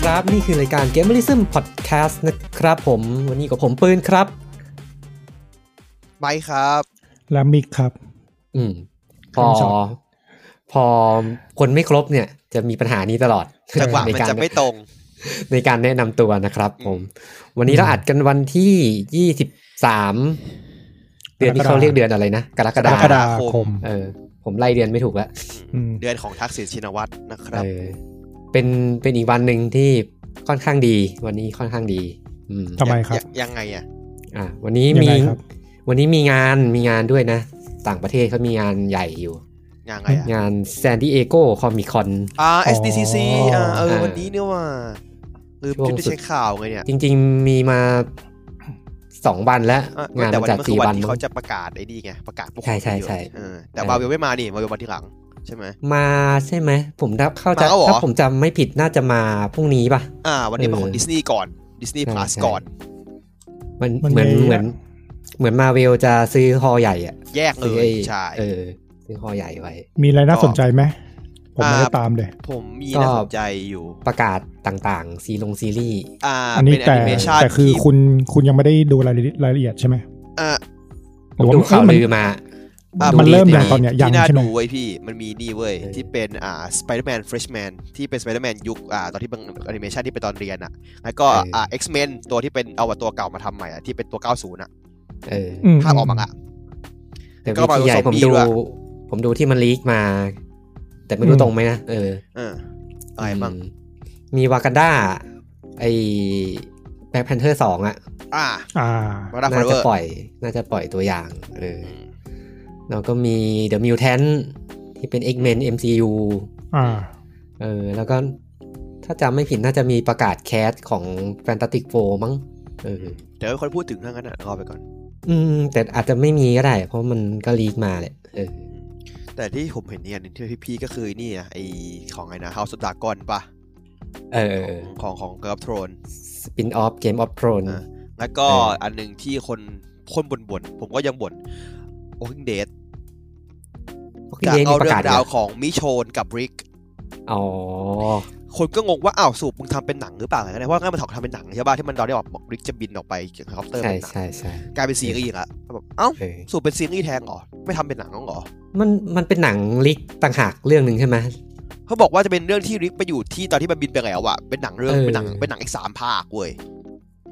ครับ นี่คือรายการ Gamerism Podcast นะครับผม วันนี้กับผมปืนครับ ไมค์ครับ และมิกครับ อืม พอ คำชอบ พอคนไม่ครบเนี่ย จะมีปัญหานี้ตลอด จัง หวะมันจะไม่ตรง ในการแนะนำตัวนะครับผม วันนี้ อืม เราอัดกันวันที่ยี่สิบสามเดือนที่ กรกฎา เขาเรียกเดือนอะไรนะ กรก ก ฎาร คม กฎาคม เออ ผมไล่เดือนไม่ถูกละ อืม เดือนของทักษิณชินวัตรนะครับ เออ เป็นเป็นอีกวันหนึ่งที่ค่อนข้างดี วันนี้ค่อนข้างดี อืม ทำไมครับ ยยังไงอ่ะ อ่ะวันนี้ ยัง มี ไงครับ วันนี้มีงานมีงานด้วยนะ ต่างประเทศเขามีงานใหญ่อยู่ ยังไงอ่ะ งานแซนดิเอโกคอมิคอน อ่า SDCC อ่าเออ เออ วันนี้เนี่ยว่าลืม ช่วง ที่ไป สุด เช็คข่าวไงเนี่ย จริงๆมีมาสองวันแล้ว อ่ะ งาน แต่ มั วัน นจัด นี้มันคือ สี่ วัน วัน ที่ มั้ เขา ง จะประกาศไอ้นี่ไงประกาศพวก ใช่ใช่ คนเดียว ใช่ เออแต่ ใช่ วาเวลไม่มานี่มาเวลวันที่หลังใช่ไหม มาใช่ไหม ผมถ้าเข้าใจ มาแล้วเหรอ ถ้าผมจำไม่ผิดน่าจะมาพรุ่งนี้ป่ะ อ่า วันนี้มาของ เออ ดิสนีย์ก่อนดิสนีย์ ใช่ พลัส ใช่ ก่อน มัน มัน เหมือน มี เหมือน เหมือนมาเวลจะซื้อฮอลล์ใหญ่อะ แยกเล ซื้อย ไอ้ ใช่ เออ ซื้อฮอลล์ใหญ่ไว้ มีอะไรน่า ก็ สนใจไหมผมไม่ได้ อ่า ตามเลย ผมมี ก็ น่าสนใจอยู่ ประกาศต่างๆ ซีลงซีรีส์ อ่า อัน เป็ นี้ นแอ แต่ นิเมชัน แต่คือคุณคุณยังไม่ได้ดูรายละเอียดรายละเอียดใช่ไหม อ่า ห ผม รือดูว่ามัน ข่าว เอ้ยลืมันอมา อ่ะ มันเริ่มอย่าง ดี ตอนเนี้ยยัง ที่น่า ใช่ไหม ดูเว้ยพี่มันมีนี่เว้ย เออ ที่เป็นอ่าสไปเดอร์แมนฟรชแมนที่เป็นสไปเดอร์แมนยุคอ่าตอนที่เป็นแอนิเมชันที่เป็นตอนเรียนอ่ะ แล้วก็อ่าเอ็กซ์แมนตัวที่เป็นเอาตัวเก่ามาทำใหม่อ่ะที่เป็นตัว 90 อ่ะ เออ อืม ภาพออกมาอ่ะ แต่ ก็ วิ มา ธีใหญ่ผผสมม ดี ดู ด้วย ผมดูที่มันลีกมา แต่ไม่รู้ตรงไหมนะ เออ เอออะไรบ้าง อืมมีวาก a นดาไอแบ็คแพนเทอร์สองอะ อ่า อ่า มาดาฟอ น่า เว จะ อร์ ปล่อย น่าจะปล่อยตัวอย่างเออแล้วก็มีเดอะมิวแทนที่เป็น X-Men MCU อ่า เออแล้วก็ถ้าจำไม่ผิดน่าจะมีประกาศแคสของ Fantastic Four มั้งเออ เดี๋ยวคนพูดถึงเรื่องนั้นอ่ะรอไปก่อน อืม แต่อาจจะไม่มีก็ได้ เพราะมันก็ลีกมาแหละเออ แต่ที่ผมเห็นเนี่ยหนึ่งที่พี่ๆก็คือนี่อ่ะไอของไงนะเฮาส์ดากอนป่ะ เออ ของของเกิร์ฟโทรน สปินออฟเกมออฟทรอน อ่ะ แล้วก็ เอออั อันหนึ่งที่คนคนบ่นบ่นๆผมก็ยังบ่น Walking Dead พวกที่ จาก เย้น เอา ป เรื่อกระาง ศเหร รา อ วของมิโชนกับริก อ๋อ คนก็งงว่าอ้าวสูบมึงทำเป็นหนังหรือเปล่าอะไรกันแน่เพราะงั้นมันถอกทำเป็นหนังใช่ป่ะที่มันเราได้บอกริกจะบินออกไปเฮลิคอปเตอร์ ใช่ เป็นหนัง ใช่ใช่ กลายเป็นซีรีส์ละแบบเอ้า เออ สูบเป็นซีรีส์แทนเหรอไม่ทำเป็นหนังเหรอ มันมันเป็นหนังลิกต่างหากเรื่องหนึ่งใช่ไหม เขาบอกว่าจะเป็นเรื่องที่ริกไปอยู่ที่ตอนที่มันบินไปแล้วอะเป็นหนังเรื่อง เออ เป็นหนังเป็นหนังอีกสามภาคเว้ย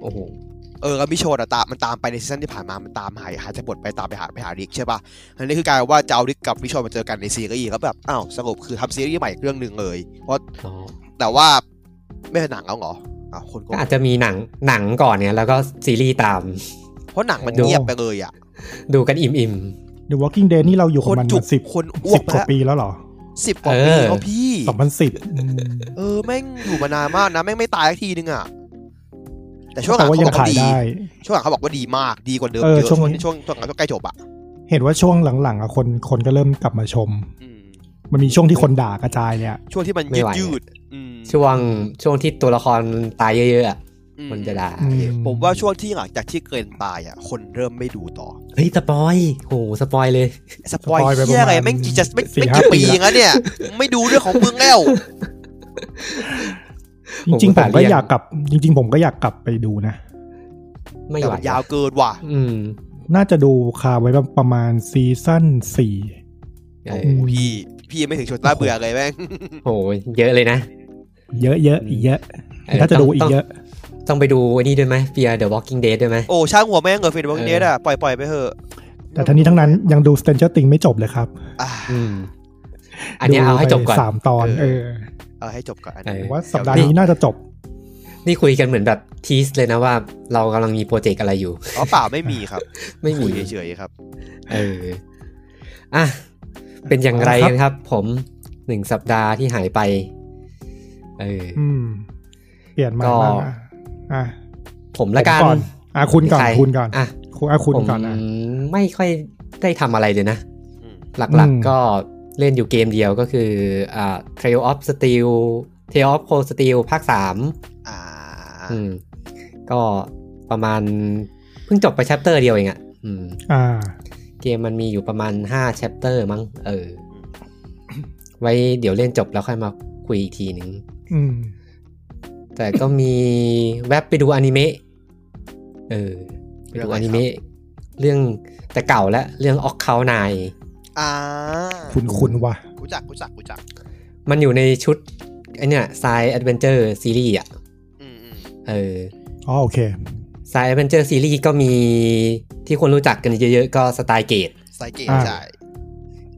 โอ้โห เออแล้วมิโชนอะตามมันตามไปในซีซั่นที่ผ่านมามันตามหายหาจะปลดไปตามไปหาไปหาริกใช่ป่ะอันนี้คือกลายเป็นว่าจะเอาริกกับมิโชนมาเจอกันในซีรีส์แล้วแบบอ้าวสรุปคือทำซีรีส์ใหม่อีกเรื่องหนึ่งเลยเพราะ อ๋อ แต่ว่าไม่ใช่หนังเอาเหรออ้าวคนก็ ก็อาจจะมีหนังหนังก่อนเนี่ย แล้วก็ซีรีส์ตาม เพราะหนังมัน ดู เงียบไปเลยอะ ดูกันอิ่มอิ่ม The Walking Dead นี่เราอยู่กับมัคนนจุก มาสิบ คนอ้วก สิบกแล้ว่าว ปีแล้วเหรอ สิบกว่าปี เออ แล้วพี่ สองพันสิบ เออ แม่งอยู่มานานมากนะ แม่งไม่ตายสักทีนึงอ่ะ แต่ช่วงหลั แต่ ง ว่า เขา ยั บ ง อก ขา ว่าย ดี ได้ ช่วงหลังเขาบอกว่าดีมากดีกว่าเดิม เออ เยอะ ช่ ช่ว ว ง งนี้ ช่วงช่วงหลังใกล้จบอ่ะ เห็นว่าช่วงหลังๆอ่ะคนคนก็เริ่มกลับมาชม อืม มันมีช่วงที่คนด่ากระจายเนี่ย ช่วงที่มัน ไม่ ยืด ไหว ยืดอืม ๆช่วงช่วงที่ตัวละครตายเยอะๆอะ อื มันจะด่า อืม ผมว่าช่วงที่หลังจากที่เกินตายอ่ะ คนเริ่มไม่ดูต่อ เฮ้ยสปอยโหสปอยเลย สปอย สปอยไป เฮียอะไร ประมาณ แม่งกี่จะไม่ สี่ ไม่ ห้า กี่ปี ปีละ แล้วเนี่ย ไม่ดูเรื่องของมึงแล้ว จริงๆ ผ ผม ม ก็ ก็ เลี่ยง อยากกลับ จริง ๆ ผมก็อยากกลับไปดูนะ ไม่ แต่ ไหว มันยาวเกินว่ะ อืม น่าจะดูคาไว้ประมาณซีซั่นสี่ เออ อืม พี่ พี่ยังไม่ถึงชวนต้าเบื่อเลยแม่ง โหเยอะเลยนะ เยอะเยอะๆอีกเยอะ เออ ถ้าจะดูอี ต้อกง เยอะ ต้องไปดูไอ้นี่ด้วยไหมเฟียเดอะวอล์กิ้งเดดด้วยไหม โอ้ช่างหัวแม่งเหรอเฟนบอกเนี้ยอ่ะปล่อยปล่อยไปเถอะ แต่ทั้งนี้ทั้งนั้นยังดู Stranger Things ไม่จบเลยครับ อ่ะ อืม อันเนี้ยเอาให้จบก่อน ดูไปสามตอน เอ เอ อ อ เอาให้จบก่อนอัน เออ นี้ ผมว่าสัปดาห์นี้น่าจะจบ นี่คุยกันเหมือนแบบทีสเลยนะว่า เรากำลังมีโปรเจกต์อะไรอยู่ อ๋อเปล่าไม่มีครับ ไม่มี คุยเฉยๆครับ เออ อ่ะ เป็นอย่างไร ครับ กันครับ ผมหนึ่งสัปดาห์ที่หายไป เออ อืม เปลี่ยนมา ก็ บ้างอ่ะอ่ะ ผมละกัน ผมอนอ่ะคุณก่อน ใร คุณก่อน อ่ะ คุณอ่ะคุณก่อน ผ อ่ะ มไม่ค่อยได้ทำอะไรเลยนะ อืม หลัก อืม ๆก็เล่นอยู่เกมเดียวก็คืออ่า Trail of Steel Trail of Cold Steel ภาคสาม อ่า อืม ก็ประมาณ เพิ่งจบไปแชปเตอร์เดียวเองอะ่ะอืม อ่า เกมมันมีอยู่ประมาณ5แชปเตอร์มั้ง เออ ไว้เดี๋ยวเล่นจบแล้วค่อยมาคุยอีกทีหนึ่ง อืม แต่ก็มีแวบไปดูอนิเมะเออไปดูอนิเมะเรื่องแต่เก่าแล้วเรื่องออกเขานาย อ่า คุณคุณว่ะ รู้จักรู้จักรู้จัก มันอยู่ในชุดไอเนี่ยไซแอดเวนเจอร์ซีรีส์อ่ะ อืมอืม เออ อ๋อโอเค ไซแอดเวนเจอร์ซีรีส์ก็มีที่คนรู้จักกันเยอะๆ ก็สไตล์เกต ไซเกต อ่า ใช่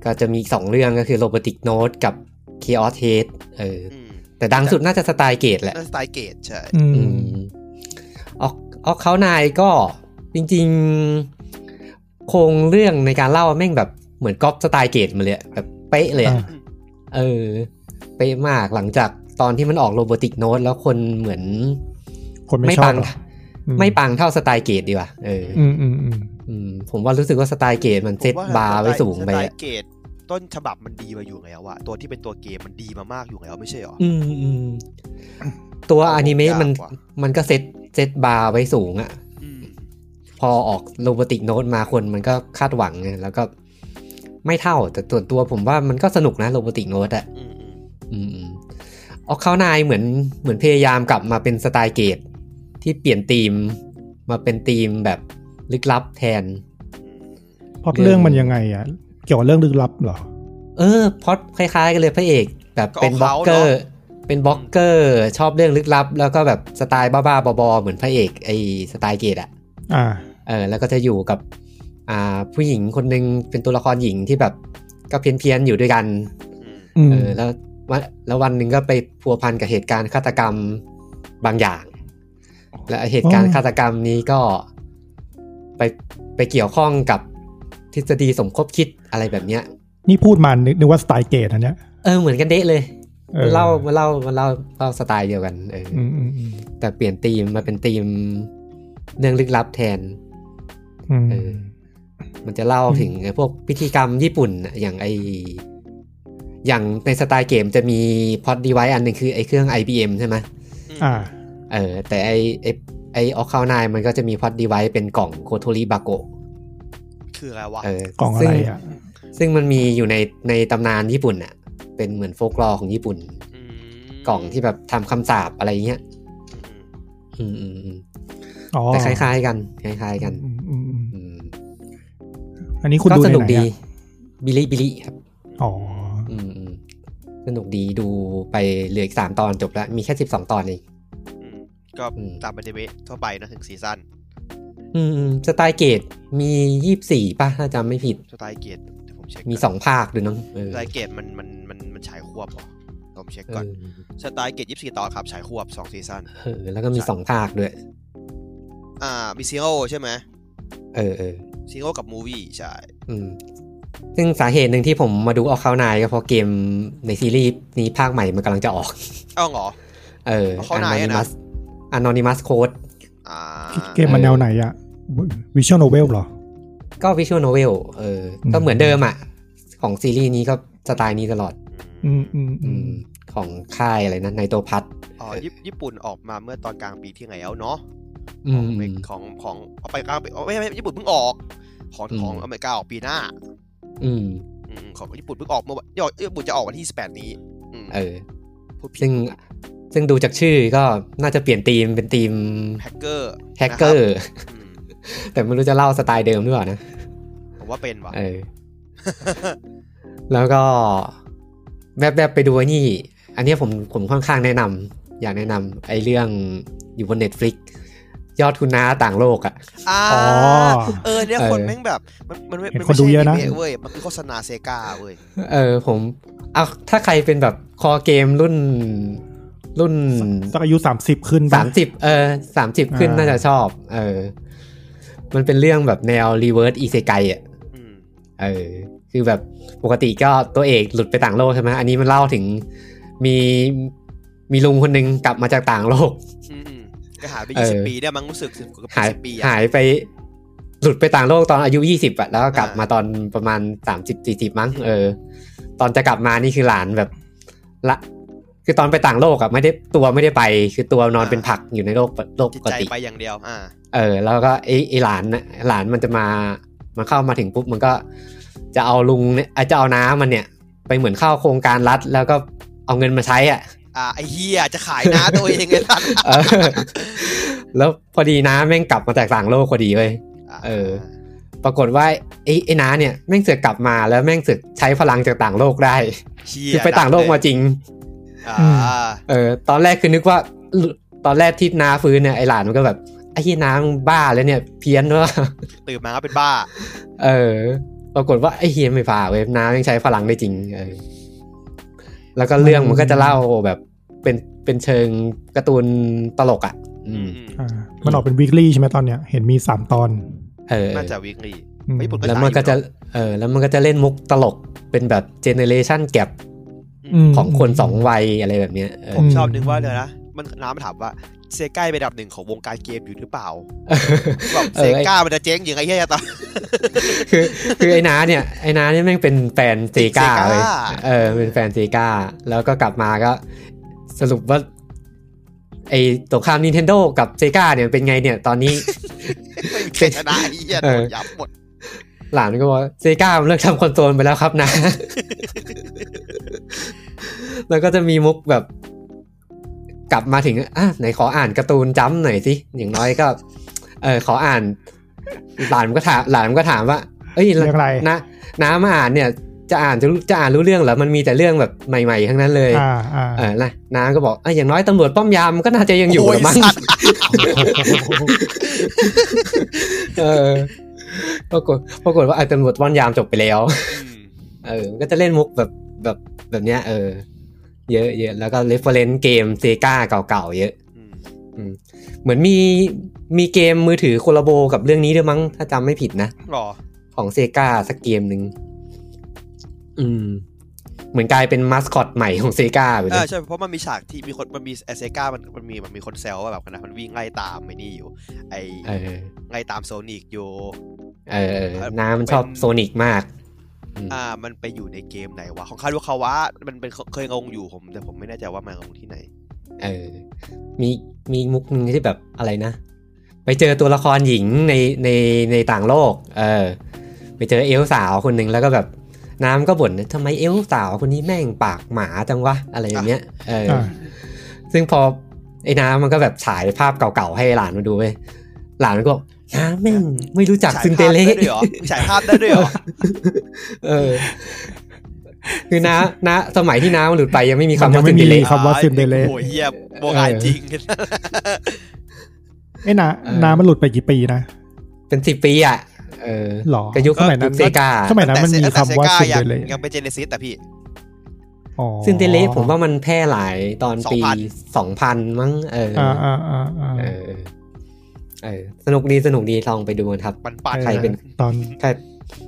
ก็จะมีอีกสองเรื่องก็คือโรบอติกโนตกับเคออสเทสเออ อืม แต่ดังสุดน่าจะสไตล์เกตแหละ นั่นสไตล์เกตใช่ อืม อืมออกออกเขานายก็จริงๆ โครงเรื่องในการเล่าแม่งแบบเหมือนก๊อปสไตล์เกตมาเลยอะแบบเป๊ะเลยอะ อ่า เออ เป๊ะมากหลังจากตอนที่มันออกโรบอติกโนตแล้วคนเหมือน คนไม่ชอบ ง เหรออื ไม่ปังเท่าสไตล์เกตดีกว่าเออ อืมอืมอืม อืมผมว่ารู้สึกว่าสไตล์เกตมันเซต ผมว่ บาร์ไว้สูงไป สต อะ ล์เกตต้นฉบับมันดีมาอยู่แล้วอะตัวที่เป็นตัวเกมมันดีมามากอยู่แล้วไม่ใช่หรอ อืมอืมตัวอนิเมะ ยาก มัน ว่ะ มันก็เซตเซตบาร์ไว้สูงอะ อืม พอออกโรบอติกโนตมาคนมันก็คาดหวังไงแล้วก็ไม่เท่าแต่ส่วนตัวผมว่ามันก็สนุกนะโรบอติกโนตอะ อืมอืม อืมๆออกเขานายเหมือนเหมือนพยายามกลับมาเป็นสไตล์เกตที่เปลี่ยนธีมมาเป็นธีมแบบลึกลับแทน พล็อดเรื่องมันยังไงอ่ะ เกี่ยวกับเรื่องลึกลับเหรอ เออพล็อดคล้ายๆกันเลยพระเอก แบบเป็นบล็อกเกอร์ เป็นบล็อกเกอร์ชอบเรื่องลึกลับ แล้วก็แบบสไตล์บ้าๆบอๆเหมือนพระเอกไอ้สไตล์เกตอะ อ่า เออแล้วก็จะอยู่กับอ่าผู้หญิงคนหนึ่งเป็นตัวละครหญิงที่แบบก็เพี้ยนเพียนๆอยู่ด้วยกัน อืม อืม เออแล้ววันแล้ววันหนึ่งก็ไปพัวพันกับเหตุการณ์ฆาตกรรมบางอย่าง และเหตุการณ์ฆาตกรรมนี้ก็ไปไปเกี่ยวข้องกับทฤษฎีสมคบคิดอะไรแบบเนี้ย นี่พูดมานึกนึกว่าสไตล์เกตอันเนี้ย เออเหมือนกันเดะเลย ออ เล่ามาเล่ามาเล่าเล่าสไตล์เดียวกันเอออ อืมอืมอืม แต่เปลี่ยนธีมมาเป็นธีมเรื่องลึกลับแทน อืม เออ มันจะเล่า อืม ถึงไอ้พวกพิธีกรรมญี่ปุ่นน่ะอย่างไออย่างในสไตล์เกมจะมีพอดดีไวอันหนึ่งคือไอเครื่อง IBM ใช่ไหม อ่า เออแต่ไอไอไอออคาวนายมันก็จะมีพอดดีไวเป็นกล่องโคโทริบาโก คืออะไรวะ เออก ล่องอะไรอ่ะ ซึ่งมันมีอยู่ในในตำนานญี่ปุ่นอ่ะ เป็นเหมือนโฟกลอร์ของญี่ปุ่น ม กล่องที่แบบทำคำสาปอะไรเงี้ย อืม อืมอืมอืม อ๋อ แต่คล้ายๆกัน คล้าย ๆ กัน อืมอืมอืม อืม อันนี้คุณ ก็ ดู ส ใน นุก ไหน ดี อะ บิลิบิลิครับ อ๋อ อืมอืมสนุกดีดูไปเหลืออีกสามตอนจบแล้ว มีแค่สิบสองตอนเอง อืมก็ อืม ตามปฏิเวททั่วไปนะถึงซีซั่น อืมอืมสไตล์เกตมียี่สิบสี่ป่ะ ถ้าจำไม่ผิด สไตล์เกตเดี๋ยวผมเช็ค มี ก่น สองภาคด้วยเน้องเออ สไตล์เกตมันมันมันมันฉายควบเหรอผมเช็ค เอ ก่อน อ สไตล์เกตยี่สิบสี่ตอนครับฉายควบสองซีซั่น เออ แล้วก็มีสองภาคด้วย อ่ามีซีโร่ใช่ไหม เออเออ ซีโร่กับมูวี่ใช่ อืม ซึ่งสาเหตุหนึ่งที่ผมมาดูออกเขานายก็เพราะเกมในซีรีส์นี้ภาคใหม่มันกำลังจะออก เอ้าเหรอ เออ Account น Nine อะนะ มัสอานอนิมัสโค้ด อ่า เกมมันแนวไหนอ่ะวิชวลโนเวลเหรอ ก็วิชวลโนเวลเออ ก็เหมือนเดิมอ่ะ ของซีรีส์นี้ก็สไตล์นี้ตลอด อืมอืม อื อืม ม ของค่ายอะไรนะไนโตพัท อ๋อญี่ญี่ปุ่นออกมาเมื่อตอนกลางปีที่แล้วเนาะ อืม ของของเอาไปกลางปีเอาไม่ไม่ญี่ปุ่นเพิ่งออก ของ อืม ของอเมริกาออกปีหน้า อืม อืมของญี่ปุ่นเพิ่งออกเมื่อวันเอ้ยญี่ปุ่นจะออกวันที่18นี้อืม เออ พูดผิด ซึ่ง ซึ่งดูจากชื่อก็น่าจะเปลี่ยนธีมเป็นธีม แฮกเกอร์ แฮกเกอร์ นะครับ แต่ไม่รู้จะเล่าสไตล์เดิมหรือเปล่านะ อืมผมว่าเป็นว่ะ เออ แล้วก็แวบๆไปดูไอ้นี่ อันเนี้ยผมผมค่อนข้างแนะนำอยากแนะนำไอ้เรื่องอยู่บน Netflix ยอดคุณน้าต่างโลกอะ อ่า อ๋อ เออเนี่ย เออ คนแม่งแบบมันมันไม่ เห็น มั คนดูเยอะนะ ไม่ใช่มเว้ยมันคือโฆษณาเซกาเว้ย เออ ผมเอาถ้าใครเป็นแบบคอเกมรุ่น รุ่น สักอายุสามสิบขึ้นปะ สามสิบเออสามสิบขึ้น อ่า น่าจะชอบ เออ มันเป็นเรื่องแบบแนวรีเวิร์สอีเซไกอ่ะ อืม เออ คือแบบปกติก็ตัวเอกหลุดไปต่างโลกใช่ไหมอันนี้มันเล่าถึงมีมีลุงคนหนึงกลับมาจากต่างโลก อืมอืมก็หายไป เออ ยี่สิบปีเนี่ยมั้งรู้สึกสิบกว่า หาย สิบปีอะ หายไปหลุดไปต่างโลกตอนอายุยี่สิบอะแล้วก็กลับมาตอนประมาณสามสิบสี่สิบมั้งเออ ตอนจะกลับมานี่คือหลานแบบละ คือตอนไปต่างโลกอะไม่ได้ตัวไม่ได้ไป คือตัวนอนเป็นผักอยู่ในโลกปกโลก จิต ปก ใจ ติ ไปอย่างเดียว อ่า เออแล้วก็ไอ้ไอ้หลานนะหลานมันจะมามันเข้ามาถึงปุ๊บมันก็จะเอาลุงเนี่ยอ่ะจะเอาน้ามันเนี่ย ไปเหมือนเข้าโครงการรัฐ แล้วก็เอาเงินมาใช้อ่ะ อ่าไอเฮียจะขายน้าตัวเองไงสัตว์ เออ แล้วพอดีน้าแม่งกลับมาแตกต่างโลกพอดีเลย เออ ปรากฏว่าไอ้ไอ้น้าเนี่ยแม่งเสือกกลับมาแล้วแม่งเสือกใช้พลังจากต่างโลกได้ เฮี คื ย อไปต่างโลกมาจริง อ่า เออตอนแรกคือนึกว่าตอนแรกที่น้าฟื้นเนี่ยไอหลานมันก็แบบไอ้เหียน้ามึงบ้าแล้วเนี่ยเพี้ยนว่า ตื่นมาก็เป็นบ้า เออ ปรากฏว่าไอ้เฮียไม่ผ่าเว้ยน้ำยังใช้พลังได้จริงเออแล้วก็เรื่องมันก็จะเล่าแบบเป็นเป็นเชิงการ์ตูนตลกอ่ะ อืม อ่ามันออกเป็นวีคลี่ใช่ไหมตอนเนี้ย เห็นมีสามตอน เออ น่าจะวิกฤต อืม เฮ้ยผมก็ แล้วมันก็จะ เออ แล้วมันก็จะเล่นมุกตลกเป็นแบบเจเนเรชันแก p ม ของคนสองวัยอะไรแบบเนี้ยเออ ผม ม ชอบนึกว่าเลยวนะ มันน้ำมันถามว่าเซกาเป็นอันดับหนึ่งของวงการเกมอยู่หรือเปล่าแบบ เอ เซ อไอ้ กามันจะเจ๊งยังไงเฮีย ตอน คือคือไอ้น้าเนี่ยไอ้น้าเนี่ยแม่งเป็นแฟนเซกา เซกา เลยเออ เป็นแฟนเซกาแล้วก็กลับมาก็สรุปว่า ไอ้ตกข้าม Nintendo กับเซกาเนี่ยเป็นไงเนี่ยตอนนี้ ไม่มีใครชนะไอ้เฮียโดนยับหมด หลานก็บอกว่าเซกาเลิกทำคอนโซลไปแล้วครับนะ แล้วก็จะมีมุกแบบ กลับมาถึงอ่ะไหนขออ่านการ์ตูนจ้ำหน่อยสิอย่างน้อยก็ เออขออ่าน หลานมันก็ถามหลานมันก็ถามว่า เอ้ย เรื่องอะไร นะน้ามาอ่านเนี่ย จะอ่านจะรู้จะอ่านรู้เรื่องเหรอมันมีแต่เรื่องแบบใหม่ๆทั้งนั้นเลย อ่าอ่า เออนะน้าก็บอกอ่ะอย่างน้อยตำรวจป้อมยามก็น่าจะยังอยู่ โอ้ย ละมั้ง สัตว์ เออปรากฏปรากฏว่าไอ้ตำรวจป้อมยามจบไปแล้ว เออมันก็จะเล่นมุกแบบแบบแบบเนี้ย เออ เยอะเยอะแล้วก็เรฟเฟรนซ์เกมเซกาเก่าๆเยอะ เหมือนมีมีเกมมือถือคอลลาโบกับเรื่องนี้ด้วยมั้ง ถ้าจำไม่ผิดนะ หรอ ของเซกาสักเกมหนึ่งอืม เหมือนกลายเป็นมาสคอตใหม่ของเซกาไปเล เออย ใช่เพราะมันมีฉากที่มีคนมันมีไอเซกามันมันมีมันมีคนแซวว่าแบบนะมันวิ่งไล่ตามไอ้นี่อยู่ ไอ เออ ไล่ตามโซนิกอยู่ เออเออน้ามันชอบ เป็น โซนิกมาก อืม อ่ามันไปอยู่ในเกมไหนวะของคารุคาวะมันเป็นเคยงงอยู่ผมแต่ผมไม่แน่ใจว่ามันงงที่ไหน เออ มีมีมุกหนึ่งที่แบบอะไรนะ ไปเจอตัวละครหญิงในในในต่างโลก เออ ไปเจอเอลสาวคนหนึ่งแล้วก็แบบน้ำก็บ่นทำไมเอลสาวคนนี้แม่งปากหมาจังวะอะไรอย่างเงี้ย เออ อ่า ซึ่งพอไอ้น้ำมันก็แบบฉายภาพเก่าๆให้หลานมันดูเว้ยหลานมันก็บอกน้ำแม่งไม่รู้จัก ฉาย ซึนเตเล่ ภาพได้ด้วยเหรอฉายภาพได้ด้วยเหรอ เออ คือน้าน้าสมัยที่น้ามันหลุดไปยังไม่มีคำมันยัง ว่าซึ ไม่ นเต มี เล่ คำว่าซินเดเลส โอ้ยเยี่ยมโบราณจริง ไอ้ยนะ เออ น้ำมันหลุดไปกี่ปีนะ เป็นสิบปีอ่ะ เออ หรอ ก็ยุคสมัยนั้นเซกา สมัยนั้นมันมีคำว่าซิน ยั เดเลส ยังเป็นเจเนซิสแต่พี่ อ๋อ ซึ่งเทเลสผมว่ามันแพร่หลายตอนปีสองพันมั้งเอออ อ่าอ่าอ่าอ่า เออ เออ สนุกดีสนุกดีลองไปดูกันครับ มันปัด ใครเป็น ตอน ใคร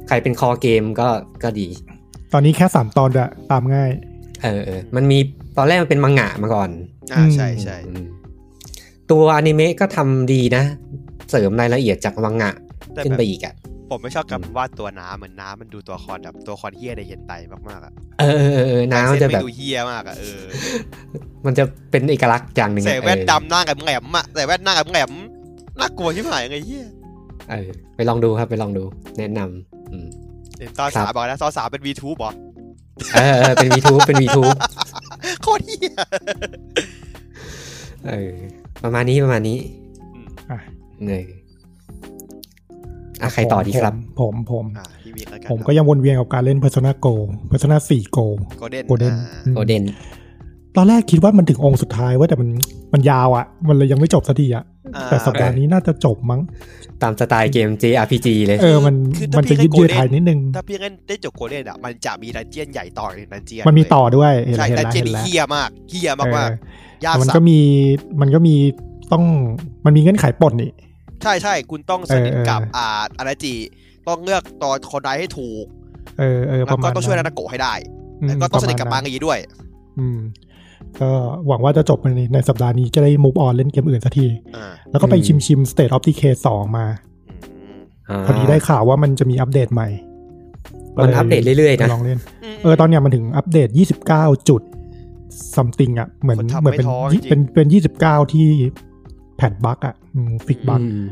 ใครเป็นคอเกมก็ก็ดี ตอนนี้แค่สามตอนอะตามง่าย เออเออมันมีตอนแรกมันเป็นมังงะมาก่อน อ่าใช่ใช่ อืมตัวอนิเมะก็ทำดีนะ เสริมรายละเอียดจากมังงะ แต่ ขึ้น แบบ ไปอีกอ่ะ ผมไม่ชอบกับวาดตัวน้ำเหมือนน้ำมันดูตัวละคอนแบบตัวละคอนเฮียในเห็นไตมากๆอะ เออเออเออเออน้ำ เส้ จะ น แบ ไม่ บ ดูเฮียมากอะเออ มันจะเป็นเอกลักษณ์อย่างหนึ่งอะ ใส่แว่น เออ ดำหน้ากับแหลมอะใส่แว่นหน้ากับแหลมน่ากลัวที่หายไงเฮีย เออ ไปลองดูครับไปลองดู แนะนำอืม เห็นตอน ครับสามบอกแล้วตอนสามเป็นวีทูบเหรอ เออเออเป็นวีทูเป็นวีทู โคตรเฮีย เออประมาณนี้ประมาณนี้ อ่ะ เนยอ่ะใครต่อดีครับ ผมผม อ่ะพี่วิกแล้วกัน ผมก็ยังวนเวียนกับการเล่น Persona Go Persona 4 Go โกลเด้น Golden โอเดน ตอนแรกคิดว่ามันถึงองค์สุดท้ายเว่าแต่มันมันยาวอะ่ะ มันเลยยังไม่จบสักทีอะ่ะ อ่า แต่สัปดาห์นี้น่าจะจบมั้ง ตามสไตล์เกม JRPG เลย เออมัน คือถ้า มันจะ พี่เล่ ยื น ด Golden เยื้อถ่ายนิดนึง ถ้าพี่เล่นได้จบโกลเด้นอะมันจะมีดันเจียนใหญ่ต่อในดันเจียน มันมีต่ อ อด้วยเห็น ใช่ แล้ว ดันเจียเห็น นแล้ว เฮียมากเฮียมาก เอ มาก อ ๆยาก แต่มัน สัส ก็มีมันก็มีต้องมันมีเงื่อนไขปลดนี่ ใช่ใช่คุณต้องสนิท เออเออ กับอ่าอาราจิต้องเลือกตอนคนใดให้ถูก เออเออป แล้ว ระมา ก็ ณ ต้องช่วยนา นั้น นาโกะให้ได้ ม แล้วก็ต้องสนิทกับ ประ มา ณ งอีด้วย อืมก็หวังว่าจะจบในในสัปดาห์นี้จะได้มูฟออนเล่นเกมอื่นสักที อ่า แล้วก็ไป อืม ชิมชิม State of Decay 2 มา อืม พอดีได้ข่าวว่ามันจะมีอัปเดตใหม่ มันอัปเดตเรื่อยๆนะ ไปลองเล่น เออตอนเนี้ยมันถึงอัปเดต 29 จุด something อ่ะ เหมือน คนทำ เหมือนเป็น ไม่ท้อ ยี่ จริงๆ เป็นเป็น 29 ที่แพทบักอ่ะฟิกบัก อืม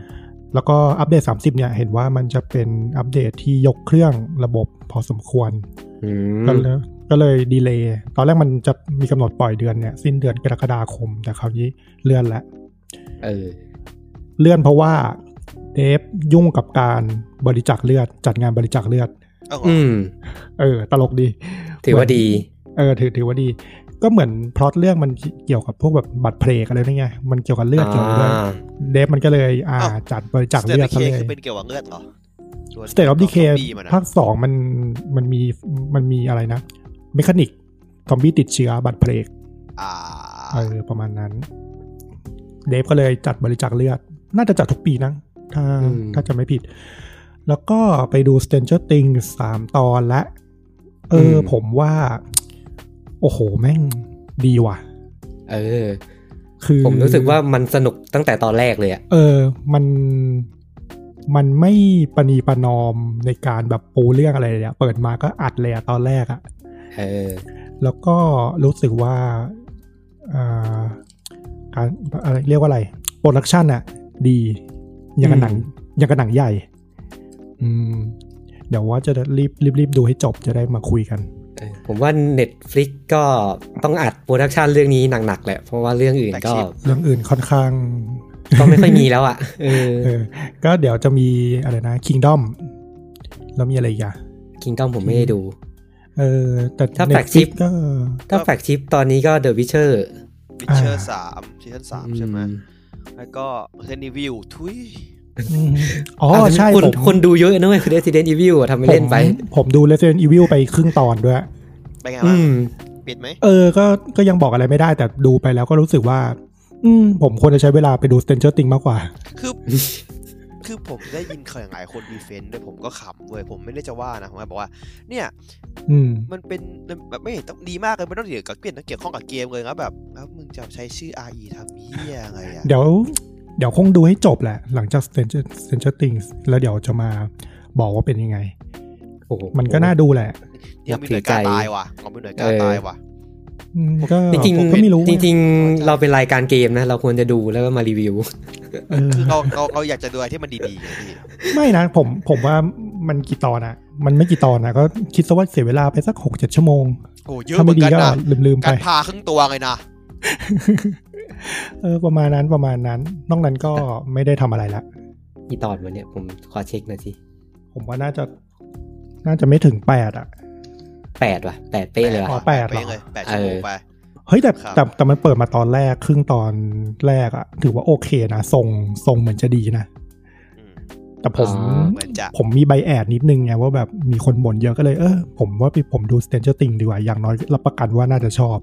แล้วก็อัปเดต 30 เนี่ย เห็นว่ามันจะเป็นอัปเดตที่ยกเครื่องระบบพอสมควร อื ก็ ม เลย ก็เลยดีเลย์ตอนแรกมันจะมีกำหนดปล่อยเดือนเนี่ยสิ้นเดือนกรกฎาคม แต่คราวนี้เลื่อนละ เออ เลื่อนเพราะว่าเดฟยุ่งกับการบริจาคเลือด จัดงานบริจาคเลือด เอ้าเหรอ อืม เออ ตลกดี ถือว่าดี เออถือถือว่าดี ก็เหมือนพล็อตเรื่องมันเกี่ยวกับพวกแบบบัตรเพลกอะไรนี่ไงมันเกี่ยวกับเลือดเกี่ยวกับเลือด อ่า เดฟมันก็เลยอ่าจัดบริจาคเลือด ส ซะ เตตเลคื ย อเป็นเกี่ยวกับเลือดเหรอ สเต t ออฟดีเค ซอมบี้มันอะ ภาคสองมันมันมีมันมีอะไรนะ เมคานิกซอมบี้ติดเชื้อบัตรเพลก อ่า เออประมาณนั้น เดฟก็เลยจัดบริจาคเลือด น่าจะจัดทุกปีนะถ้า อืม ถ้าจะไม่ผิด แล้วก็ไปดู Stranger Things สามตอนและ เอออ ม ผมว่า โอ้โห แม่งดีว่ะ เออ คือ ผมรู้สึกว่ามันสนุกตั้งแต่ตอนแรกเลยอะ เออ มันมันไม่ปณีประนอมในการแบบปูเรื่องอะไรเลยอะเปิดมาก็อัดเลยอะตอนแรกอะ เออ แล้วก็รู้สึกว่าอ่าการอะไรเรียกว่าอะไรโปรดักชันอะดีอย่างกับหนังอย่างกับหนังใหญ่ อืม เดี๋ยวว่าจะรีบรีบรีบดูให้จบจะได้มาคุยกัน เออผมว่า Netflix ก็ต้องอัดโปรดักชันเรื่องนี้หนักๆแหละ เพราะว่าเรื่องอื่นก็ เรื่องอื่นค่อนข้าง ก็ไม่ค่อยมีแล้วอ่ะเออ เออ ก็เดี๋ยวจะมีอะไรนะ Kingdom แล้วมีอะไรอีกอะ คิงดอมผมไม่ได้ดู เออ แต่ ถ้า ใน flagship ก็ ถ้าแฟกชิปตอนนี้ก็ The Witcher วิเชอ อ่า ร์สามซีซั่นสามใช่ไหมแล้วก็เซนนิวิวทุย อืมอ๋อ อ๋ ใช่ คน ผม คนดูเยอะนะเว้ย Resident Evil อะทำไปเล่นไป ผมผมดู Resident Evil ไปครึ่งตอนด้วย ไปไง อื บ้าง ม ปิดไหม เออ ก็ ก็ยังบอกอะไรไม่ได้แต่ดูไปแล้วก็รู้สึกว่า อืม ผมควรจะใช้เวลาไปดู Stranger Things มากกว่า คือ คือผมได้ยินเคยหลายคนดีเฟนต์ด้วยผมก็ขำเว้ยผมไม่ได้จะว่านะผมบอกว่า เนี่ย อืม มันเป็นมันแบบไม่เห็นต้องดีมากเลยไม่ต้องเกี่ยวกับเปลี่ยนต้องเกี่ยวข้องกับเกมเลยนะแบบแล้วมึงจะใช้ชื่อ RE ทำเหี้ยอะไรอ่ะ เดี๋ยว เดี๋ยวคงดูให้จบแหละ หลังจาก Stranger Stranger Things แล้วเดี๋ยวจะมาบอกว่าเป็นยังไง โอ้โห มันก็น่าดูแหละ เนี่ยมีหน่วยการตายว่ะของมีหน่วยการตายว่ะ อืม ก็ จริง ผมก็ไม่รู้ ๆจริง ว่า ๆ เราเป็นรายการเกมนะ เราควรจะดูแล้วก็มารีวิว เออ คือเราเราเราอยากจะดูอะไรที่มันดีๆไงพี่ ไม่นะ ผม ผมว่ามันกี่ตอนอะมันไม่กี่ตอนอะก็คิดซะว่าเสียเวลาไปสักหกเจ็ดชั่วโมง โอ้เยอะ ถ้า เหมือนไม่ดี กัน ก็ นะ ลืมลืมๆ กา ไป รพาครึ่งตัวเลยนะ เออ ประมาณนั้น ประมาณนั้น นอกนั้นก็ไม่ได้ทำอะไรละ มีตอนวันเนี้ยผมขอเช็คหน่อยสิ ผมว่าน่าจะ น่าจะไม่ถึงแปดอะ แปดว่ะแปดเป๊ะเลยว่ะ อ๋อแปดเหรอ ไปเลยแปดชั่วโมง เออ ไป เฮ้ยแต่ ครับ แต่แต่มันเปิดมาตอนแรกครึ่งตอนแรกอะถือว่าโอเคนะทรงทรงเหมือนจะดีนะ อืม แต่ผม อ๋อ เหมือนจะ ผมมีใบแอดนิดนึงไงว่าแบบมีคนบ่นเยอะก็เลยเออผมว่าไปผมดู Stranger Things ดีกว่า อย่างน้อยรับประกันว่าน่าจะชอบ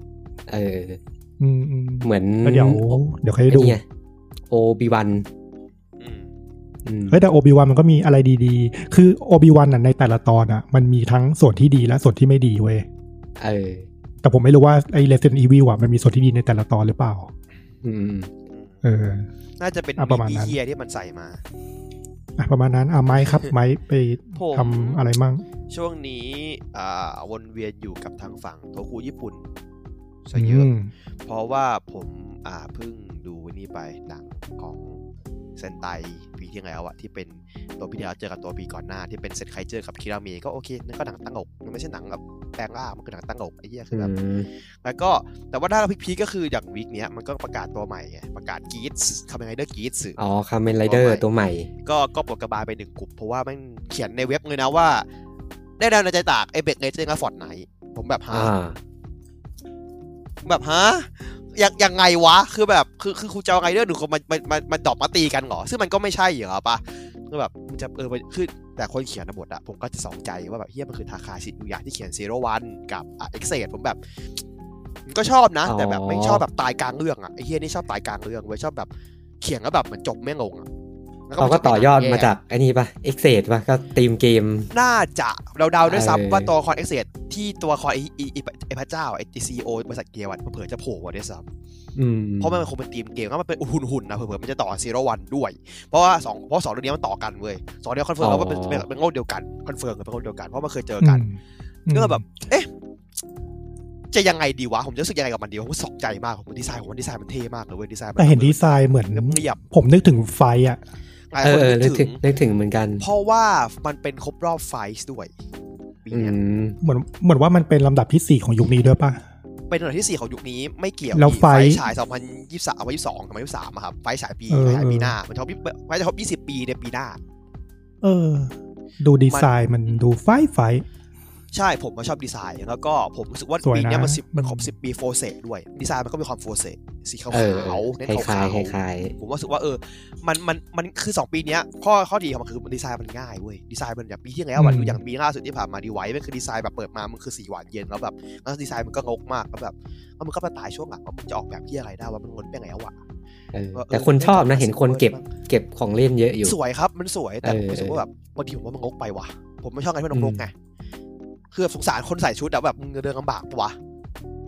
เออ อืมอืม เหมือน แล้วเดี๋ยว เดี๋ยวใครได้ดู โอบิวัน อืม เฮ้ยแต่โอบิวันมันก็มีอะไรดีๆ คือโอบิวันในแต่ละตอนอะมันมีทั้งส่วนที่ดีและส่วนที่ไม่ดีเว้ย เออ แต่ผมไม่รู้ว่าไอ้ Resident Evil อะมันมีส่วนที่ดีในแต่ละตอนหรือเปล่า อืม เออ น่าจะเป็น อ่ะประมาณ อี นั้น เฮียที่มันใส่มา อ่ะประมาณนั้นอ่ะไม้ครับไม้ไป ผม ทำอะไรมั่ง ช่วงนี้อ่าวนเวียนอยู่กับทางฝั่งโทคุญี่ปุ่นซะเยอะ ม เพราะว่าผมอ่าเพิ่งดูนี่ไปหนังของเซนไตปีที่แล้วอะที่เป็นตัวปีที่แล้วเจอกับตัวปีก่อนหน้าที่เป็นเซนไคเจอร์กับคิราเมะก็โอเคนั่นก็หนังตั้งอกมันไม่ใช่หนังแบบแปลงร่างมันคือหนังตั้งอกไอ้เหี้ยคือแบบ อืม แล้วก็แต่ว่าถ้าเราพีคๆก็คืออย่างวีคเนี้ยมันก็ประกาศตัวใหม่ไงประกาศกีดคำยังไงเดอร์กีดส อ๋อคาเมนไรเดอร์ตัวใหม่ ก็ก็ปลดกระบาลไปหนึ่งกลุ่มเพราะว่าแมันเขียนในเว็บเลยนะว่า ได้แรงบันดาลใจจากไอเบกเลเจนและฟอร์ดไหน ผมแบบฮะ อ่า แบบฮะยังยังไงวะ คือแบบคือคือคุณจะเอาไงเรื่องหนึ่งคนมันมันมันมันดรอปมาตีกันเหรอ ซึ่งมันก็ไม่ใช่เหรอปะคือแบบมันจะเออมันคือแต่คนเขียนบทอะผมก็จะสองใจว่าแบบเฮียมันคือทาคาชิอุยะที่เขียนซีโรวันกับอ่ะเอ็กเซดผมแบบผมก็ชอบนะ แต่แบบไม่ชอบแบบตายกลางเรื่องอะไอเฮียนี่ชอบตายกลางเรื่องเว้ยชอบแบบเขียนแล้วแบบเหมือนจบไม่งงอะแล้ว เขา มัน ก็ จะเป็น ต่อยอด หนังแ มาจากไอันนี้ป่ะเอ็กเซดป่ะ ก็ตีมเกม น่าจะเราเดาด้วย เออ ซ้ำว่าตัวละคอนเอ็กเซที่ตัวละคอนไอไอ้ไอพระเจ้าไอซีโอบริษัทเกียร์วันเผื่อๆจะโผล่มาด้วยซ้ อืม ำเพราะมันคงเป็นทีมเกมก็มัน เป็นหุ่นหุ่นๆนะเผื่อๆมันจะต่อซีโรวันด้วย เพราะว่าสองเพราะสองเรื่องนี้มันต่อกันเว้ยสองเรื่องคอนเฟิร์มแล้วว่าเป็นเป็นเป็นโลกเดียวกันคอนเฟิร์มกับเป็นโลกเดียวกันเพราะมันเคยเจอกัน อืม ก็แบบ เอ๊ะ จะยังไงดีวะ ผมจะรู้สึกยังไงกับมันดีวะผมสกใจมากผมดีไซน์ผมว่าดีไซน์มันเท่มากเลยเว้ยดีไซน์มั แต่เห็นดีไซน์เหมือน เงียบ ผมนึกถึงไฟอ่ะ ๆหลาย เอ ค อน เออนึ นึ ก ก ถึ ถึ ง ง นึกถึงเหมือนกัน เพราะว่ามันเป็นครบรอบไฟส์ด้วย ปี อื เนี้ย ม เหมือนเหมือนว่ามันเป็นลำดับที่สี่ของยุคนี้ด้วยป่ะ เป็นอันดับที่สี่ของยุคนี้ไม่เกี่ยว แล้ว ที่ ไฟท์ ฉาย 2023เอาไว้22กับ23อะครับ ไฟท์ฉายปี เออ ไฟท์ฉายปีหน้ามันจะครบไฟท์จะครบ20 ปีในปีหน้า เออ ดูดีไซน์มันดูไฟไฟ ใช่ ผมก็ชอบดีไซน์ แล้วก็ผมรู้สึกว่า สวย ปี นะ เนี้ยมันสิบมันครบ อืม สิบปีโฟเซตด้วย ดีไซน์มันก็มีความโฟเซตสีขาว เออ ๆเน้น คล้าย ขา คล้ายว ๆคล้าย ๆผมว่ารู้สึกว่าเออ มันมันมันคือ 2 ปีเนี้ยข้อข้อดีของมันคือมันดีไซน์มันง่ายเว้ยดีไซน์มันอย่างปีที่แล้วอะ อืม อย่างปีล่าสุดที่ผ่านมาดีไว้มันคือดีไซน์แบบเปิดมามันคือสีหวานเย็นแล้วแบบแล้วดีไซน์มันก็งกมากแล้วแบบแล้วมันก็มาตายช่วงหลังว่ามันจะออกแบบที่อะไรได้ว่ามันงดไปแล้วอะ ๆเออแต่คนชอบนะเห็นคนเก็บเก็บของเล่นเยอะอยู่ สวยครับมันสวยแต่ เอ ผม อ รู้สึกว่าแบบบางทีผมว่ามันงกไปว่ะผมไม่ชอบการที่มันงกๆไงคือแบบสงสารคนใส่ชุดอะแบบมึงเดินลำบากปะวะ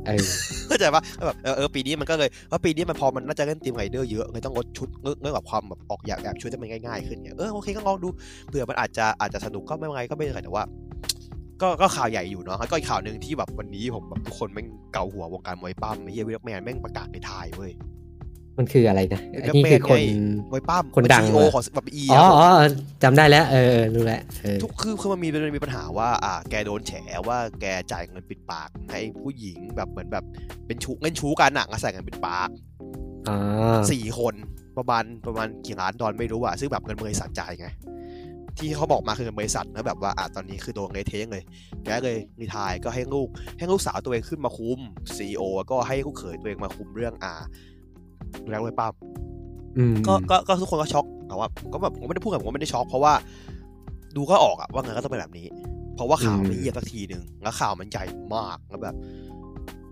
เออ เข้าใจปะแบบเออเออปีนี้มันก็เลยว่าปีนี้มันพอมันน่าจะเล่นทีมไรเดอร์เยอะเลยต้องลดชุดเงื่อนเงื่อนแบบความแบบออกแบบแบบชุดให้มันง่ายๆขึ้นเนี่ยเออโอเคก็ลองดูเผื่อมันอาจจะอาจจะสนุกก็ไม่เป็นไรก็ไม่เป็นไรแต่ว่า ก็ก็ข่าวใหญ่อยู่เนาะแล้วก็อีกข่าวหนึ่งที่แบบวันนี้ผมแบบทุกคนแม่งเกาหัววงการมวยปั้มไอ้เฮียวิลแมนแม่งประกาศในไทยเว้ย มันคืออะไรนะ เอ็ก ไอ้ เตอร์ นี่คือคน เมนไง มวยปั้ม คนดังเหโอรอ ของแบบอี อ๋อ อะ อ๋อเออจำได้แล้ว เออเออรู้แล้วเออ ทุกคือคือมันมีมันมีปัญหาว่า อ่า แกโดนแฉว่าแกจ่ายเงินปิดปากให้ผู้หญิงแบบเหมือนแบบเป็นชู้เล่นชู้กันหนังใส่เงินปิดปาก อ๋อ สี่คนประมาณประมาณกี่ล้านดอลไม่รู้อะซึ่งแบบเงินบริษัทจ่ายไง ที่เขาบอกมาคือเงินบริษัทนะแบบว่าอ่ะตอนนี้คือโดนเงยเทงเลย แกเลยรีไทายก็ให้ลูก ให้ลูกสาวตัวเองขึ้นมาคุมซีโอก็ให้ลูกเขยตัวเองมาคุมเรื่องอ่าดูแลไว้ปั๊ม อืม ก็ก็ก็ทุกคนก็ช็อกแต่ว่าก็แบบผมไม่ได้พูดกับผมว่าไม่ได้ช็อกเพราะว่าดูก็ออกอะว่าเงินก็ต้องเป็นแบบนี้ เพราะว่าข่าวไม่เยียบสักทีหนึ่งแล้วข่าวมันใหญ่มากแล้วแบบ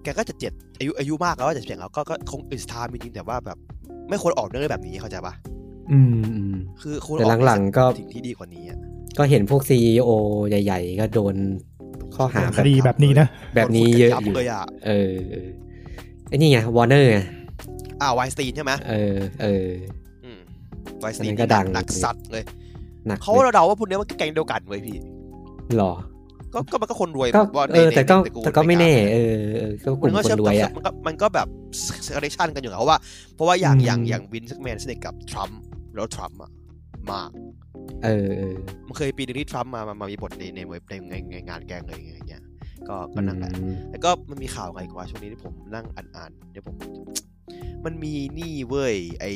แกก็จะเจ็ดอายุอายุมากแล้วว่าจะเจ็ดแล้วก็ก็คงอิสทามจริงๆแต่ว่าแบบ ไม่ควรออกเรื่องแบบนี้เข้าใจปะ อืมอืม คือควรอ แต่ อก หลังๆก็ สิ่งที่ดีกว่านี้อะ ก็เห็นพวกซีอใหญ่ ๆ ก็โดนข้อหา ค แบบ ดีแบบนี้นะ แบบนี้เยอะอยู่ เลยอ่ะ เออเออไอ้นี่ไงวอร์เนอร์ไง อ่าวายสตีนใช่ไหม เออ เออ วายสตี อัน น นั้นก็ดัง หนักสัตว์เลย หนัก เขา เลย เดาว่าพวกเนี้ยมันแก๊งเดียวกันเว้ยพี่ หรอ ก็ก็มันก็คนรวย ก็ ว่าใน เออ แต่ก็ ในระล แต่ก็ไม่แน่ เออเออก็ก มั ลุ่ น ม ก็ ค เชื่อน ม รวต่อยมัน อ่ะ ก็มันก็แบบเรเลชันกันอยู่แล้วเพราะว่าเพราะว่าอย่าง อืม อย่างอย่างวินซ์แมนสนิทกับทรัมป์แล้วทรัมป์อะมาก เออเออ มันเคยปีหนึงที่ทรัมป์มามามามีบทในในเว็บในในในงานแกงเลยอย่างเงี้ย ก็ก็นั่นแหละ อืม แล้วก็มันมีข่าวไงกว่าช่วงนี้ที่ผมนั่งอ่านอ่านๆเดี๋ยวผม มันมีนี่เว้ยไอ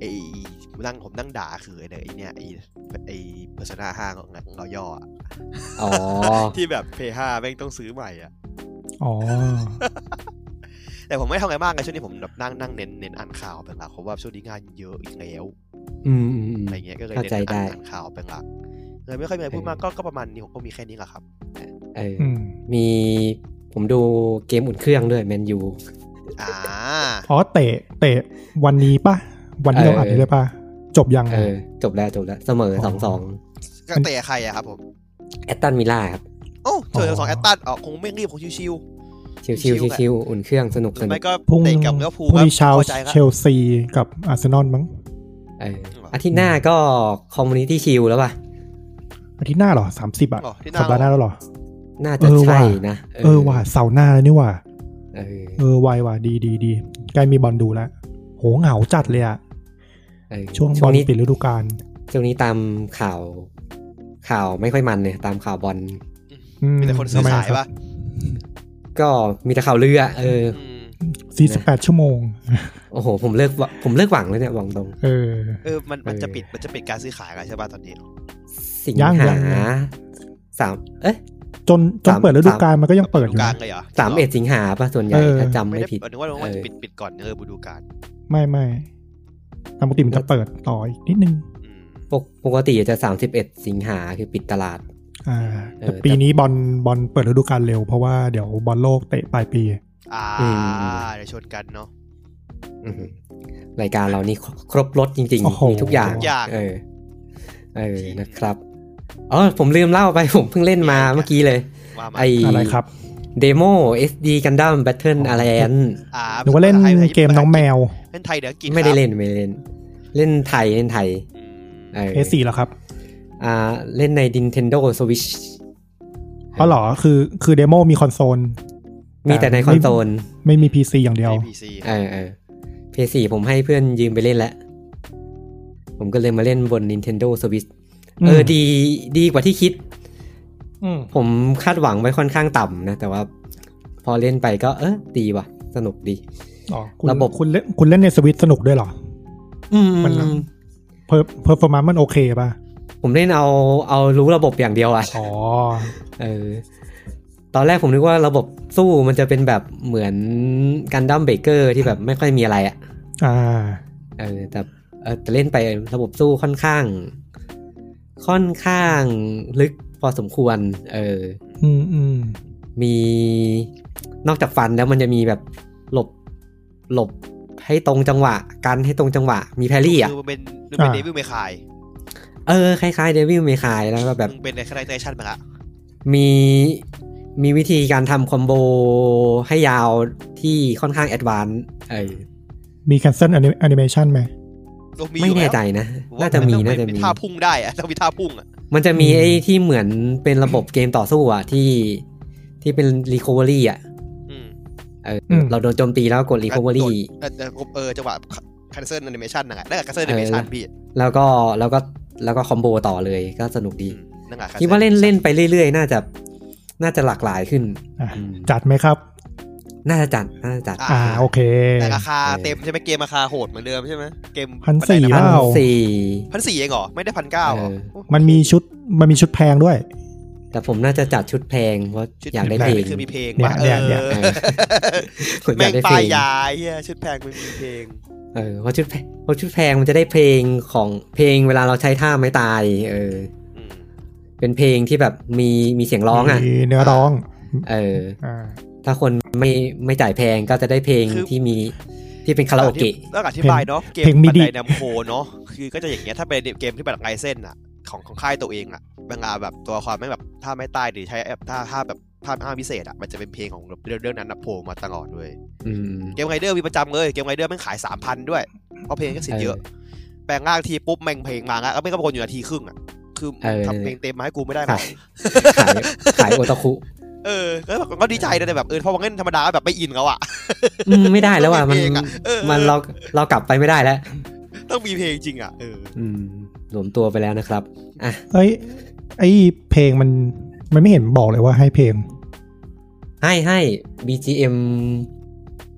ไอนั่งผมนั่งด่าคือไอเนี่ยไอเนี่ยไอไอเพอร์ซนาห้าของเราย่ออะ อ๋อ ที่แบบเพย์ห้าแม่งต้องซื้อใหม่อะ อ๋อ แต่ผมไม่ทำอะไรมากไงช่วงนี้ผมแบบนั่งนั่งเน้นเน้นอ่านข่าวเป็นหลักเพราะว่าช่วงนี้งานเยอะอีกแล้ว อืมอืมอืม อะไรเงี้ยก็เลย เข้า เน้น ใจได้ อ่านอ่านข่าวเป็นหลักเลยไม่ค่อยมีอะไรพูดมากก็ก็ประมาณนี้ผมก็มีแค่นี้แหละครับ เออ อืม มีผมดูเกมอุ่นเครื่องด้วยแมนยู อ่า อ๋อเตะเตะวันนี้ป่ะ วันที่เราอัดนี่เลยป่ะ จบยัง เออ จบแล้วจบแล้ว เสมอ อ๋อ สองสอง ก็เตะใครอะครับผม แอตตันวิลล่าครับ โอ้เจอสอง อ๋อ แอตตันอ๋อคงไม่รีบคงชิว ชิวชิวชิวชิวๆอุ่นเครื่องสนุก ๆห ส รือ นุ ไม่ ก ก็ พรุ่ง เตะกับลิเวอร์พูล พรุ่งนี้เช้า พอใจครับ เชลซีกับอาร์เซนอลมั้ง เอออาทิตย์หน้าก็คอมมูนิตี้ชิวแล้วป่ะ อาทิตย์หน้าเหรอสามสิบอ่ะ หรอที่หน้า สัปดาห์หน้าแล้วเหรอ น่าจะ เออ ใช่ ว่ะ นะ เออว่ะเสาร์หน้าแล้วนี่ว่ะ เออ เออไวว่ะดีดีดีใกล้มีบอลดูแล้วโหเหงาจัดเลยอะ เออ ช่วงบอล นี้ ปิดฤดูกาล ช่วงนี้ตามข่าว ข่าวไม่ค่อยมันเนี่ยตามข่าวบอล อื มีแต่คนซื้อ ทำไม ขาย ค ปะ รับ ก็มีแต่ข่าวเรืออะเออ อืม สี่สิบแปดชั่วโมง โอ้โห ผมเลิกหวัผมเลิกหวังเลยเนี่ยหวังตรง เออ เออมันมัน เออ จะปิดมันจะปิดการซื้อขายกันใช่ป่ะตอนนี้ สิง ยังยั หาง ยัง สามเอ๊ะ จนจน สาม เปิดฤดูกาลมันก็ยังเปิดอยู่ กลาง นะ เลยเหรอ สามเอ็ดสิงหาป่ะส่วนใหญ่ เออ ถ้าจำ ไม่ ไม่ ได้ ผิด หมายถึงว่ามัน เอ จะ อ ปิดปิดก่อนเออบูดูการ ไม่ไม่ตามปกติมันจะเปิดต่ออีกนิดนึง อืม ปกปกติจะสามสิบเอ็ดสิงหาคือปิดตลาด อ่า เออ แต่ แต่ ปีนี้บอลบอลเปิดฤดูกาลเร็วเพราะว่าเดี๋ยวบอลโลกเตะปลายปี อ่า อืม เดี๋ยวชนกันเนาะ อือหือรายการเรานี่ครบครบรถจริง โอ้โห ๆ มีทุกอย่าง ทุกอย่าง เออ เออ จริง นะครับอ๋อผมลืมเล่าไปผมเพิ่งเล่นมาเมื่อกี้เลย ว่ามา ไอ อะไรครับ เดโม SD Gundam Battle อ๋ออ Alliance อ่า หรือว่าเล่น ภาษาไทยภาษาญี่ เก ปุ่ มน้องแมว เล่นไทยเดี๋ยวอังกิน ไม่ได้เล่นไม่ได้เล่น เล่นไทยเล่นไทยเออ เอสี่เหรอครับ อ่าเล่นใน Nintendo Switch อ๋อเหรอคือคือเดโมมีคอนโซล มีแต่ใน แต่ ค ไม่ อนโซล ไม่มี PC อย่างเดียว พีซี เออเออ PS4 ผมให้เพื่อนยืมไปเล่นแล้ว ผมก็เลยมาเล่นบน Nintendo Switch เออ ม ดีดีกว่าที่คิด อืม ผมคาดหวังไว้ค่อนข้างต่ำนะ แต่ว่าพอเล่นไปก็เออดีว่ะ สนุกดี อ๋อคุณ ระบบ คุณเล่นคุณเล่นในสวิตสนุกด้วยเหรอ อืม มันนะ เพอร์เพอร์ฟอร์มมันโอเคป่ะ ผมเล่นเอาเอารู้ระบบอย่างเดียวอ่ะ อ๋อ เออ ตอนแรกผมนึกว่าระบบสู้มันจะเป็นแบบเหมือนกันดั้มเบเกอร์ที่แบบไม่ค่อยมีอะไรอ่ะ อ่า เออแต่เออแต่เล่นไประบบสู้ค่อนข้าง ค่อนข้างลึกพอสมควร เออ อืมอืม มีนอกจากฟันแล้วมันจะมีแบบหลบหลบให้ตรงจังหวะ กันให้ตรงจังหวะ มีแพรรี่อ่ะ คือมันเป็นมันเป็นเดวิลเมคาย เออ คล้ายๆเดวิลเมคายแล้วก็แบบ มึงเป็นในคาแรคเตอร์ชั่นไปละ มีมีวิธีการทำคอมโบให้ยาวที่ค่อนข้างแอดวานซ์เออ มี cancel anim- animation ไหม โอ้มี ไม่ อยู่ แน่ ล้ว ใจนะ ผว่ น่าจะมี ต้องน่าเป็จะมี ท่าพุ่งได้อะ ต้องมีท่าพุ่งอะ มันจะมี อืม ไอ้ที่เหมือนเป็นระบบเกมต่อสู้อ่ะที่ที่เป็น recovery อ่ะ อืม เอออ ม เราโดนโจมตีแล้วกด recovery เออแต่เออจังหวะคันเซิลแอนิเมชันนั่นแหละนั่นแหละคันเซิลแอนิเมชันพี่ แล้วก็แล้วก็แล้วก็คอมโบต่อเลยก็สนุกดี อืมนั่นแหละ cancel คิดว่าเล่นเล่นไปเรื่อยๆ น่าจะน่าจะหลากหลายขึ้น อ่ะ อืม จัดไหมครับ น่าจะจัดน่าจะจัด อ่ะ อ่า โอเค แต่ราคาเต็มใช่ไหมเกมราคาโหดเหมือนเดิมใช่ไหมเกม พันสี่ บัได พั นะ น ว้าว สี่ พันสี่เองเหรอไม่ได้พันเก้าเหรอ เออ โอ้ มันมีชุดมันมีชุดแพงด้วย แต่ผมน่าจะจัดชุดเพลงเพราะ ชุด อยากได้ แพ เพลง คือมีเพลง เนี่ย ปะเอ เนี่ยเนี่ย อ ผมอ แม่ ยาก ง ได้เพ ป้า ล ย ง ยาเฮียชุดแพงมันมีเพลง เออเพราะชุดแพงเพราะชุดแพงมันจะได้เพลงของเพลงเวลาเราใช้ท่าไม้ตาย เออ อืม เป็นเพลงที่แบบมีมีเสียงร้องอ่ะ มีเนื้อร้อง เออ อ่า ถ้าคนไม่ไม่จ่ายแพงก็จะได้เพลง คือ ที่มีที่เป็นคาราโอเกะ ต้องอธิบายเนาะเกม เพลงมิ บัน ดิ ไดนัมโคเนาะคือก็จะอย่างเงี้ยถ้าเป็นเกมที่แบบไงเส้นอะของของค่ายตัวเองอะบางอาแบบตัวละความแม่งแบบถ้าไม่ตายหรือใช้แอปถ้าถ้าแบบถ้าอ้างพิเศษอะมันจะเป็นเพลงของเรื่องเรื่องนั้นอะโผล่มาตลอดเลย อืม เกมไรเดอร์มีประจำเลยเกมไรเดอร์แม่งขายสามพันด้วยเพราะเพลงก็สิทธิ์ เออ เยอะ แปลงร่างทีปุ๊บแม่งเพลงมาแล้วแล้วแม่งก็บนอยู่นาทีครึ่งอะคือ เออ ทำเพลงเต็มมาให้กูไม่ได้หรอ ขายขายขายโอตาคุ เออก็แบบก็ดีใจนะแต่แบบเออพอมาเล่นธรรมดาก็แบบไม่อินแล้วอะ อืมไม่ได้แล้วอ่ะ ต้องมี มัน เพลงอะเออ มันเราเรากลับไปไม่ได้แล้ว ต้องมีเพลงจริงอะเออ อืมหลวมตัวไปแล้วนะครับ อ่ะ เอ้ย ไอเพลงมันมันไม่เห็นบอกเลยว่าให้เพลง ให้ให้ BGM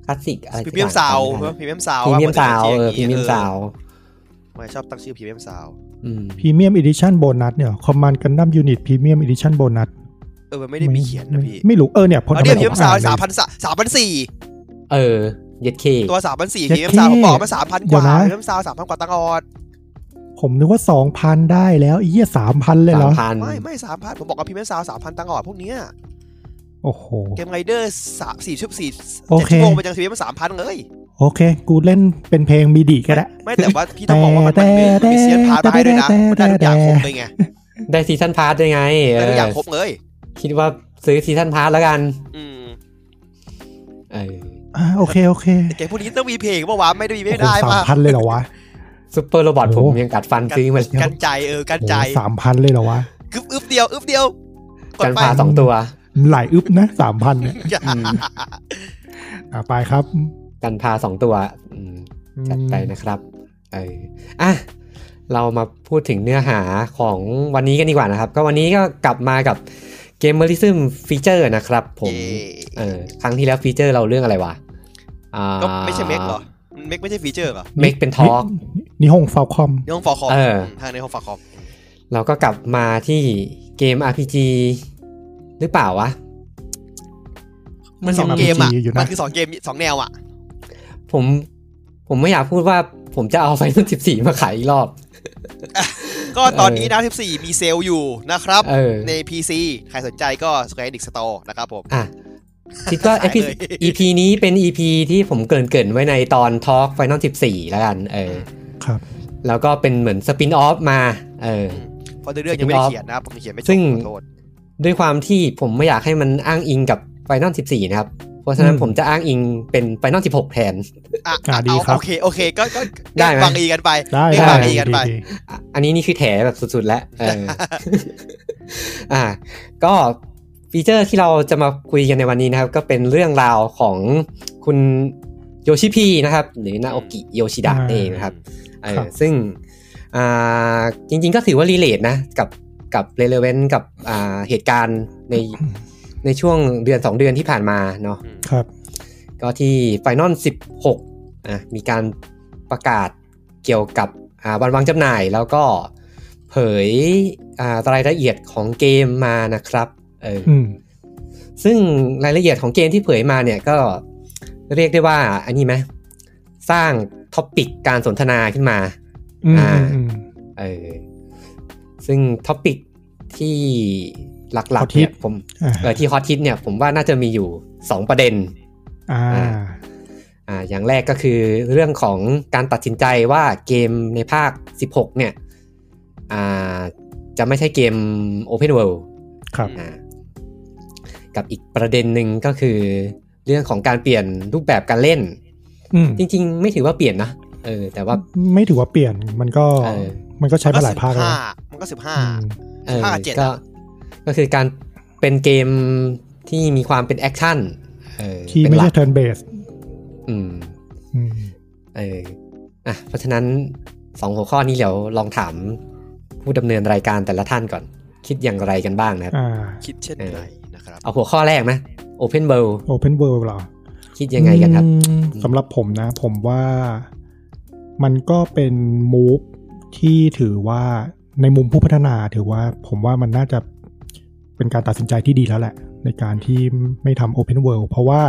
คลาสสิกอะไร พรีเมียมซาวพรีเมียมซาว พรีเมียมสาวเออพรีเมียมสาว ไม่ชอบตั้งชื่อพรีเมียมซาวด์ อืม Premium Edition Bonus เนี่ย Command Gundam Unit Premium Edition Bonus เออมันไม่ได้มีเขียนนะพี่ ไม่รู้ เออเนี่ยพอ เอาเนี่ยพทำไ รีเมียมซาวด์ ผ สาม อ่น พันสามพันสี่ เออเย็ดเค ตัวสามพันสี่พรีเมียม เย็ดเข้ ซาวด์ผมบอกมาสามพันกว่า เดี๋ยวนะ พรีเมียมซาวด์สามพันกว่าตังค์ออด ผมนึกว่าสองพันได้แล้วไอ้เหี้ยสามพันเลย สา เหร ม อ พัน ไม่ไม่สามพันผมบอกว่าพรีเมียมซาวด์สามพันตังค์ออดพวกเนี้ย โอ้โห เกมไรเดอร์สามสี่ชั่วสี่ โอ เจ็ด เค ชั่วโมงมันยังพรีเมียมสามพันเลย โอเค กูเล่นเป็นเพลงมีดีก็ได้ ไม่แต่ว่าพี่ต้องบอกว่ามันมันมีมันมีเซียนพาร์ทมาให้ด้วยนะมันได้ทุกอย่างครบเลยไง ได้ซีซันพาร์ทด้วยไงเอ ได้ทุกอย่าง อ ครบเลย คิดว่าซื้อซีซันพาร์ทแล้วกัน อืม เออ อ่าโอเคโอเค แต่เกมพวกนี้ต้องมีเพลงเมื่อวานไม่ได้มีไม่ได้ สาม มา พันเลยเหรอวะ ซูเปอร์โรบอท โอ้ ผ โห มยังกัดฟันซื้อมาเลย กันใจเออกันใจ สามพันเลยเหรอวะ กึบอึบเดียวอึบเดียวกด กัน ไป พาสองตัว หลายอึบนะสามพันเนี่ย อืม อ่ะไปครับ กันพาสองตัวอืม จัดไปนะครับ เอออ่ะ เรามาพูดถึงเนื้อหาของวันนี้กันดีกว่านะครับ ก็วันนี้ก็กลับมากับเกมเมอริซึมฟีเจอร์นะครับผม เย้ เออ ครั้งที่แล้วฟีเจอร์เราเรื่องอะไรวะอ่า ก็ไม่ใช่เมกเหรอ เมกไม่ใช่ฟีเจอร์เหรอ เมกเป็นทอล์ก นินิฮงฟาวคอม ในห้องฟอร์คอม เออ ทางในห้องฟอร์คอม เราก็กลับมาที่เกม RPG หรือเปล่าวะ มัน สองเกมอ่ะ RPG อยู่นะ มันคือสองเกมสองแนวอ่ะ ผม ผมไม่อยากพูดว่าผมจะเอาไฟนอลสิบสี่มาขายอีกรอบ ก็ตอนนี้นะ14 มีเซลล์อยู่นะครับ เออ ใน PC ใครสนใจก็ Square Enix Store นะครับผม อ่ะ คิดว่า ขาย EP เลย EP นี้เป็น EP ที่ผมเกรินเกรินๆไว้ในตอน Talk Final 14 แล้วกัน เออ ครับ แล้วก็เป็นเหมือนสปินออฟมา เออ เพราะเรื่องยังไม่ได้เขียนนะครับผมเขียนไม่จบ ซึ่ง ขอโทษ ด้วยความที่ผมไม่อยากให้มันอ้างอิงกับ Final 14 นะครับ เพราะฉะนั้น อืม ผมจะอ้างอิงเป็น Final 16 แทน อ่ะ อ่ะ เอา ดีครับ โอเค โอเค ก็ก็ ได้ไหม บางอีกันไป ได้ เรียก ได้ บาง ดี อีกัน ดี ไป ดี อ่ะอันนี้นี่คือแถแบบสุดๆ แล้วเออ อ่ะก็ฟีเจอร์ที่เราจะมาคุยกันในวันนี้นะครับ ก็เป็นเรื่องราวของคุณโยชิพีนะครับ หรือนาโอกิโยชิดะนั่นเองนะครับ เออซึ่งอ่าจริงๆก็ถือว่ารีเลทนะ กับ กับเรเลเวนกับอ่าเหตุการณ์ในในช่วงเดือนสองเดือนที่ผ่านมาเนาะ ครับ ก็ที่ไฟนอล16อ่ะมีการประกาศเกี่ยวกับอ่าวันวางจำหน่ายแล้วก็เผยอ่ารายละเอียดของเกมมานะครับเอออ อืม ซึ่งรายละเอียดของเกมที่เผยมาเนี่ยก็เรียกได้ว่าอันนี้ไหมสร้างท็อปิกการสนทนาขึ้นมา อืม อ่า อืม เออซึ่งท็อปิกที่หลักๆเนี่ย ฮอตฮิต ผม อ่า เออที่ฮอตฮิตเนี่ยผมว่าน่าจะมีอยู่ 2 ประเด็น อ่า อ่าอย่างแรกก็คือเรื่องของการตัดสินใจว่าเกมในภาค 16 เนี่ยอ่าจะไม่ใช่เกม Open World ครับ อ่ากับอีกประเด็นหนึ่งก็คือ เรื่องของการเปลี่ยนรูปแบบการเล่น อืม จริงๆ ไม่ถือว่าเปลี่ยนนะเออแต่ว่า ไม่ถือว่าเปลี่ยนมันก็ เออ มันก็ใช้มาหลายภาค แล้ แล้ว ว นะ มันก็สิบห้า อืม เออ ภาคเจ็ดอะ ก็ก็คือการเป็นเกมที่มีความเป็นแอคชั่นเออ ที่ เป็น ไม่ หลั ใช่ ก turn based อืม อืม เอออ่ะเพราะฉะนั้นสองหัวข้อนี้เดี๋ยวลองถามผู้ดำเนินรายการแต่ละท่านก่อน คิดอย่างไรกันบ้างนะครับ อ่า คิดเช่นไรนะครับ เอาหัวข้อแรกนะ Open World open world เหรอ คิดยังไงกันครับ อืมสำหรับผมนะ ผมว่ามันก็เป็น move ที่ถือว่าในมุมผู้พัฒนาถือว่า ผมว่ามันน่าจะเป็นการตัดสินใจที่ดีแล้วแหละ ในการที่ไม่ทำ open world เพราะว่า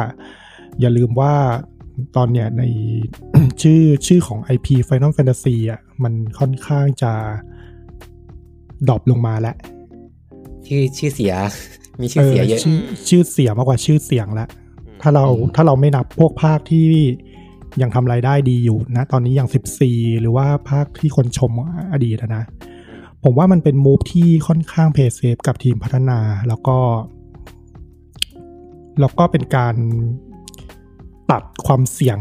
อย่าลืมว่าตอนเนี้ยใน ชื่อ ชื่อของ IP Final Fantasy อ่ะมันค่อนข้างจะดรอปลงมาแล้ว ชื่อชื่อเสีย มีชื่อเสียเยอะ ชื่อชื่อเสียมากกว่าชื่อเสียงละ อืม ถ้าเรา อืม ถ้าเราไม่นับพวกภาคที่ยังทำรายได้ดีอยู่นะ ตอนนี้อย่าง 14 หรือว่าภาคที่คนชมอดีตอะนะ ผมว่ามันเป็นมูฟที่ค่อนข้างเพย์เซฟกับทีมพัฒนาแล้วก็ แล้วก็เป็นการตัดความเสี่ยง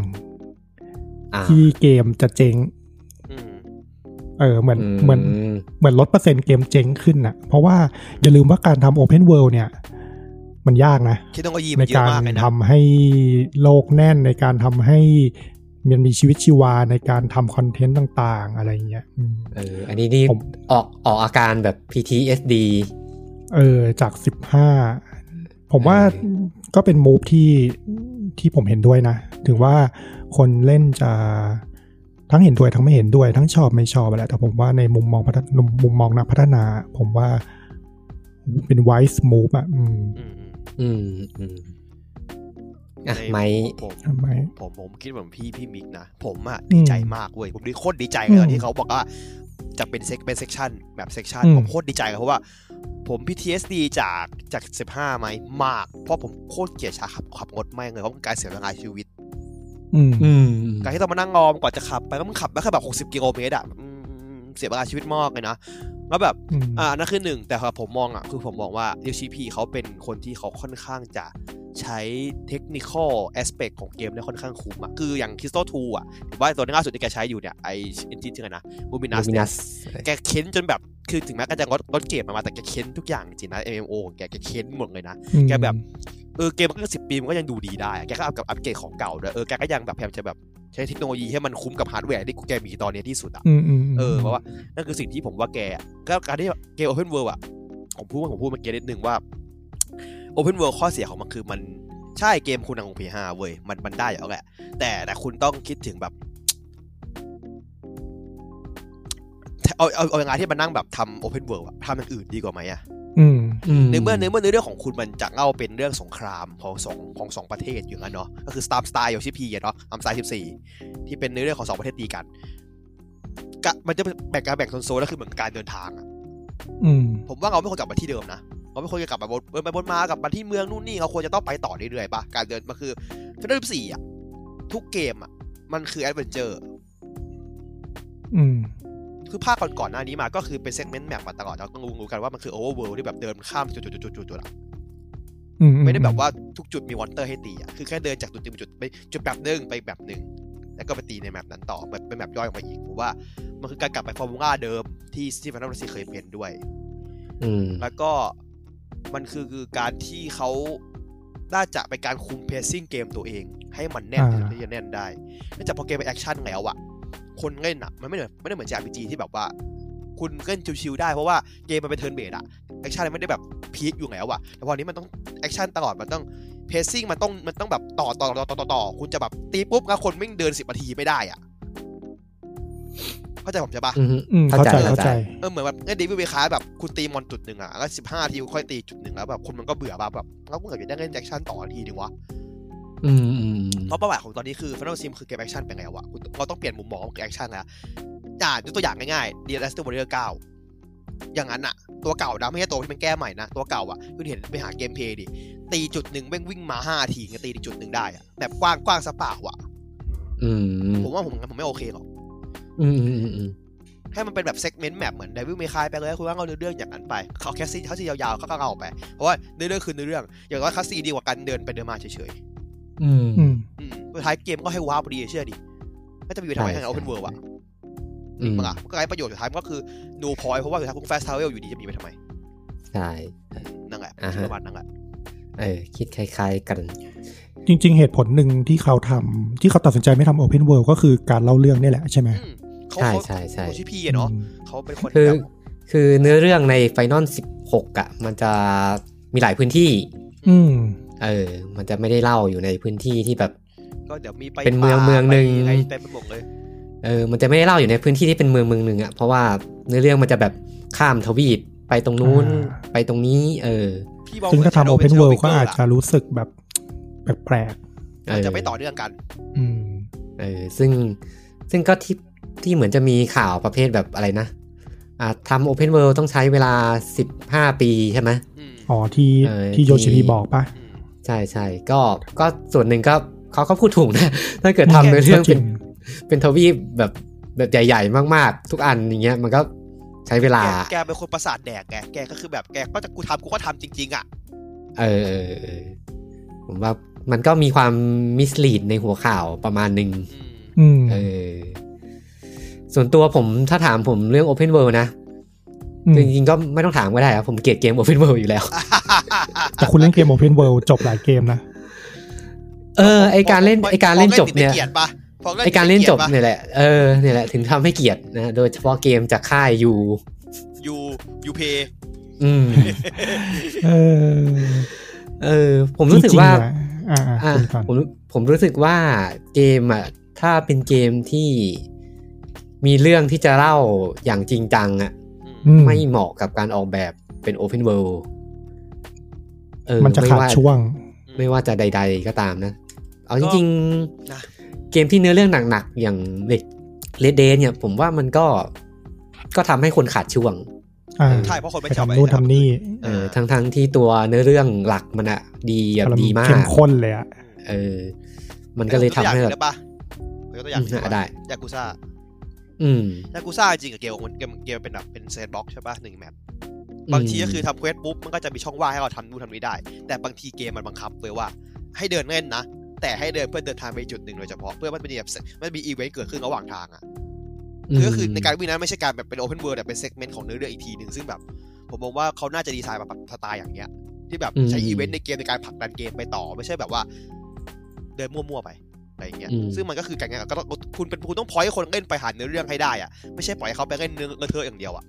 อ่า ที่เกมจะเจ๊ง อืม เออเหมือน อื เหมือน เหมือนลดเปอร์เซ็นต์เกมเจ๊งขึ้นนะเพราะว่าอย่าลืมว่าการทำ Open World เนี่ย มันยากนะ เทคโนโลยี ใน มันเยอะ การ มากเลยนะ ทำให้โลกแน่นในการทำให้มันมีชีวิตชีวาในการทำคอนเทนต์ต่างๆ อะไรอย่างเงี้ยอืม เอออันนี้นี่ ผม ออกออกอาการแบบ PTSD เออจากสิบห้าผมว่า เอ ก็เป็นมูฟที่ที่ผมเห็นด้วยนะ ถึงว่าคนเล่นจะทั้งเห็นด้วยทั้งไม่เห็นด้วย ทั้งชอบไม่ชอบอะไรแต่ผมว่าในมุมมองพัฒนมุมมองนักพัฒนา ผมว่าเป็น wise move อะอืม อืมอืม อืมอืมอ่ะ ใน ไม้ ผม ทำไม ผมผมคิดเหมือนพี่พี่มิกนะ ผมอะ อืม ดีใจมากเว้ย ผมดีโคตรดีใจเลยตอ อื น ม ที่เขาบอกว่าจะเป็นเซ็กเป็นเซ็กชันแบบเซ็กชัน อืม ผมโคตรดีใจเลยเพราะว่า ผม PTSD จากจาก15ไหมมาก เพราะผมโคตรเกลียดชาขับขับรถไม่งเลยเพราะมันการเสียเวลาชีวิต อืม อืม การที่ต้องมานั่งรอมกว่อนจะขับไปแล้วมันขับได้แค่แบบ 60 กิโลเมตรอะอืมเสียเวลาชีวิตมากเลยนะแล้วแบบ อืม อ่านั่นคือหนึ่งแต่ครับผมมองอ่ะคือผมมองว่าเดลชิพีเขาเป็นคนที่เขาค่อนข้างจะใช้เทคนิคอลแอสเปกของเกมได้ค่อนข้างคุ้มอ่ะคืออย่างคริสโตทูอ่ะหรือว่าตัวล่าสุดที่แกใช้อยู่เนี่ยไอเอนจินชื่ออะไรนะบูมินัส มินัส แกเค้นจนแบบคือถึงแม้แกจะลดลดเกมมา แต่แกเค้นทุกอย่างจริงนะ MMO ของแกแกเค้นหมดเลยนะ แกแบบ เออเกมมันก็สิบปีมันก็ยังดูดีได้อะแกก็เอากับอัปเกรดของเก่าด้วยเออแกก็ยังแบบพยายามจะแบบใช้เทคโนโลยีให้มันคุ้มกับฮาร์ดแวร์ที่แกมีตอนเนี้ยที่สุดอ่ะ อืมอืมม เออเพราะว่านั่นคือสิ่งที่ผมว่าแกก็การที่เกม Open World อ่ะ ผมพูดว่าผมพูดเมื่อกี้นิดนึงว่า Open World ข้อเสียของมันคือมันใช่เกมคุณนังของ P5 เว้ยมันมันได้อยู่แล้วแหละ แต่แต่คุณต้องคิดถึงแบบ เอาเอาเอาเวลาที่มันนั่งแบบทำ Open World อะทำอย่างอื่นดีกว่าไหมอะ อืม ในเมื่อในเมื่อในเรื่องของคุณมันจะเล่าเป็นเรื่องสงครามของสองของสองประเทศอยู่งั้นเนาะก็คือตามสไตล์โยชิพีเนาะตามสไตล์สิบสี่ที่เป็นในเรื่องของสองประเทศตีกันกะมันจะแบ่งการแบ่งโซนๆแล้วคือเหมือนการเดินทางอะ อืม ผมว่าเราไม่ควรกลับมาที่เดิมนะเราไม่ควรจะกลับมาบนเออไปบนมากลับมาที่เมืองนู่นนี่เราควรจะต้องไปต่อเรื่อยๆป่ะการเดินมันคือเรื่องสี่อะทุกเกมอะมันคือแอดเวนเจอร์ อืม คือภาคก่อนๆหน้านี้มาก็คือเป็นเซกเมนต์แมปมาตลอดเราก็รู้ๆกันว่ามันคือโอเวอร์เวิลด์ที่แบบเดินข้ามจุดๆๆๆๆอะ อืม ไม่ได้แบบว่าทุกจุดมีวอเตอร์ให้ตีอ่ะ คือแค่เดินจากจุดหนึ่งไปจุดไปจุดแบบหนึ่งไปแบบหนึ่ง แล้วก็ไปตีในแมปนั้นต่อแบบเป็นแมปย่อยออกมาอีกผมว่า มันคือการกลับไปฟอร์มูล่าเดิมที่สตีฟานรัสซีเคยเป็นด้วย อืม แล้วก็มันคือคือการที่เขาน่าจะเป็นการคุมเพซซิ่งเกมตัวเอง ให้มันแน่น อ่า ที่จะแน่นได้เนื่องจากพอเกมเป็นแอคชั่นแล้วอะคนเล่นอะมันไม่เหมือนไม่ได้เหมือนจาก RPG ที่แบบว่า คุณเกินชิวๆได้เพราะว่าเกมมันเป็นเทิร์นเบสอะแอคชั่นมันไม่ได้แบบพีคอยู่แล้วอะแต่วันนี้มันต้องแอคชั่นตลอดมันต้องเพซซิ่งมันต้องมันต้องแบบต่อต่อต่อต่อต่อต่อคุณจะแบบตีปุ๊บแล้วคนไม่งเดินสิบนาทีไม่ได้อะเข้าใจผมใช่ปะ อือฮึ อืมเข้าใจ เข้าใจ เข้าใจ เออเหมือนแบบเดวิดเวคาแบบคุณตีมอนจุดหนึ่งอ่ะแล้วสิบห้าทีคุณค่อยตีจุดหนึ่งแล้วแบบคนมันก็เบื่อแบบแบบแล้วกูเกิดอยากได้เล่นแอคชั่นต่อทีนึงวะ อืมอืมอืม เพราะเป้าหมายของตอนนี้คือฟ i น a l ซิมคือเกมแอคชั่นเป็นไงวะคุณเราต้องเปลี่ยนมุมมองของแอคชั่นแล้วอ่ายกตัวอย่างง่ายๆ d ี a อสต์วอร์เรอร์เก้าอย่างนั้นอะตัวเก่านะไม่ใช่ตัวที่มันแก้ใหม่นะ ตัวเก่าอะคุณเห็นไปหาเกมเพลย์ดิตีจุดหนึ่งแม่งวิ่งมาห้าทีก็ตีจุดหนึ่งได้อะแบบกว้างกว้างสปาว่ะ อืมอืม ผมว่าผมงั้นผมไม่โอเคหรอก อืมอืมอืมอืม ให้มันเป็นแบบเซกเมนต์แมปเหมือนเดวิลเมคายไปเลยคุณว่าเอาเนื้อเรื่องอย่างนั้นไป เขาแคสซี่เขาที่ยาวๆเขาก็เอาไป เพราะว่าเนื้อเรื่องคือเนื้อเรื่อง อย่างน้อยแคัสซี่ดีกว่ากันเดินไปเดินมาเฉย อืม อืม ๆอืมสุดท้ายเกมก็ให้ว้าวพอดีเชื่อดิก็จะมีเวลา ใช่ ให้เอาเป็นเวิร์อะ อื จริ ม งปะล่ะก็ไร้ประโยชน์สุดท้ายมันก็คือนูพอยเพราะว่าสุดท้ายคุณแฟสทาวเวลอยู่ดีจะมีไปทำไม ใช่ นั่นแหละ อ่าฮะ คิดประมาณนั้นแหละ เออ คิดคล้ายๆกัน จริง ๆ เหตุผลหนึ่งที่เขาทำที่เขาตัดสินใจไม่ทำ Open World ก็คือการเล่าเรื่องนี่แหละใช่ไหม อืมเขา ใช่ เขา ใช่ใช่ เขาชื่อพี่อะเนาะ อืม เขาเป็นคน คือ แบบ คือเนื้อเรื่องในไฟนอลสิบหกอ่ะ มันจะมีหลายพื้นที่ อืม เออ มันจะไม่ได้เล่าอยู่ในพื้นที่ที่แบบ ก็เดี๋ยวมีไป เป็นเมือง ป่า เมืองหนึ่ง ไปไอ้เต็มไปหมดเลย เออ มันจะไม่ได้เล่าอยู่ในพื้นที่ที่เป็นเมืองเมืองหนึ่งอ่ะ เพราะว่าเนื้อเรื่องมันจะแบบข้ามทวีปไปตรงนู้น อ่า ไปตรงนี้ เออ พี่มอง ซึ่งถ้าหทำมื Open Shadow World Maker ก็อาจจะรู้สึกแบบแปลก เอ มัน อ จะไม่ต่อเนื่องกัน ๆอืม เออ ซึ่งซึ่งก็ที่ที่เหมือนจะมีข่าวประเภทแบบอะไรนะ อ่าทำโอเพนเวิลด์ต้องใช้เวลาสิบห้าปีใช่ไหม อืม อ๋อที่ เออ ที่ ที่ โยชิพีบอกปะ อืม ใช่ใช่ก็ก็ส่วนหนึ่งก็เขาก็พูดถูกนะ ถ้าเกิดทำใน ก็ เรื่อง จ เป็ ริ น ง เป็นทวีปแบบแบบใหญ่ๆ มากๆ ทุกอันอย่างเงี้ยมันก็ใช้เวลา แกแกเป็นคนประสาทแดกไง แกก็คือแบบแกก็จะกูทำกูก็ทำจริง ๆ อ่ะ เออเออเออผมว่ามันก็มีความมิสลีดในหัวข่าวประมาณหนึ่ง อืม อืม เออส่วนตัวผมถ้าถามผมเรื่อง Open World นะ ม จริงๆก็ไม่ต้องถามก็ได้ครับผมเกลียดเกม Open World อยู่แล้ว แต่คุณเล่นเกม Open World จบหลายเกมนะ เออไอการเล่นไอการเล่นจบเนี่ย พอเล่นติดไม่เกลียดปะพอ ไอการเล่นจบ ติดไม่กลีเนี่ยยดปะแหละเออเนี่ยแหละถึงทำให้เกลียดนะโดยเฉพาะเกมจากค่ายยู ยูยูเพย์ อืม เออ เออ ผมรู้สึก จงๆ ว่า อะอ่า อ่ะ อ่าคุณก่อน ผมผมรู้สึกว่าเกมอ่ะถ้าเป็นเกมที่มีเรื่องที่จะเล่าอย่างจริงจังอ่ะ อืม ไม่เหมาะกับการออกแบบเป็น Open World เออ มันจะขาด ไว่ ช่วง ไม่ว่าจะใด ๆ ก็ตามนะ เอาจริง นะ ๆ เกมที่เนื้อเรื่องหนักๆ อย่างเลดเดนเนี่ย ผมว่ามันก็ก็ทำให้คนขาดช่วง อ่า ใช่เพราะคน ไป ไม่ชอบ ทำนู่น ไอ้ ทำนี่ เออ เออ ทั้งๆที่ตัวเนื้อเรื่องหลักมันอะดีแบบดีมาก เข้มข้นเลยอ่ะ เออ มันก็เลยทำให้ ยกตัว แบ อบ งได้ปะยกตัวอย่าง อืม ปะ ได้ ยากุซ่า อืม ยากุซ่าจริงกับเกมมันเกมเกมเป็นแบบเป็นเซนบ็อกใช่ปะหนึ่งแมปบางทีก็คือทำเควสปุ๊บมันก็จะมีช่องว่างให้เราทำนู่นทำนี่ได้ แต่บางทีเกมมันบังคับเลยว่า ให้เดินเล่นนะ แต่ให้เดินเพื่อเดินทางไปจุดหนึ่งโดยเฉพาะเพื่อมันเป็นแบบมันมีอีเวนต์เกิดขึ้นระหว่างทางอะ คือก็คือในการวิ่งนั้นไม่ใช่การแบบเป็นโอเพนเวิลด์แต่เป็นเซกเมนต์ของเนื้อเรื่องอีกทีหนึ่งซึ่งแบบ ผมมองว่าเขาน่าจะดีไซน์แบบสไตล์อย่างเงี้ย ที่แบบใช้ อืม อีเวนต์ในเกมในการผลักดันเกมไปต่อ ไม่ใช่แบบว่า เดินมั่วๆไปอะไรอย่างเงี้ย อืม ซึ่งมันก็คือการงานก็ต้องคุณเป็นคุณต้องพอยให้คนเล่นไปหาเนื้อเรื่องให้ได้อะไม่ใช่ปล่อยให้เขาไปเล่นเนื้อเงเธออย่างเดียวอะ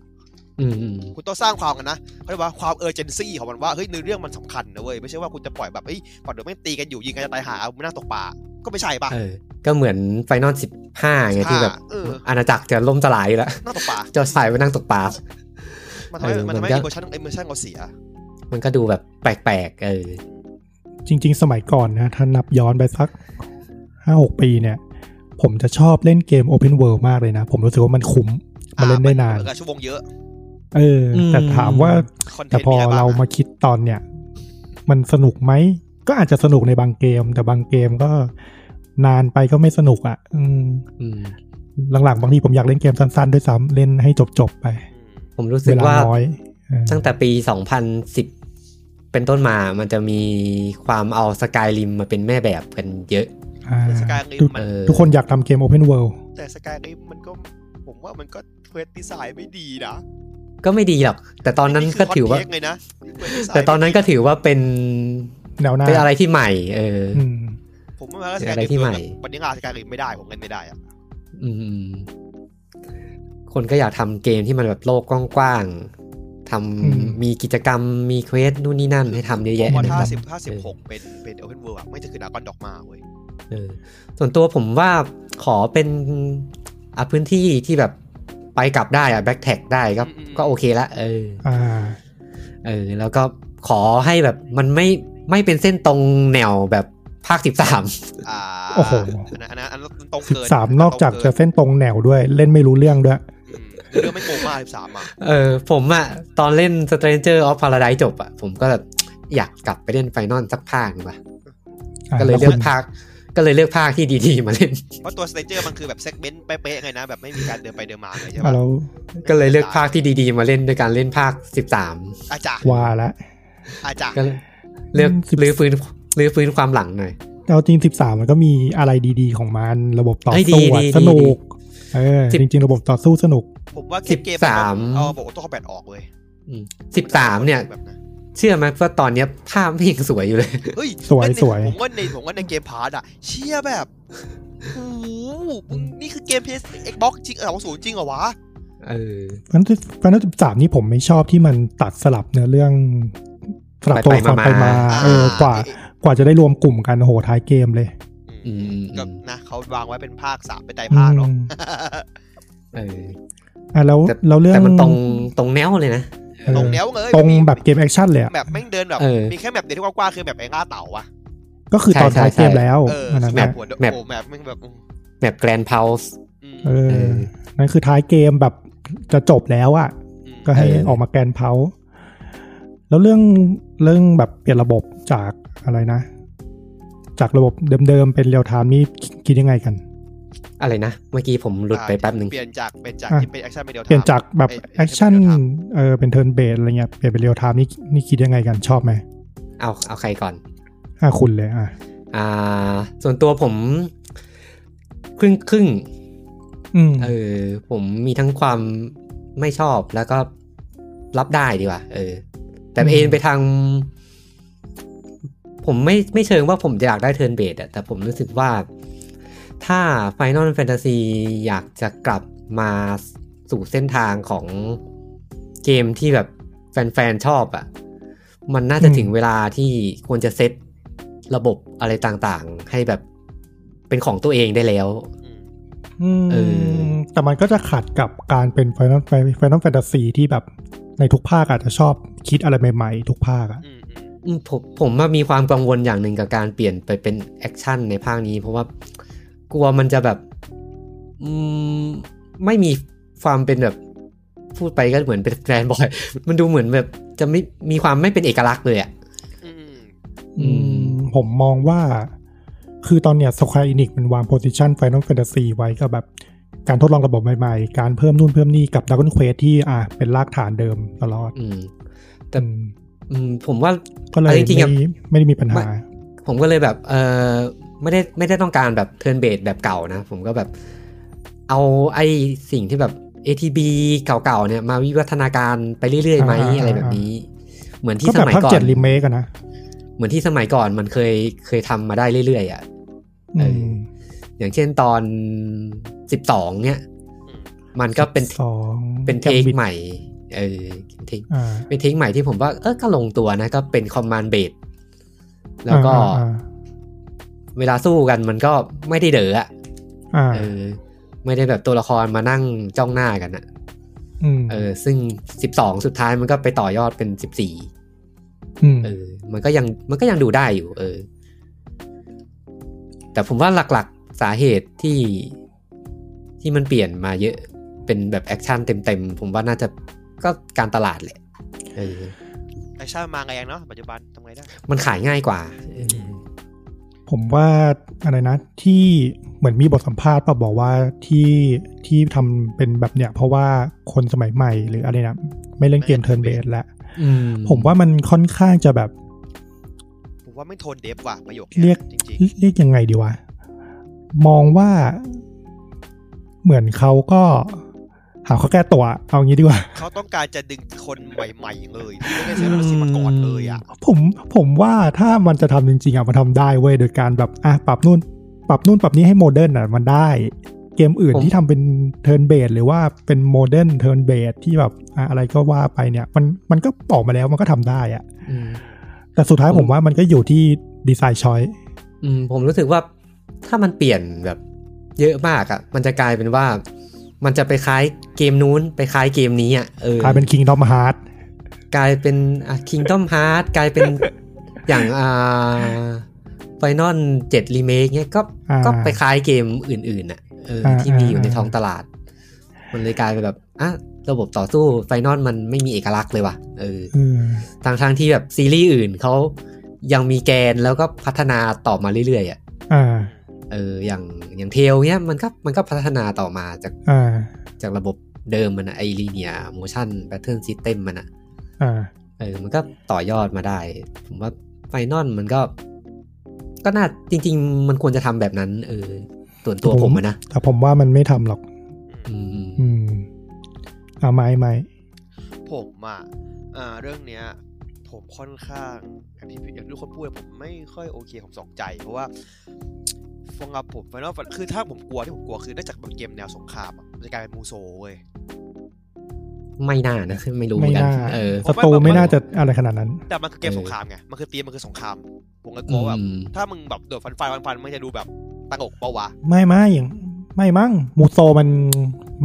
อืมอืม คุณต้องสร้างความกันนะเขาเรียกว่าความเออร์เจนซี่ของมันว่าเฮ้ยเนื้อเรื่องมันสำคัญนะเว้ยไม่ใช่ว่าคุณจะปล่อยแบบเอ้ยปล่อยเดี๋ยวแม่งตีกันอยู่ยิงกันจะตายหาเอาไม่น่าตกปลาก็ไม่ใช่ปะ เออ ก็เหมือนไฟนอลสิบห้าไงที่แบบ เออ อาณาจักรจะล่มสลายแล้ว น่าตกปลา จะใส่ไปนั่งตกปลา มันทำให้ เออ มันทำให้ มันก็ อิมเมอร์ชันอิมเมอร์ชันเราเสีย มันก็ดูแบบแปลกๆ เออ จริง ๆ สมัยก่อนนะ ถ้านับย้อนไปสักห้าหกปีเนี่ย ผมจะชอบเล่นเกม Open World มากเลยนะ ผมรู้สึกว่ามันคุ้มมันเล่นได้นาน เออชั่วโมงเยอะ เออ แต่ อืม ถามว่า คอนเท แต่ นต์ พอ อะไรบ้าง เรามาคิดตอนเนี่ย มันสนุกไหม ก็อาจจะสนุกในบางเกม แต่บางเกมก็นานไปก็ไม่สนุกอะ่ะ อืม อืม หลังๆ บางทีผมอยากเล่นเกมสั้นๆ ด้วยซ้ำเล่นให้จบๆไป ผมรู้สึ เว ก ลา ว่า น้อยเออ ตั้งแต่ปีสองพันสิบเป็นต้นมามันจะมีความเอาสกายริมมาเป็นแม่แบบกันเยอะ อ่า แต่สกายริม ทุก มั เอน อ ทุกคนอยากทำเกม Open World แต่สกายริมมันก็ผมว่ามันก็เควสดีไซน์ไม่ดีนะ ก็ไม่ดีหรอก แต่ตอนนั้นก็ถือว่า นี่คื hot take เลยนะ แต่ตอนนั้นก็ถือว่าเป็น แนวหน้า เป็นอะไรที่ใหม่ เออ อืม ผมว่ามันก็ เป็นสกาย อะไร ริม ที่ใหม่ วันนี้งานสกายริมไม่ได้ผมเล่นไม่ได้อะ อืม คนก็อยากทำเกมที่มันแบบโลกกว้างๆท อืม ำมีกิจกรรมมีเควสนู่นนี่นั่นให้ทำเยอะแยะ ผมว่า นะ ถ้า ครับ สิบถ้าสิบหกเป็นเป็นโอเพนเวิลด์อะไม่จะคือดากอนดอกมาเว้ย เออส่วนตัวผมว่าขอเป็นอ่ะพื้นที่ที่แบบไปกลับได้อะแบ็ k แท็กได้ก็ อืมอืม ก็โอเคละเออ อ่า เออ แล้วก็ขอให้แบบมันไม่ไม่เป็นเส้นตรงแนวแบบภาคสิบสาม อ่า โอ้โห อันนั้นอันนั้นอันนั้นตรง สิบ เกิน สามนอกจากตจะรง เส้นตรงแนวด้วย เล่นไม่รู้เรื่องด้วย เกินอืมเรื่องไม่โกงมากสิบสามอ่ะ เออผมอะตอนเล่น Stranger of Paradise จบอะผมก็แบบอยากกลับไปเล่นไฟนอลสักภาคหนึ่งว่ะ อ่ะ ก็เลย แว เลื คุ อก ณ ภาค ก็เลยเลือกภาคที่ดีๆ มาเล่น เพราะตัวสเตเจอร์มันคือแบบเซกเมนต์เป๊ะๆไงนะแบบไม่มีการเดินไปเดินมาเลยใช่ อ่ะ ปะ เรา ก็เลยเลือกภาคที่ดีๆ มาเล่นโดยการเล่นภาค 13 อาจารย์ ว่าละ อาจารย์ ก็เลยเลือกรื้อฟื้นรื้อฟื้นความหลังหน่อย เอาจริงสิบสามมันก็มีอะไรดีๆ ของมันระบบต่อ เอ้ยดี สู้อะ ดี สนุ ดี กเออ สิบ จริง ๆ ระบบต่อสู้สนุก ผมว่า สิบ เกม สาม เอาบอกว่าต้องแบตออกเว้ย อืม13 เนี่ย แบบนั้น เชื่อไหมว่าตอนเนี้ยภาพไม่ยังสวยอยู่เลย เฮ้ย สวย เล่นใน สวย ผมว่าในผมว่าในเกมพาร์ตอะเชี่ยแบบโอ้โหมึงนี่คือเกมเพสเอ็กบ็อกจริงสองศูนย์จริงเหรอวะ เออ ฟันฟันสิบสามนี่ผมไม่ชอบที่มันตัดสลับเนื้อเรื่องสลับตัวละคร ไปๆไปมา มา ๆ เออกว่ากว่าจะได้รวมกลุ่มกันโอ้โหท้ายเกมเลย อืมอืมอืม ก็นะเขาวางไว้เป็นภาคสามเป็นไตรภาคเนาะ อืม เออ อ่ะแล้ว แต่ แล้วเรื่อง แต่มันตรงตรงแนวเลยนะ เออ ตรงแนวเอ้ย ตรง มี แบบเกมแอคชั่นเลยอะ แบบแม่งเดินแบบ เออ มีแค่แบบเดียวที่กว้างๆคือแบบไอ้ล่าเต่าอะ ก็คือตอน ใช่ ท้าย ใช่ เกมแล้ว เออ อันนั้น แบ อะ บหัวโด แมป โอ้แมปแม่งแบบอืม แบบแกรนเพาส์ อืม เอ เอ อ อ นั่นคือท้ายเกมแบบจะจบแล้วอ่ะ ม ก็ให้ เออ ออกมาแกนเพาแล้วเรื่องเรื่องแบบเปลี่ยนระบบจากอะไรนะ จากระบบเดิมๆเป็นเรียลไทม์นี่คิดยังไงกัน อะไรนะ เมื่อกี้ผมหลุดไปแป๊บหนึ่ง เปลี่ยนจากเป็นจาก อ่ะ ที่เป็นแอคชั่นเป็นเดียว เปลี่ยนจากแบบ ไอ้ แอคชั่น เป็เดียวทาง เออเป็นเทิร์นเบสอะไรเงี้ยเปลี่ยนเป็นเรียลไทม์นี่นี่คิดยังไงกันชอบไหม เอาเอาใครก่อน อ่ะคุณเลยอ่ะ อ่า ส่วนตัวผม ครึ่งครึ่ง อืม เออ ผมมีทั้งความไม่ชอบแล้วก็รับได้ดีกว่าเออ แต่เอ็นไปทาง ผมไม่ไม่เชิงว่าผมจะอยากได้เทิร์นเบดอะแต่ผมรู้สึกว่า ถ้า Final Fantasy อยากจะกลับมาสู่เส้นทางของเกมที่แบบแฟนๆ ชอบอะ่ะ มันน่าจะถึงเวลาที่ควรจะเซตระบบอะไรต่างๆ ให้แบบเป็นของตัวเองได้แล้ว อืม เออ แต่มันก็จะขัดกับการเป็นไฟนอลไฟนอลแฟนตาซีที่แบบในทุกภาคอาจจะชอบคิดอะไรใหม่ๆ ทุกภาคอ่ะ อืมอืม อืมผมผมว่ามีความกังวลอย่างหนึ่งกับการเปลี่ยนไปเป็นแอคชั่นในภาคนี้ เพราะว่ากลัวมันจะแบบอืมไม่มีความเป็นแบบ พูดไปก็เหมือนเป็นแกรนบอย มันดูเหมือนแบบจะไม่มีความไม่เป็นเอกลักษณ์เลยอะ่ะ อืมอืม อืม ผมมองว่า คือตอนเนี้ย Square Enix มันวาง position Final Fantasy ไว้กับแบบการทดลองระบบใหม่ๆ การเพิ่มนู่นเพิ่มนี่กับ Dragon Quest ที่อ่ะเป็นรากฐานเดิมตลอด อืม แต่ อืม อืมผมว่า ก็เลย เอาจริงๆอะ ไม่ไม่ได้มีปัญหา ผมก็เลยแบบ เออไม่ได้ไม่ได้ต้องการแบบเทิร์นเบสแบบเก่านะ ผมก็แบบ เอาไอ้สิ่งที่แบบ ATB เก่าๆเนี่ย มาวิวัฒนาการไปเรื่อยๆไหม อ่าๆๆ อะไรแบบนี้ เหมือนที่ ก็ ส แบบ มัย ภาค ก่อ เจ็ น ดรีเมคกันนะ เหมือนที่สมัยก่อนมันเคยเคยทำมาได้เรื่อยๆอ่ะ เออ ม อย่างเช่นตอน 12 เนี่ย อืม มันก็เป็น สอง เป็นเทค แกมบิด ใหม่ เออเทค อ่า เป็นเทคใหม่ที่ผมว่าเออก็ลงตัวนะ ก็เป็นคอมมานด์เบสแล้วก็ อ่าอ่า เวลาสู้กันมันก็ไม่ได้เด๋ออะ อ่า เออไม่ได้แบบตัวละครมานั่งจ้องหน้ากันอะ ม เออ ซึ่งสิบสองสุดท้ายมันก็ไปต่อยอดเป็นสิบสี่ ม เออ มันก็ยังมันก็ยังดูได้อยู่ เออ แต่ผมว่าหลักๆสาเหตุที่ที่มันเปลี่ยนมาเยอะเป็นแบบแอคชั่นเต็มๆ ผมว่าน่าจะก็การตลาดแหละ เออ แอคชั่นมาไงยังเนาะปัจจุบันทำไงได้ มันขายง่ายกว่าเออ ผมว่าอะไรนะ ที่เหมือนมีบทสัมภาษณ์ป่ะบอกว่าที่ที่ทำเป็นแบบเนี้ยเพราะว่าคนสมัยใหม่หรืออะไรนะไม่เล่นเกมเทิร์นเบสแล้ว อื ผมว่ามันค่อนข้างจะแบบ ผมว่าไม่โทนเดฟว่ะประโยค เรียก จริง เรียกยังไงดีวะ มองว่าเหมือนเขาก็ หาข้อแก้ตัว เอางี้ดีกว่า ๆเขาต้องการจะดึงคนใหม่ๆเลยที่ไม่ได้ใช้ภาษีมาก่อนเลยอ่ะ ผมผมว่าถ้ามันจะทำจริงๆอ่ะมันทำได้เว้ยโดยการแบบอ่ะปรับนู่น ปรับนู่นปรับนี้ให้โมเดิร์นอ่ะมันได้ เกมอื่น ผม ที่ทำเป็นเทิร์นเบ e หรือว่าเป็นโมเดิร์นเทิร์นเบ e ที่แบบอ่ะอะไรก็ว่าไปเนี่ย มันมันก็ออกมาแล้วมันก็ทำได้อะ อืม แต่สุดท้าย ผม ผมว่ามันก็อยู่ที่ดีไซน์ชอย อืมผมรู้สึกว่าถ้ามันเปลี่ยนแบบเยอะมากอะ่ะ มันจะกลายเป็นว่า มันจะไปคล้ายเกมนู้นไปคล้ายเกมนี้อะ่ะเออก ลายเป็นคิงดอมฮาร์ด กลายเป็นอ่ะ Kingdom Hearts กลายเป็น อย่างอ่า Final 7 Remake เนี้ยก็ อ่า ก็ไปคล้ายเกมอื่นๆอ่ะเอออา ที่มีอยู่ใน อ่า ท้องตลาด มันเลยกลายเป็นแบบอ่ะระบบต่อสู้ไฟนอลมันไม่มีเอกลักษณ์เลยว่ะเออ อืม ทางทางๆที่แบบซีรีส์อื่นเขายังมีแกนแล้วก็พัฒนาต่อมาเรื่อยๆอ่ะ อ่า เอออย่างอย่างเทลเนี้ยมันก็มันก็พัฒนาต่อมาจาก อ่า จากระบบเดิมมันอะไอรีเนียโมชั่นแพทเทิร์นซิสเต็มมันอะ อ่า เออมันก็ต่อยอดมาได้ ผมว่าไฟนอลมันก็ ก็น่าจริง ๆ มันควรจะทำแบบนั้น เออส่วนตัวผมอะนะ แต่ผมว่ามันไม่ทำหรอก อืม อืมอ่าไม่ไม่ ผมอ่ะอ่าเรื่องเนี้ย ผมค่อนข้างอย่างที่พี่อย่างที่ทุกคนพูดผมไม่ค่อยโอเคผมสองใจ เพราะว่าฟังกับผมไฟนอลคือถ้าผมกลัวที่ผมกลัวคือเนื่องจากมันเกมแนวสงครามอะมันจะกลายเป็นมูโซเว้ย ไม่น่านะไม่รู้เหมื ไม่ อนกัน น่า เออ ศัตรูไม่น่าจะอะไรขนาดนั้น แต่มันคือเกมสงครามไง มันคือตีมมันคือสงคราม ผมก็กลัวว่า อืม ถ้ามึงแบบโดดฟันไฟฟันฟันมันจะดูแบบตังอกเปะวะ ไม่ไม่อย่างไม่มั้งมูโซมัน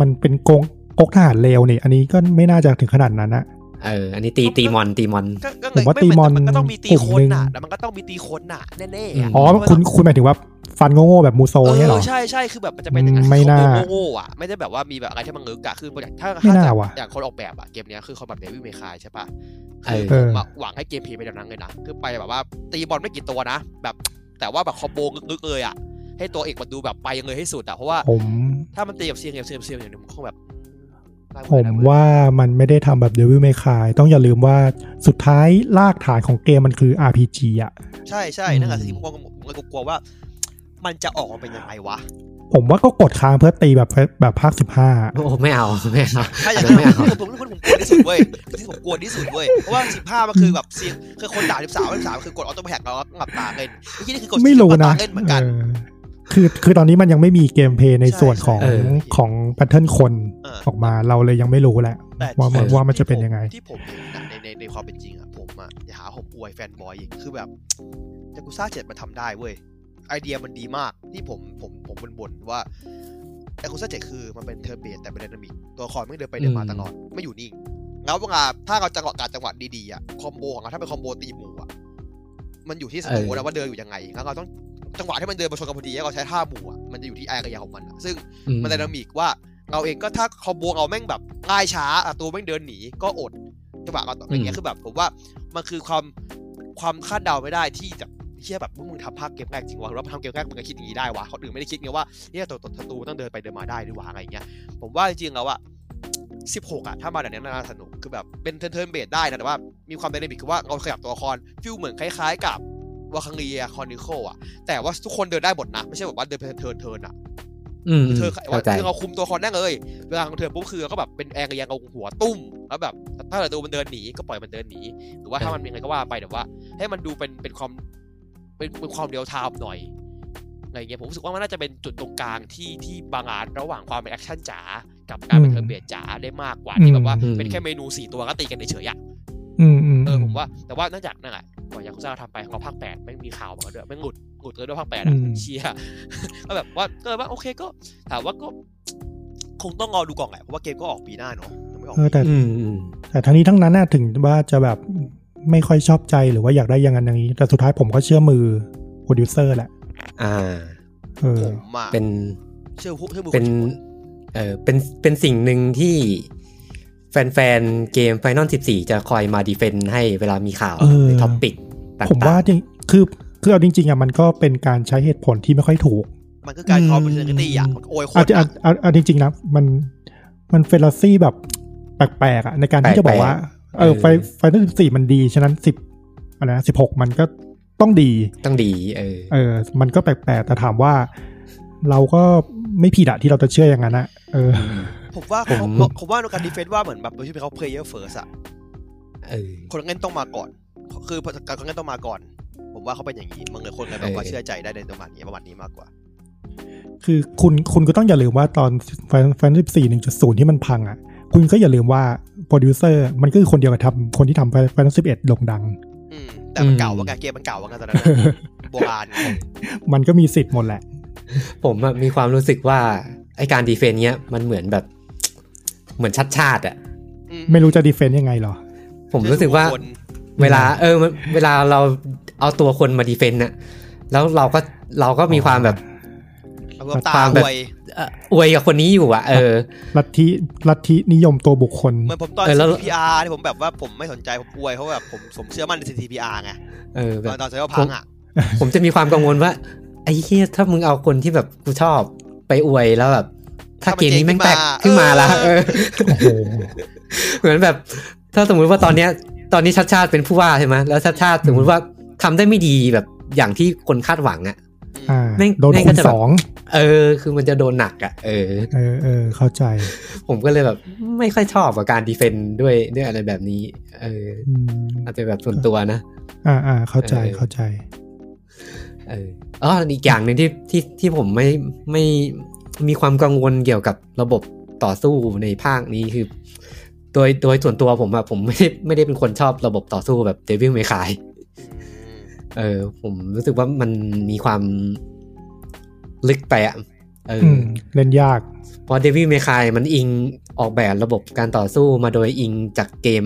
มันเป็นโกงกกทหารเลวนี่ อันนี้ก็ไม่น่าจะถึงขนาดนั้นอะ เออ อันนี้ตีตีมอนตีมอน ก็ก็ ผมว่า ไเห ตีมอน แต่มันก็ต้องมีตี กลุ่ม คน หนึ่ง น่ะแต่มันก็ต้องมีตีคนน่ะแน่ๆอะ ม อ๋อคุณคุณหมายถึงว่าฟันโง่ๆแบบมูโซ เอ เนี่ยเหร อ อ ใช่ใช่คือแบบมันจะเป็นอย่าง ไม่น่า โง่ๆอ่ะไม่ได้แบบว่ามีแบบอะไรที่มันเงึกอะคืออย่างถ้า ไม่น่า ถ้จ ว่ะ อย่างคนออกแบบอะเกมเนี้ยคือคอมแบบเดวิดเมคายใช่ปะ เออ คือผมอะหวังให้เกมเพลย์ไปแบบนั้นเลยนะคือไปแบบว่าตีบอลไม่กี่ตัวนะแบบแต่ว่าแบบคอมโบงึกๆเลยอะให้ตัวเอกมันดูแบบไปเลยให้สุดอะเพราะว่า ผม ถ้ามันตีกับเซียงเซียงเซียงเซียงอย่างเดียวมันคงแบบน่ ผ เบื่อ ม น่เบื่อ ว่ามันไม่ได้ทำแบบเดวิลเมคาย ต้องอย่าลืมว่าสุดท้ายรากฐานของเกมมันคือ RPG อ่ะ ใช่ใช่ อืม นั่นแหละสิ่งที่ผมกลัวผมก็กลัวว่า มันจะออกมาเป็นยังไงวะ ผมว่าก็กดค้างเพื่อตีแบบแบบภาคสิบห้า โอ้ไม่เอาไม่เอา ถ้าอย่าง เออ นั้น ไม่เอา ผมผมผมผมกลัวที่สุดเว้ยที่ผมกลัวที่สุดเว้ย เพราะว่าสิบห้ามันคือแบบเสียงคือคนด่าสิบสามสิบสามคือกดออโต้แฮกแล้วก็หลับตาเล่นไอ้ที่นี่คือกด ไม่รู้ หลับ นะ ตาเล่นเหมือนกัน เออคือคือตอนนี้มันยังไม่มีเกมเพลย์ใน ใช่ ส่วนของ เออ ของแพทเทิร์นคน เออ ออกมาเราเลยยังไม่รู้แหละ แต่ ว่ามัน ที่ ว่ามันจะเป็นยังไง ที่ผมเห็นน่ะในในในความเป็นจริงอะผมอะอย่าหาผมอวยแฟนบอยอีกคือแบบจากูซ่าเจ็ดมันทำได้เว้ย ไอเดียมันดีมากที่ผมผมผมบ่นๆว่าไอคูซ่าเจ็ดคือมันเป็นเทอร์เบสแต่เป็นไดนามิกตัวละครไม่เดินไปเดินมาตลอดไม่อยู่นิ่งแล้วเวลาถ้าเราจังหวะการจังหวะดีๆอ่ะคอมโบของเราถ้าเป็นคอมโบตีหมูอ่ะมันอยู่ที่สตูนะว่าเดินอยู่ยังไงแล้วเราต้องจังหวะที่มันเดินมาชนกันพอดีแล้วเราใช้ท่าหมูอ่ะมันจะอยู่ที่ไอระยะของมันอะซึ่ง อื มันไดนามิกว่าเราเองก็ถ้าคอมโบเราแม่งแบบง่ายช้าอะตัวแม่งเดินหนีก็อดจังหวะเราต่ออย่างเงี้ยคือแบบผมว่ามันคือความความคาดเดาไม่ได้ที่แบบเฮียแบบพวกมึงทำภาคเกมแรกจริงวะหรือว่าทำเกมแรกมึงก็คิดอย่างนี้ได้วะคนอื่นไม่ได้คิดไงว่าเนี่ยตัวตัวตัวต้องเดินไปเดินมาได้ด้วยวะอะไรอย่างเงี้ย ผมว่าจริงๆแล้วอะ16อะถ้ามาแบบเนี้ยน่าสนุกคือแบบเป็นเทิร์นเบสได้นะแต่ว่ามีความไดนามิกคือว่าเราขยับตัวละครฟิลเหมือนคล้าย ๆ กับวาคังเรียคอนิโคอะแต่ว่าทุกคนเดินได้หมดนะไม่ใช่แบบว่าเดินเป็นเทิร์นเทิร์นอะ อืม คือเธอ เข้าใจ คือเราคุมตัวละคอนได้เลยเวลาของเธอปุ๊บคือเราก็แบบเป็นแอร์กระยังเอาหัวตุ้มแล้วแบบถ้าเกิดตัวมันเดินหนีก็ปล่อยมันเดินหนีหรือว่าถ้ามันมีอะไรก็ว่าไปแต่ว่า ให้มันดูเป็นเป็นความเป็นเป็นความเรียวไทม์หน่อยอะไรเงี้ยผมรู้สึกว่ามันน่าจะเป็นจุดตรงกลางที่ที่บางอาจระหว่างความเป็นแอคชั่นจ๋ากับการเป็น อืม เทอร์เบียจ๋าได้มากกว่าที่แบบว่า อืม เป็นแค่เมนูสี่ตัวก็ตีกันเฉยๆอะ อืมอืม เออผมว่าแต่ว่าเนื่องจากนั่นแหละก่อนยาคุซ่าทำไปของเราภาคแปดไม่งมีข่าวมาด้วยไม่งหลุดหลุดเลยด้วยภาคแปดอะเชีย ก็แบบว่าก็เลยว่าโอเคก็ถามว่าก็ คงต้องรอดูก่อนแหละเพราะว่าเกมก็ออกปีหน้าเนาะยังไม่ออก เออแต่ อืมอืม แต่ทั้งนี้ทั้งนั้นน่ะถึงว่าจะแบบไม่ค่อยชอบใจหรือว่าอยากได้อย่างนั้นอย่างนี้ แต่สุดท้ายผมก็เชื่อมือโปรดิวเซอร์แหละ อ่า เออ ผมอะ เป็น เชื่อผู้เชื่อมือค เป็น น ญี่ปุ่น เออเป็น เป็นสิ่งหนึ่งที่แฟนๆ เกม Final 14 จะคอยมาดีเฟนต์ให้เวลามีข่าว เออ ในท็อปปิกต่างๆ ผมว่าจริงคือคือเอาจริงๆอ่ะมันก็เป็นการใช้เหตุผลที่ไม่ค่อยถูก มันคือการ อืม คอมมิชชั่นตี้อะมันโอยคน อาจจะ อะ อาจจริงๆนะมันมันเฟลซี่แบบแปลกๆอ่ะในการที่จะบอกว่า เออไฟไฟนอลสิบสี่มันดี ฉะนั้นสิบอะไรนะสิบหกมันก็ต้องดี ต้องดี เออ เออ มันก็แปลกๆ แต่ถามว่า เราก็ไม่ผิดอะที่เราจะเชื่ออย่างนั้นอะเออ ผมว่า ผม ผมผมว่าในการดีเฟนต์ว่าเหมือนแบบโดยที่เขาเพลเยอร์เฟิร์สอะ เออ คนเล่นต้องมาก่อน คือการคนเล่นต้องมาก่อน ผมว่าเขาเป็นอย่างนี้มันเลยคนเลยแบบว่า เออ เชื่อใจได้ในประมาณนี้ประมาณนี้มากกว่า คือคุณคุณก็ต้องอย่าลืมว่าตอนแฟนสิบสี่หนึ่งจุดศูนย์ที่มันพังอ่ะ คุณก็อย่าลืมว่าโปรดิวเซอร์มันก็คือคนเดียวกับทำคนที่ทำแฟนสิบเอ็ดลงดัง อืมแต่มันเก่าว่าไงเกมมันเก่าว่าไงตอนนั้นอะโบราณไง มันก็มีสิทธิ์หมดแหละ ผมอะมีความรู้สึกว่าไอการดีเฟนเนี้ยมันเหมือนแบบ เหมือนชัดชาติอะ อื ไม่รู้จะดีเฟนต์ยังไงหรอ ผมรู้สึกว่า คน เวลาเออมันเวลาเราเอาตัวคนมาดีเฟนต์น่ะแล้วเราก็เราก็มีความแบบ เอาพวกตา ความ ห แบบ วย เอ่ออวยกับคนนี้อยู่อ่ะเออ ลัทธิลัทธินิยมตัวบุคคล เหมือนผมตอน เออแล้ว CPR ที่ผมแบบว่าผมไม่สนใจผมอวยเพราะแบบผมผมเชื่อมั่นใน CPR ไง เออแบ ตอบ นตอนเซอร์พังอ่ะ ผมจะมีความกังวลว่าไอ้เฮียถ้ามึงเอาคนที่แบบกูชอบไปอวยแล้วแบบ ถ้าเกมนี้แม่งแตกขึ้นมาละเออ โอ้โห เหมือนแบบ ถ้าสมมุติว่าตอนเนี้ย ตอนนี้ชัดชาติเป็นผู้ว่าใช่ไหมแล้วชัดชาติสมมุติว่าทำได้ไม่ดีแบบอย่างที่คนคาดหวังอ่ะ อ่า แม่ง โดน แม่ง คู ก็ ณ จะแบบ สอง เออ คือมันจะโดนหนักอ่ะเออ เออเออเข้าใจ ผมก็เลยแบบ ไม่ค่อยชอบกับการดีเฟนต์ด้วยด้วยอะไรแบบนี้ เออ อืม อาจจะแบบส่วนตัวนะ อ่าอ่าเข้าใจ เออ เข้าใจ เอออ๋ออีกอย่างหนึ่งที่ที่ที่ผมไม่ไม่มีความกังวลเกี่ยวกับระบบต่อสู้ในภาคนี้คือ โดยโดยส่วนตัวผมอะผมไม่ได้ไม่ได้เป็นคนชอบระบบต่อสู้แบบเดวิลเมคาย อืม เออ ผมรู้สึกว่ามันมีความลึกไปอะเออ อื อ ม เล่นยาก เพราะเดวิลเมคายมันอิงออกแบบระบบการต่อสู้มาโดยอิงจากเกม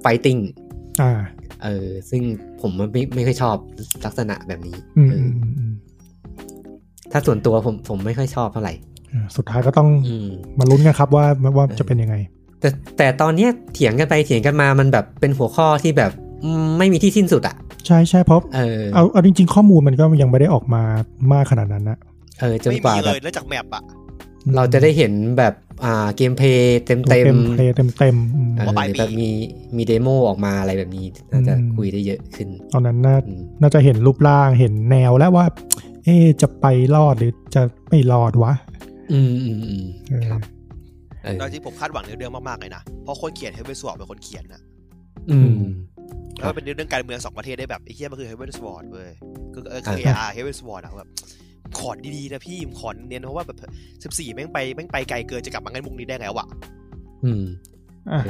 ไฟติ้ง อ่า เออ ซึ่งผมไม่ไม่ค่อยชอบลักษณะแบบนี้ อืม เอ อื อ มอืม ถ้าส่วนตัวผมผมไม่ค่อยชอบเท่าไหร่ อืมสุดท้ายก็ต้อง อืม มาลุ้นกันครับว่าว่าจะเป็นยังไง แต่แต่ตอนเนี้ยเถียงกันไปเถียงกันมามันแบบเป็นหัวข้อที่แบบอืมไม่มีที่สิ้นสุดอะ ใช่ใช่เพราะ เออ เอาเอาจริง ๆ ข้อมูลมันก็ยังไม่ได้ออกมามากขนาดนั้นนะ เออจน ไม่ กว่า มี แบ เล บ ยนอกจากแมปอ่ะ เราจะได้เห็นแบบอ่าเกมเพลย์เต็มเต็ม เต็มเพลย์เต็มเต็มๆอืม เออแบบมีมีเดโมออกมาอะไรแบบนี้น่าจะ อืม คุยได้เยอะขึ้น ตอนนั้นน่า อืม น่าจะเห็นรูปร่างเห็นแนวแล้วว่า เอ๊ะจะไปรอดหรือจะไม่รอดวะ อืมอืมอืม เออ ครับเออ ตอนที่ผมคาดหวังเนื้อเรื่องมากๆเลยนะเพราะคนเขียนเฮเวนสวอร์ดเป็นคนเขียนนะ อืม แล้วมันเป็นเรื่องการเมืองสองประเทศได้แบบไอ้เหี้ยมันคือเฮเวนสวอร์ดเว้ยคือเออคือ อ่า AR เฮเวนสวอร์ดอะแบบขอดีๆนะพี่ขอเน้นเพราะว่าแบบสิบสี่แม่งไปแม่งไปไกลเกินจะกลับมางั้นมุกนี้ได้ไงวะ อืม อ่ะ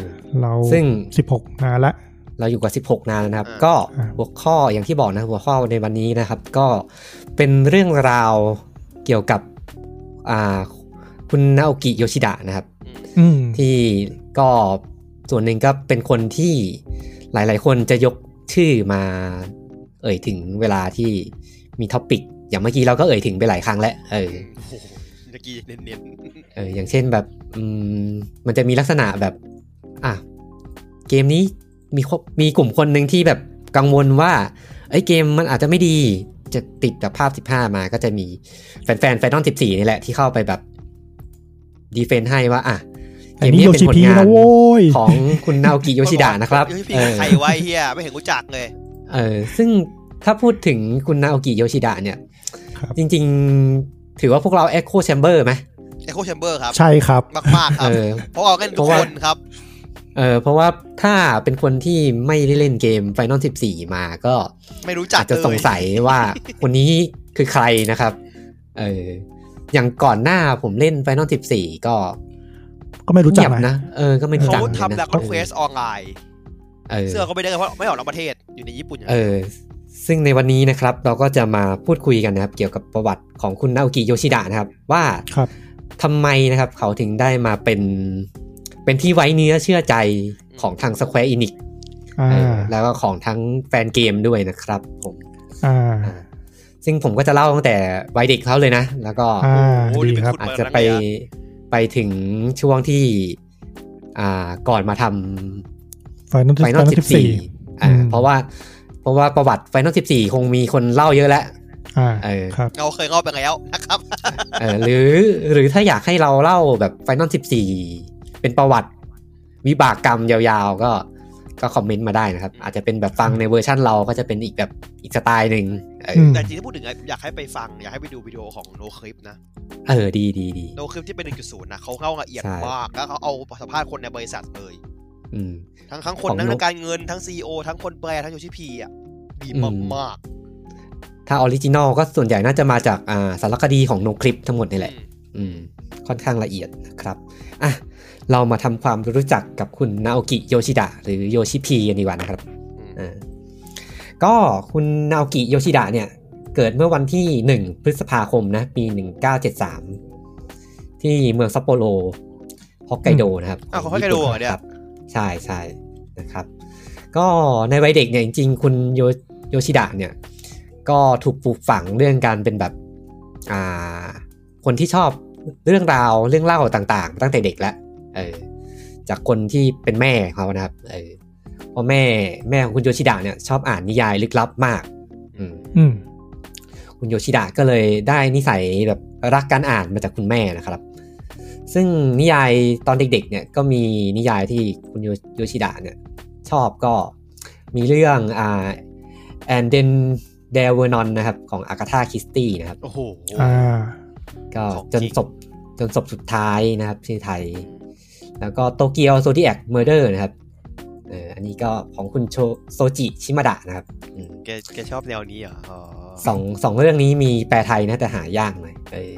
เรา ซึ่ง สิบหกนานละ เราอยู่กับ 16 นานแล้วนะครับ อ่า ก็ อ่า หัวข้ออย่างที่บอกนะ หัวข้อในวันนี้นะครับ ก็เป็นเรื่องราวเกี่ยวกับอ่าคุณนาโอกิโยชิดะนะครับ อืม อืม ที่ก็ส่วนหนึ่งก็เป็นคนที่หลาย ๆ คนจะยกชื่อมาเอ่ยถึงเวลาที่มีท็อปิก อย่างเมื่อกี้เราก็เอ่ยถึงไปหลายครั้งแล้วเออ โอ้โหเมื่อกี้เน้น เอออย่างเช่นแบบอืมมันจะมีลักษณะแบบ อ่ะเกมนี้มีครบมีกลุ่มคนหนึ่งที่แบบกังวลว่าไอ้ยเกมมันอาจจะไม่ดีจะติดแบบภาพ 15 มาก็จะมีแฟนๆแฟนนอน14 นี่แหละที่เข้าไปแบบดีเฟนต์ให้ว่า อ่ะ อั เก น ม นี้ นี้ โย เป็น ชิ ผล พี งาน นะโว้ย ของคุณนาโอกิ ๆ โยชิ ดะนะครับ โยชิ เอ ดะ อ ใครวะไอ้เฮียไม่เห็นกูจักเลย เออซึ่งถ้าพูดถึงคุณนาโอกิโยชิดะเนี่ย ครับ จริงๆ ถือว่าพวกเรา Echo Chamber ไหม ไอโคแชมเบอร์ครับ ใช่ครับ มากๆค เอ รับ อ เพราะเอากันทุกคนครับ เออเพราะว่าถ้าเป็นคนที่ไม่ได้เล่นเกม Final 14 มาก็ ไม่รู้จัก อาจจะสงสัยว่า คนนี้คือใครนะครับ เอออย่างก่อนหน้าผมเล่น Final 14 ก็ ก็ไม่รู้จัก เงียบ นะ นะ เออก็ไม่รู้ เขา จักเลยนะ ทำแล้วก็เควสออนไลน์ เออ เสื้อก็ไม่ได้เพราะไม่ออกนอกประเทศอยู่ในญี่ปุ่นอย่าง เอ เดียว อ ซึ่งในวันนี้นะครับ เราก็จะมาพูดคุยกันนะครับ เกี่ยวกับประวัติของคุณนาโอกิโยชิดะนะครับ ว่า ครับ ทำไมนะครับ เขาถึงได้มาเป็นเป็นที่ไว้เนื้อเชื่อใจของทาง Square Enix อ่า เออแล้วก็ของทั้งแฟนเกมด้วยนะครับผม อ่า อ่าซึ่งผมก็จะเล่าตั้งแต่วัยเด็กเขาเลยนะ แล้วก็ อ่า โอ้โห ดี นี่เป็น ครับ คน อาจ เปิด จะ ร้าน ไป เลยอะ ไปถึงช่วงที่ อ่าก่อนมาท ไฟนอล ำไฟนอล สิ สิ บบ สี่ สี่อ่า อืม เพราะว่า เพราะว่าประวัติไฟนอลสิบสี่คงมีคนเล่าเยอะแล้ว อ่า เออ ครับ เราเคยเข้าไปแล้วนะครับ เออหรือหรือถ้าอยากให้เราเล่าแบบไฟนอลสิบสี่เป็นประวัติ วิบากกรรมยาวๆ ก็ก็คอมเมนต์มาได้นะครับ อาจจะเป็นแบบฟังในเวอร์ชั่นเราก็จะเป็นอีกแบบอีกสไตล์หนึ่งเอออ อืม แต่จริงๆถ้าพูดถึงอะอยากให้ไปฟัง อยากให้ไปดูวิดีโอของโนคลิปนะ เออดีดีดี โนคลิปที่เป็น 1.0 นะเขาเข้าละเอียด ใช่ มากแล้วเขาเอาสัมภาษณ์คนในบริษัทเลย อืม ทั้งทั้งคน ของ ทั้งเรื่อง Nook การเงินทั้งซีอทั้งคนแปลทั้งโยชิพีอ่ะดีมาก ถ้าออริจินอลก็ส่วนใหญ่น่าจะมาจากอ่าสารคดีของโนคลิปทั้งหมดนี่แหละ อืม อืม ค่อนข้างละเอียดนะครับ อ่ะ เรามาทำความรู้จักกับคุณนาโอกิโยชิดะหรือโยชิพีกันดีกว่านะครับ อืม อ่าก็คุณนาโอกิโยชิดะเนี่ย เกิดเมื่อวันที่ 1 พฤษภาคมนะ ปี 1973 ที่เมืองซัปโปโรฮอกไกโดนะครับ อ้าวของฮอกไกโดเหรอเนี่ย ครับใช่ใช่นะครับ ก็ในวัยเด็กเนี่ยจริงๆ คุณโยโยชิดะเนี่ย ก็ถูกปลูกฝังเรื่องการเป็นแบบอ่าคนที่ชอบเรื่องราวเรื่องเล่าต่างๆ ตั้งแต่เด็กแล้วเออจากคนที่เป็นแม่เขานะครับเออ เพราะแม่แม่ของคุณโยชิดะเนี่ยชอบอ่านนิยายลึกลับมาก อืม อืม คุณโยชิดะก็เลยได้นิสัยแบบรักการอ่านมาจากคุณแม่นะครับ ซึ่งนิยายตอนเด็กๆเนี่ยก็มีนิยายที่คุณโยโยชิดะเนี่ยชอบก็มีเรื่องอ่าแอนเดนเดเวอร์นอนนะครับของอากาธาคิสตี้นะครับ โอ้โห อ่า ก็ ของจ จ ริ น ง ศพจนศพสุดท้ายนะครับที่ไทย แล้วก็โตเกียวโซ d ิแอ m เมอร์เดอร์นะครับเอออันนี้ก็ของคุณโชโซจิชิมาดะนะครับอืม แกแกชอบแนวนี้เหรออ๋อ สองสองเรื่องนี้มีแปลไทยนะแต่หายากหน่อยเออ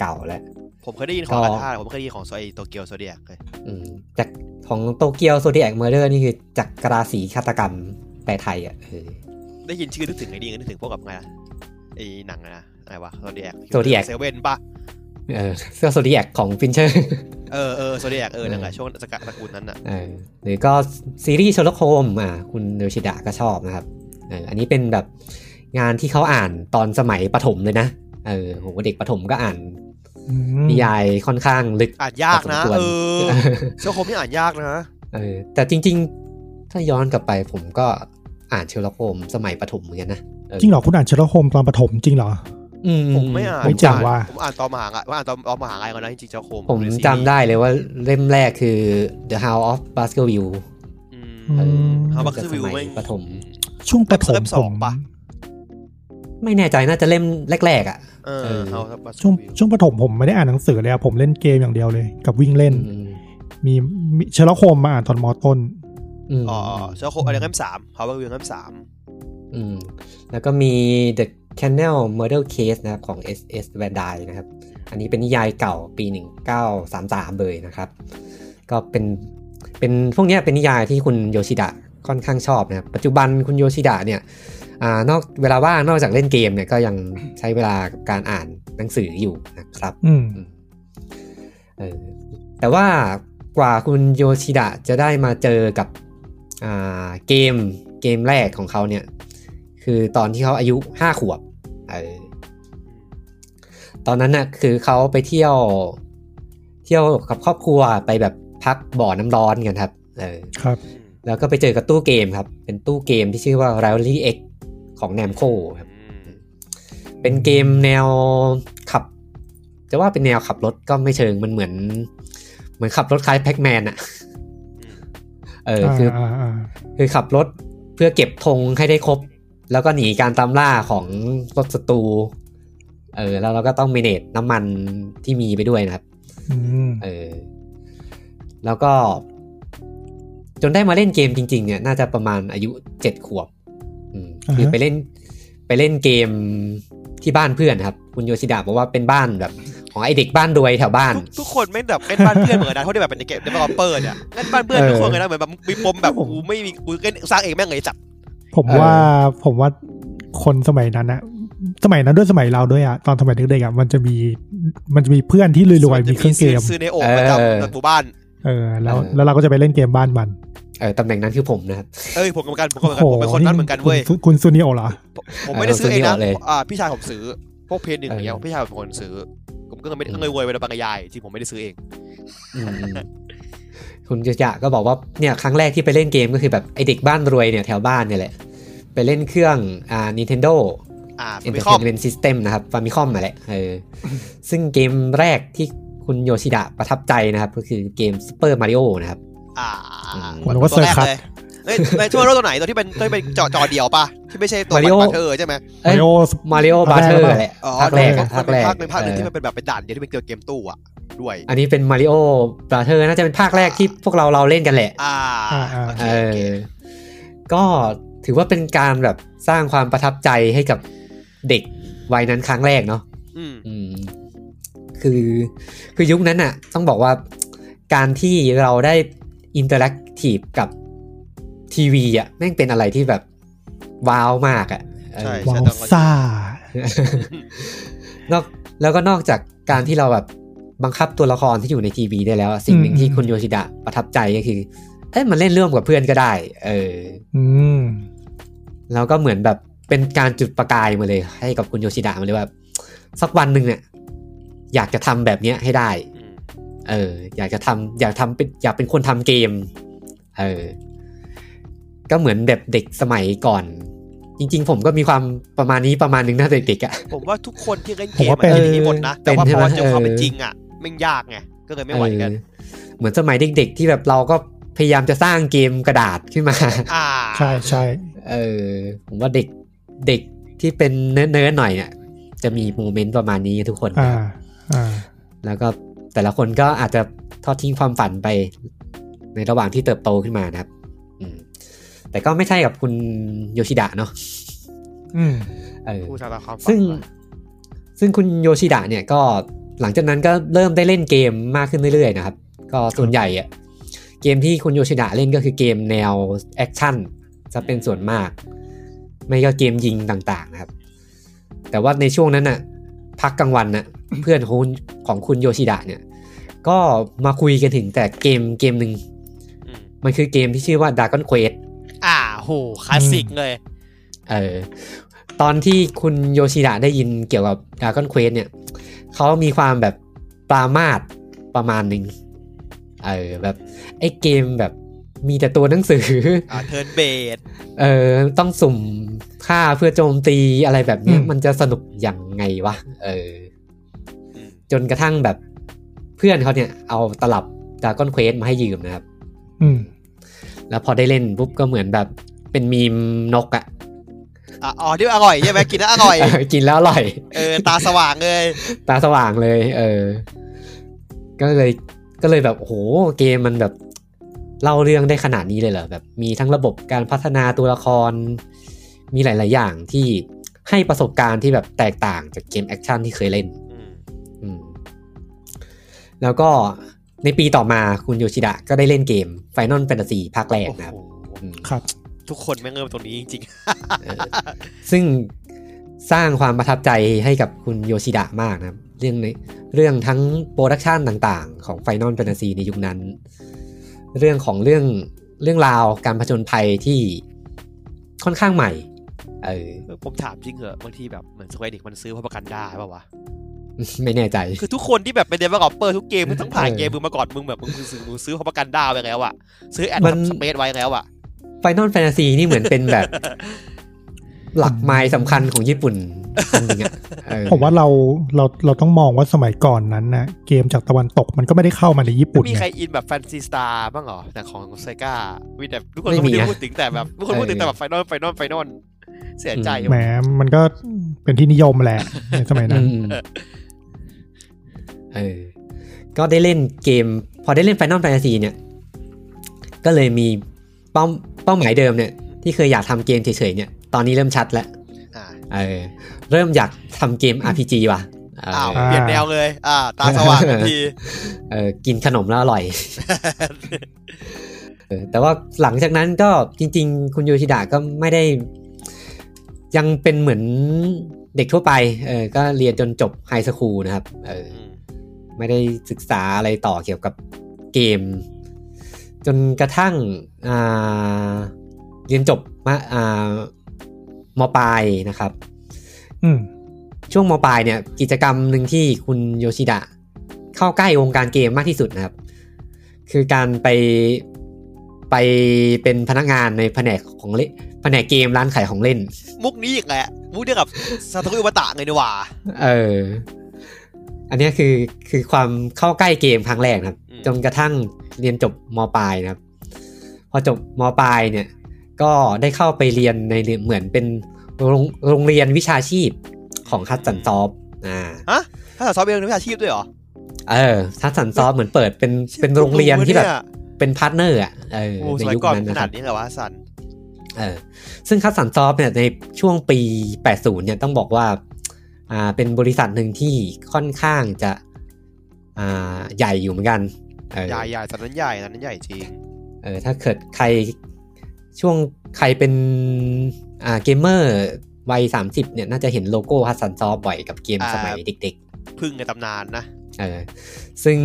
เก่าแล้ว ผมเคยได้ยินของ ก็ อาธาผมเคยได้ยินของโซไอโตเกียวโซเดียกเลย อืมจากของโตเกียวโซ d ิแอ m เมอร์เดอร์นี่คือจักรราศีฆาตกรรมแปลไทยอ่ะ ได้ยินชื่อนึกถึงไอ้นี่ไงนึกถึงพวกกับไงนะไอ้หนังอะนะอะไรวะโซเดียก โซ d ิแอ m เซเว่นปะ เออเสื้อโซ d ิแอ m ของฟินเชอร์ เออเออโซเดียกเออนั่นแหละช่วงสกัดตระกูลนั้นอะ เออหรือก็ซีรีส์โชลโคมอ่ะคุณโยชิดะก็ชอบนะครับเอออันนี้เป็นแบบงานที่เขาอ่านตอนสมัยประถมเลยนะเออโหเด็กประถมก็อ่าน อืม นิยายค่อนข้างลึก อ่านยากนะ พอสมควร เออ เชื้อคมนี่อ่านยากนะ เออแต่จริงๆ ถ้าย้อนกลับไปผมก็อ่านเชลล็อกโฮมส์สมัยประถมเหมือนกันนะ จริงเหรอคุณอ่านเชลโฮมส์ตอนประถมจริงเหรอ อื ผมไม่อ่าน ผมจำว่า ผมอ่านตอนมหาลัยว่าอ่านตอนตอนมหาลัยก่อนนะจริงๆเชื้อคม ผม หรือซีรีส์ จำได้เลยว่าเล่มแรกคือ The House of Baskerville อืม เออ ฮาบักซ์วิว สมั ไม่ ยประถม ช่วงประถม เว็บส ผ อง ม ปะ ไม่แน่ใจน่าจะเล่มแรก ๆ อ่ะ เออ เออ ฮาบักซ์ ช่วง วิว ช่วงประถมผมไม่ได้อ่านหนังสือเลยอะผมเล่นเกมอย่างเดียวเลย กับวิ่งเล่น อืม มีมีเชลโฮมส์มาอ่านตอนมอต้น อืม อ๋อเชื้อคมอะไรงั้นสามฮาบักซ์วิวงั้นสาม อืมแล้วก็มี The Canal Murder Case นะครับของ S.S. Van Dyne นะครับ อันนี้เป็นนิยายเก่าปี 1933 เลยนะครับ ก็เป็นเป็นพวกเนี้ยเป็นนิยายที่คุณโยชิดะค่อนข้างชอบนะครับ ปัจจุบันคุณโยชิดะเนี่ยอ่านอกเวลาว่างนอกจากเล่นเกมเนี่ยก็ยังใช้เวลากับการอ่านหนังสืออยู่นะครับ อืม เออแต่ว่ากว่าคุณโยชิดะจะได้มาเจอกับอ่าเกมเกมแรกของเขาเนี่ย คือตอนที่เขาอายุห้าขวบเออตอนนั้นน่ะคือเขาไปเที่ยว เที่ยวกับครอบครัวไปแบบพักบ่อน้ำร้อนกันครับเออ ครับ อืม แล้วก็ไปเจอกับตู้เกมครับ เป็นตู้เกมที่ชื่อว่า Rally X ของ Namco ครับ อืม เป็นเกมแนวขับ จะว่าเป็นแนวขับรถก็ไม่เชิงมันเหมือน เหมือนขับรถคล้ายแพ็กแมนอะ อืม เออคืออ อ่าอ่า คือขับรถเพื่อเก็บธงให้ได้ครบ แล้วก็หนีการตามล่าของรถศัตรูเออแล้วเราก็ต้องเมเนจน้ำมันที่มีไปด้วยนะครับ อืม เออ แล้วก็จนได้มาเล่นเกมจริง ๆ เนี่ย น่าจะประมาณอายุเจ็ดขวบ อืมคือไปเล่น ไปเล่นเกมที่บ้านเพื่อนครับ คุณโยชิดะบอกว่าเป็นบ้านแบบ ของไอเด็กบ้านรวยแถวบ้าน ทุกทุกคนไม่งแบบเล่นบ้านเพื่อนเหมือนกันนะเพราะที่แบบเป็นเกมเดเวลอปเปอร์เนี่ยเล่นบ้านเพื่อนทุกคนเลยนะเหมือนแบบมีปมแบบกูไม่มีกูเล่นสร้างเองแม่งเลยจัด ผม เออ ว่าผมว่าคนสมัยนั้นอะสมัยนั้นด้วยสมัยเราด้วยอะตอนสมัยเด็กๆอะมันจะมีมันจะมีเพื่อนที่รวยๆมีเครื่องเกม ซื้อในโอ่งประจ เออ ำหมู่บ้าน เออ แล้วแล้วเราก็จะไปเล่นเกมบ้านมัน เออตำแหน่งนั้นคือผมนะครับ เอ้ยผมกรรมการผมกรรมการผมเป็นคนนั้นเหมือนกันเว้ย คุณคุณซูนิโอเหรอ ผมผมไม่ได้ซื้อเองเออซื้อนี่อนะอกเลย อ่าพี่ชายผมซื้อ พวกเพจหนึ่งอย่างเงี้ย เออ พี่ชายผมเป็นคนซื้อ ผมก็ไม่ อืม เงยเวยไปแล้วบางกะยายที่ผมไม่ได้ซื้อเอง อืมอืมคุณโยชิดะก็บอกว่าเนี่ยครั้งแรกที่ไปเล่นเกมก็คือแบบไอเด็กบ้านรวยเนี่ยแถวบ้านเนี่ยแหละ ไปเล่นเครื่องอ่า Nintendo อ่า เอนเต ไป อร์ ครอบ เทนเมนต์ซิสเต็มนะครับฟามิคอมมาแหละเออซึ่งเกมแรกที่คุณโยชิดะประทับใจนะครับ ก็คือเกม Super Mario นะครับ อ่า ผมนึกว่า ตัวแรก เซอร์คัส เลยเอ้ยในช่วงรถตัวไหนตัวที่เป็นตัวที่เป็นจอจอเดียวป่ะที่ไม่ใช่ตัวบัต Mario รบัตเทอร์ใช่ไหม เอ้ย Mario Mario ภาค Butter แกหอเปล่า แหละ อ๋อ ภาคแรกอะ ภา ภา ค ค แร แร ก ก ภาคในภาคหนึ่ง เออ ที่มันเป็นแบบเป็นด่านเดียวที่เป็นเกี่ยวกับเกมตู้อ่ะด้วย อันนี้เป็น Mario Brother น่าจะเป็นภาคแรกที่พวกเราเราเล่นกันแหละ อ่า อ่าอ่า โอเค เอ โอเค อ ก็ ถือว่าเป็นการแบบสร้างความประทับใจให้กับเด็กวัยนั้นครั้งแรกเนาะ อืม อืมคือคือยุคนั้นอะต้องบอกว่าการที่เราได้อินเตอร์แอคทีฟกับทีวีอะแม่งเป็นอะไรที่แบบว้าวมากอะเออ ใช่ ว้าวซ่า นอกแล้วก็นอกจากการที่เราแบบบังคับตัวละครที่อยู่ในทีวีได้แล้วอะสิ่งหนึ่งที่ อืม คุณโยชิดะประทับใจก็คือ เอ้ยมันเล่นร่วมกับเพื่อนก็ได้ เออ อืม แล้วก็เหมือนแบบเป็นการจุดประกายมาเลย ให้กับคุณโยชิดะมาเลยว่าสักวันหนึ่งเนี่ย อยากจะทำแบบเนี้ยให้ได้ อืม เออ อยากจะทำอยากทำเป็นอยากเป็นคนทำเกม เออ ก็เหมือนแบบเด็กสมัยก่อน จริง ๆ ผมก็มีความประมาณนี้ประมาณหนึงนะเด็กๆอ่ะ ผมว่าทุกคนที่เล่นเก ผม ม ว่าเป็น อะเป็นอย่างนี้หมดนะ แต่ว่า เป็นใช่พไหม อเจอความเป็น เออ จริงอ่ะแม่งยากไง ก็เลยไม่ไหวกัน เออเหมือนสมัยเด็ก ๆ ที่แบบเราก็พยายามจะสร้างเกมกระดาษขึ้นมา อ่า ใช่ใช่ เออ ผมว่าเด็กเด็กที่เป็นเนื้อๆหน่อยเนี่ยจะมีโมเมนต์ประมาณนี้ทุกคน อ่า อ่า แล้วก็แต่ละคนก็อาจจะทอดทิ้งความฝันไป ในระหว่างที่เติบโตขึ้นมานะครับ อืม แต่ก็ไม่ใช่กับคุณโยชิดะเนาะ อืม เออ พูดตามความฝัน ซึ่ง ไป ซึ่งคุณโยชิดะเนี่ยก็หลังจากนั้นก็เริ่มได้เล่นเกมมากขึ้นเรื่อยๆนะครับ ก็ส่วนใหญ่อะเกมที่คุณโยชิดะเล่นก็คือเกมแนวแอคชั่นจะเป็นส่วนมาก ไม่ก็เกมยิงต่างๆนะครับ แต่ว่าในช่วงนั้นน่ะพักกลางวันน่ะ เพื่อนของคุณของคุณโยชิดะเนี่ย ก็มาคุยกันถึงแต่เกมเกมหนึ่ง อืม มันคือเกมที่ชื่อว่า Dragon Quest อ่าโหคลาสสิกเลย เออตอนที่คุณโยชิดะได้ยินเกี่ยวกับ Dragon Quest เนี่ยเขามีความแบบปรามาสประมาณหนึ่งเออแบบไอ้เกมแบบมีแต่ตัวหนังสือ อ่าเทิร์นเบด เออต้องสุ่มฆ่าเพื่อโจมตีอะไรแบบเนี้ย อืม มันจะสนุกยังไงวะเออจนกระทั่งแบบเพื่อนเขาเนี่ยเอาตลับ Dragon Quest มาให้ยืมนะครับ อืม แล้วพอได้เล่นปุ๊บก็เหมือนแบบเป็นมีมนกอะ อ่ะอ๋อที่อร่อยใช่ไหมกินแล้วอร่อย เออ กินแล้วอร่อย เออ ตาสว่างเลย ตาสว่างเลย เออ ก็เลย ก็เลยแบบโอ้โห เกมมันแบบเล่าเรื่องได้ขนาดนี้เลยเหรอ แบบ มีทั้งระบบการพัฒนาตัวละคร มีหลาย ๆ อย่างที่ให้ประสบการณ์ที่แบบแตกต่างจากเกมแอคชั่นที่เคยเล่น อืม อืม แล้วก็ในปีต่อมาคุณโยชิดะก็ได้เล่นเกม Final Fantasy ภาคแรก โอ้โห นะครับอืม ครับ ทุกคนแม่งเริ่มตรงนี้จริง ซึ่งสร้างความประทับใจให้กับคุณโยชิดะมากนะครับ เรื่องในเรื่องทั้งโปรดักชันต่างๆ ของ Final Fantasy ในยุคนั้น เรื่องของเรื่องเรื่องราวการผจญภัยที่ค่อนข้างใหม่ เออ ๆเออผมถามจริงเหอะบางทีแบบเหมือนสควอเด็กมันซื้อเพราะประกันได้ป่าวะ ไม่แน่ใจ คือทุกคนที่แบบเป็นเดเวลอปเปอร์ทุกเกมมึงต้องผ่าน เออ เกมมึงมาก่อนมึงแบบมึงซื้อมึงซื้อเพราะประกันดาวไปแล้วอะซื้อแอด มัน สเปซไว้แล้วอะ Final Fantasy นี่เหมือนเป็นแบบ หลักไม้สำคัญของญี่ปุ่นอันหนึงอะเออ ผมว่าเราเราเราต้องมองว่าสมัยก่อนนั้นนะเกมจากตะวันตกมันก็ไม่ได้เข้ามาในญี่ ไม่ ปุ่น มี ไง ใครอินแบบแฟนซีสตาร์บ้างเหรอแต่ของไซก้ามีแต่ทุกคนก็ไม่ได้พูดถึงแต่แบบทุกคนพูดถึงแต่แบบไฟนอลไฟนอลไฟนอลเสียใจ แหมมันก็เป็นที่นิยม แหละในสมัยนั้น อืมเออ ก็ได้เล่นเกม พอได้เล่น Final Fantasy เนี่ย ก็เลยมีเป้าเป้าหมายเดิมเนี่ย ที่เคยอยากทำเกมเฉยๆเนี่ย ตอนนี้เริ่มชัดแล้ว อ่า เออ เริ่มอยากทำเกม RPG ว่ะเออ อ้าว อ เปลี่ยนแนวเลย อ่า ตาสว่างทัน ที เออกินขนมแล้วอร่อย เออแต่ว่าหลังจากนั้นก็จริง ๆ คุณโยชิดะก็ไม่ได้ ยังเป็นเหมือนเด็กทั่วไป เออ ก็เรียนจนจบไฮสคูลนะครับ เออ อืม ไม่ได้ศึกษาอะไรต่อเกี่ยวกับเกม จนกระทั่งอ่าเรียนจบมาอ่ามปลายนะครับ อืม ช่วงมปลายเนี่ยกิจกรรมหนึ่งที่คุณโยชิดะเข้าใกล้วงการเกมมากที่สุดนะครับ คือการไปไปเป็นพนักงานในแผนกของเล่นแผนกเกมร้านขายของเล่น มุกนี้อีกแหละมุกเดียวกับซาโตกุอุบะตะไงดีกว่า เออ อันเนี้ยคือคือความเข้าใกล้เกมครั้งแรกนะครับ จนกระทั่งเรียนจบมปลายนะครับ พอจบมปลายเนี่ย ก็ได้เข้าไปเรียนในเหมือนเป็นโรงโรงเรียนวิชาชีพของคัตสันซอฟอ่า ฮะถ้าสาวซอฟต์แวร์เป็นวิชาชีพด้วยเหรอ เออคัตสันซอฟเหมือนเปิด เป็นเป็นโรงเรียนที่แบบ เนี่ย เป็นพาร์ทเนอร์อ่ะเออ โอ้ ใน สมัย ยุค ก่อน นั้น ข นะค นา รั ด บ นี้เหรอวะสัน เออซึ่งคัสสันซอฟเนี่ยในช่วงปี 80 เนี่ยต้องบอกว่าอ่าเป็นบริษัทหนึ่งที่ค่อนข้างจะอ่าใหญ่อยู่เหมือนกันเออ ใหญ่ใหญ่ตอนนั้นใหญ่ตอนนั้นใหญ่จริง เออถ้าเกิดใครช่วงใครเป็นอ่าเกมเมอร์วัยสามสิบเนี่ยน่าจะเห็นโลโก้ฮัสซันซอบ่อยกับเกม อ่า สมัยเด็ก พึ่งในตำนานนะ ๆเออซึ่ง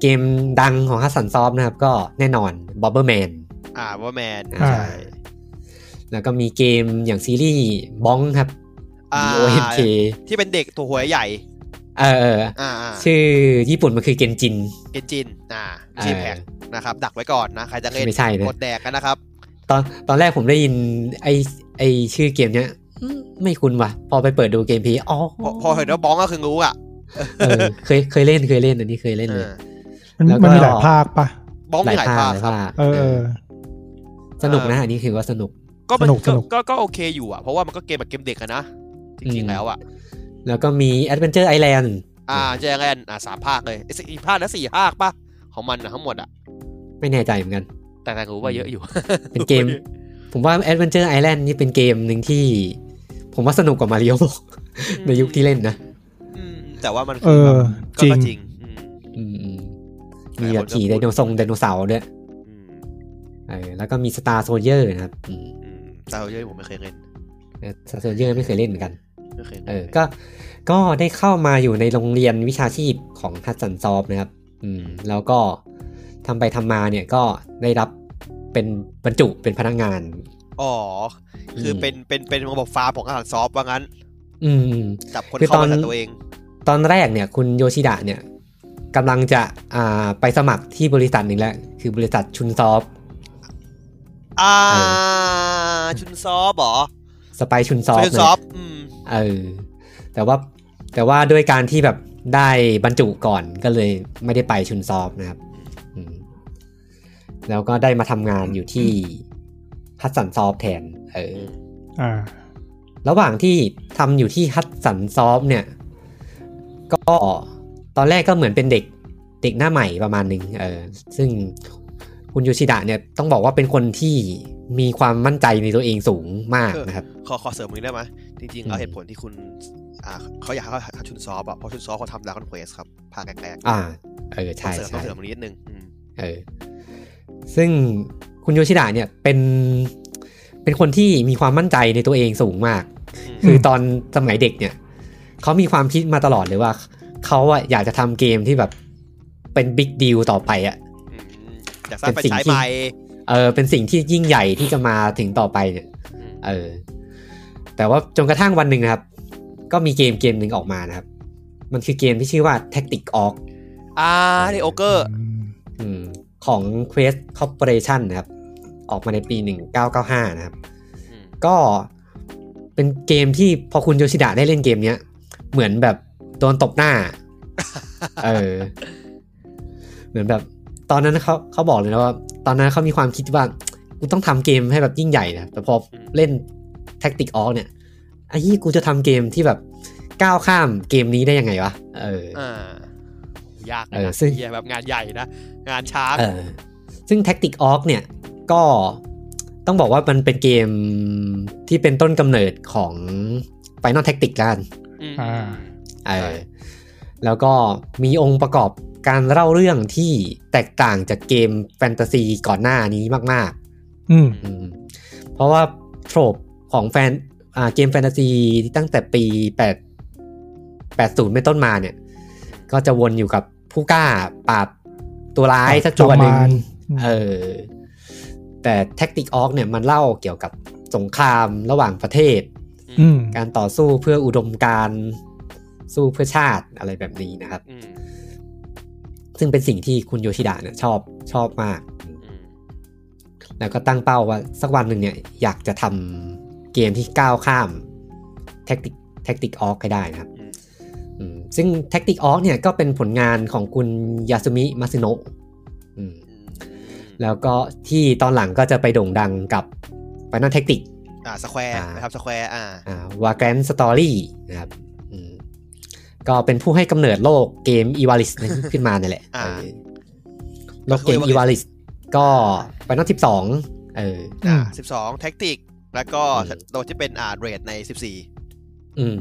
เกมดังของฮัสซันซอฟนะครับก็แน่นอนบ o บเบอร์แมน อ่าว่าแมน อ่า ใช่ แล้วก็มีเกมอย่างซีรีส์บ้องครับ อ่า B O N K ที่เป็นเด็กตัวหัวใหญ่ เออเออ อ่าอ่า ชื่อญี่ปุ่นมันคือเกนจิน เกนจินอ่า เอ จี อ แพ็กนะครับ ดักไว้ก่อนนะ ใครจะเล่น ไม่ใช่นะ กดแดกกันนะครับ ตอนตอนแรกผมได้ยินไอไอชื่อเกมเนี้ยอืมไม่คุ้นว่ะ พอไปเปิดดูเกมพีอ๋อ พอพอเห็นว่าบ้องก็คือรู้อ่ะ เออเคยเคยเล่นเคยเล่นอันนี้เคยเล่นเลย อ่า มัน แล้วก็ มันมีหลายภาคปะ บ้องมีหลายภาคครับ ค เออเออ สนุกนะอันนี้คือว่าสนุก ก็มัน สนุก ก็ สนุก ก็ก็โอเคอยู่อ่ะ เพราะว่ามันก็เกมแบบเกมเด็กอะนะ จริ อื ง ม ๆแล้วอ่ะ แล้วก็มี Adventure Island อ่าเจอกันอ่าสามภาคเลยเอ้ยสี่ภาคแล้วสี่ภาคป่ะ ของมันอะทั้งหมดอ่ะ ไม่แน่ใจเหมือนกัน แต่แต่รู้ว่าเยอะอยู่ เป็นเกม ผมว่า Adventure Island นี่เป็นเกมหนึ่งที่ ผมว่าสนุกกว่ามาริโอ ในยุคที่เล่นนะ อืมแต่ว่ามัน เอ คือแบ อ บก็ จก็จริงริงอืม อืม หมีลายคนก็แบบขี่ไดโนทรงไดโนเสาร์ด้วย อืม เออแล้วก็มี Star Soldier นะครับอืม อืมแต่เอาเยอะอยู่ผมไม่เคยเล่น Star Soldier ไม่เคยเล่นเหมือนกัน ไม่เคยล่น เออ ก็ ก็ได้เข้ามาอยู่ในโรงเรียนวิชาชีพของฮัสซันซอบนะครับ อืม แล้วก็ทำไปทำมาเนี่ยก็ได้รับเป็นบรรจุเป็นพนักงาน อ๋อคือมอเป็นเป็นเป็นระบบฟาร์มของอาหารซอฟต์ว่างั้น อืมอืม จับคน คือ เข้า ตอ มาน จากตัวเอง ตอนแรกเนี่ยคุณโยชิดะเนี่ยกำลังจะอ่าไปสมัครที่บริษัทหนึ่งแล้ว คือบริษัทชุนซอฟ อ่า ชุนซอฟต์เหรอ สไปชุนซอฟ ชุนซอฟต์อืม เออแต่ว่าแต่ว่าด้วยการที่แบบได้บรรจุก่อนก็เลยไม่ได้ไปชุนซอฟนะครับอืมแล้วก็ได้มาทำงานอยู่ที่ฮัตสันซอฟแทนเออ อ่า ระหว่างที่ทำอยู่ที่ฮัตสันซอฟเนี่ย ก็ตอนแรกก็เหมือนเป็นเด็กเด็กหน้าใหม่ประมาณหนึ่งเออซึ่งคุณยูชิดะเนี่ยต้องบอกว่าเป็นคนที่มีความมั่นใจในตัวเองสูงมากนะครับ ขอขอเสริมมึงได้ไหมจริง อื ๆ ม เอาเหตุผลที่คุณ อ่าเขาอยากให้เขาชุนซอฟต์อะเพราะชุนซอฟต์เขาทำดาร์คอนเควสครับภาคแรกๆ อ่า เออ ต้อ ใช่ งเสริมต้อ ใช่ งเสริมตรงนี้นิดนึงอืม เออซึ่งคุณยูชิดะเนี่ยเป็นเป็นคนที่มีความมั่นใจในตัวเองสูงมาก ม คือตอนสมัยเด็กเนี่ยเขามีความคิดมาตลอดเลยว่าเขาอะอยากจะทำเกมที่แบบเป็นบิ๊กดีลต่อไปอะ อืมอยากสร้าง เป็นไปสิ่ง ใช้ ที่ ไป เออเป็นสิ่งที่ยิ่งใหญ่ที่จะมาถึงต่อไปเนี่ย อืม เออ แต่ว่าจนกระทั่งวันหนึ่งนะครับ ก็มีเกมเกมหนึ่งออกมานะครับ มันคือเกมที่ชื่อว่า Tactic Org อ่าเดโอเกอร์ ม อืมของ Quest Corporation นะครับ ออกมาในปี 1995 นะครับ ก็เป็นเกมที่พอคุณโยชิดะได้เล่นเกมเนี้ย เหมือนแบบโดนตบห น้า เออ เหมือนแบบ ตอนนั้นเขาเขาบอกเลยนะว่า ตอนนั้นเขามีความคิดว่ากูต้องทำเกมให้แบบยิ่งใหญ่นะแต่พอเล่นแท็กติกออเนี่ยไอ้ยี่กูจะทำเกมที่แบบก้าวข้ามเกมนี้ได้ยังไงวะเออ อ่า ยาก เออ นะ ซึ่ง เหี้ยแบบงานใหญ่นะ งานช้าง เออซึ่ง Tactic Orc เนี่ยก็ต้องบอกว่ามันเป็นเกมที่เป็นต้นกำเนิดของ Final Tactic แล้วกัน ม อ่า เอ ใช่ อแล้วก็มีองค์ประกอบการเล่าเรื่องที่แตกต่างจากเกมแฟนตาซีก่อนหน้านี้มาก อืม ๆอืมเพราะว่าโทรปของแฟนอ่าเกมแฟนตาซีตั้งแต่ปี 8 80 เป็นต้นมาเนี่ย ก็จะวนอยู่กับผู้กล้าปราบตัวร้ายสักตัวหนึ่ง จอมมารอืม เออแต่แท็กติกออกเนี่ยมันเล่าเกี่ยวกับสงครามระหว่างประเทศ อืม การต่อสู้เพื่ออุดมการณ์สู้เพื่อชาติอะไรแบบนี้นะครับ อืม ซึ่งเป็นสิ่งที่คุณโยชิดะเนี่ยชอบชอบมาก อืม แล้วก็ตั้งเป้าว่าสักวันหนึ่งเนี่ยอยากจะทำเกมที่ก้าวข้ามแท็กติกแท็กติกออกให้ได้นะครับ อืม อืมซึ่งแท็กติกออกเนี่ยก็เป็นผลงานของคุณยาสุมิมาซึโนะอืม อืม แล้วก็ที่ตอนหลังก็จะไปโด่งดังกับ Final Tactic อ่าสแควร์ อ่าน นะครับสแควร์อ่า วาแกนสตอรี่า Vagrant Story นะครับอืมก็เป็นผู้ให้กำเนิดโลกเกมอีวาลิส ขึ้นมาเนี่ยแหละ อ่า เออโลกเกมอีวาลิสก็ Final 12เออ อ่าสิบสองแท็กติก แล้วก็ อืม ตัวที่เป็นอ่าเรทใน อืม